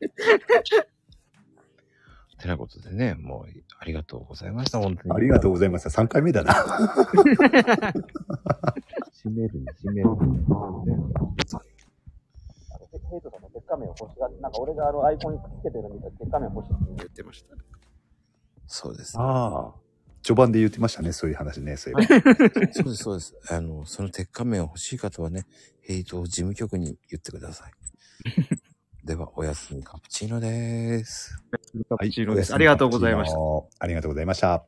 A: てなことでね、もう、ありがとうございました、本当に。
C: ありがとう
A: う。
C: ございました。3回目だな。
A: 締めるに締めるに。
D: ヘイトさんも鉄仮面を欲しがって、なんか俺があのアイコンにくっつけてるみたいな鉄仮面欲しいって言ってました。
A: そうです。
C: ああ。序盤で言ってましたね、そういう話ね。そういえ
A: そ
C: ば
A: うです、そうです。あの、その鉄仮面を欲しい方はね、ヘイトを事務局に言ってください。では、おやすみカプチーノでーす。
C: はい
B: ありがとうございました。
C: ありがとうございました。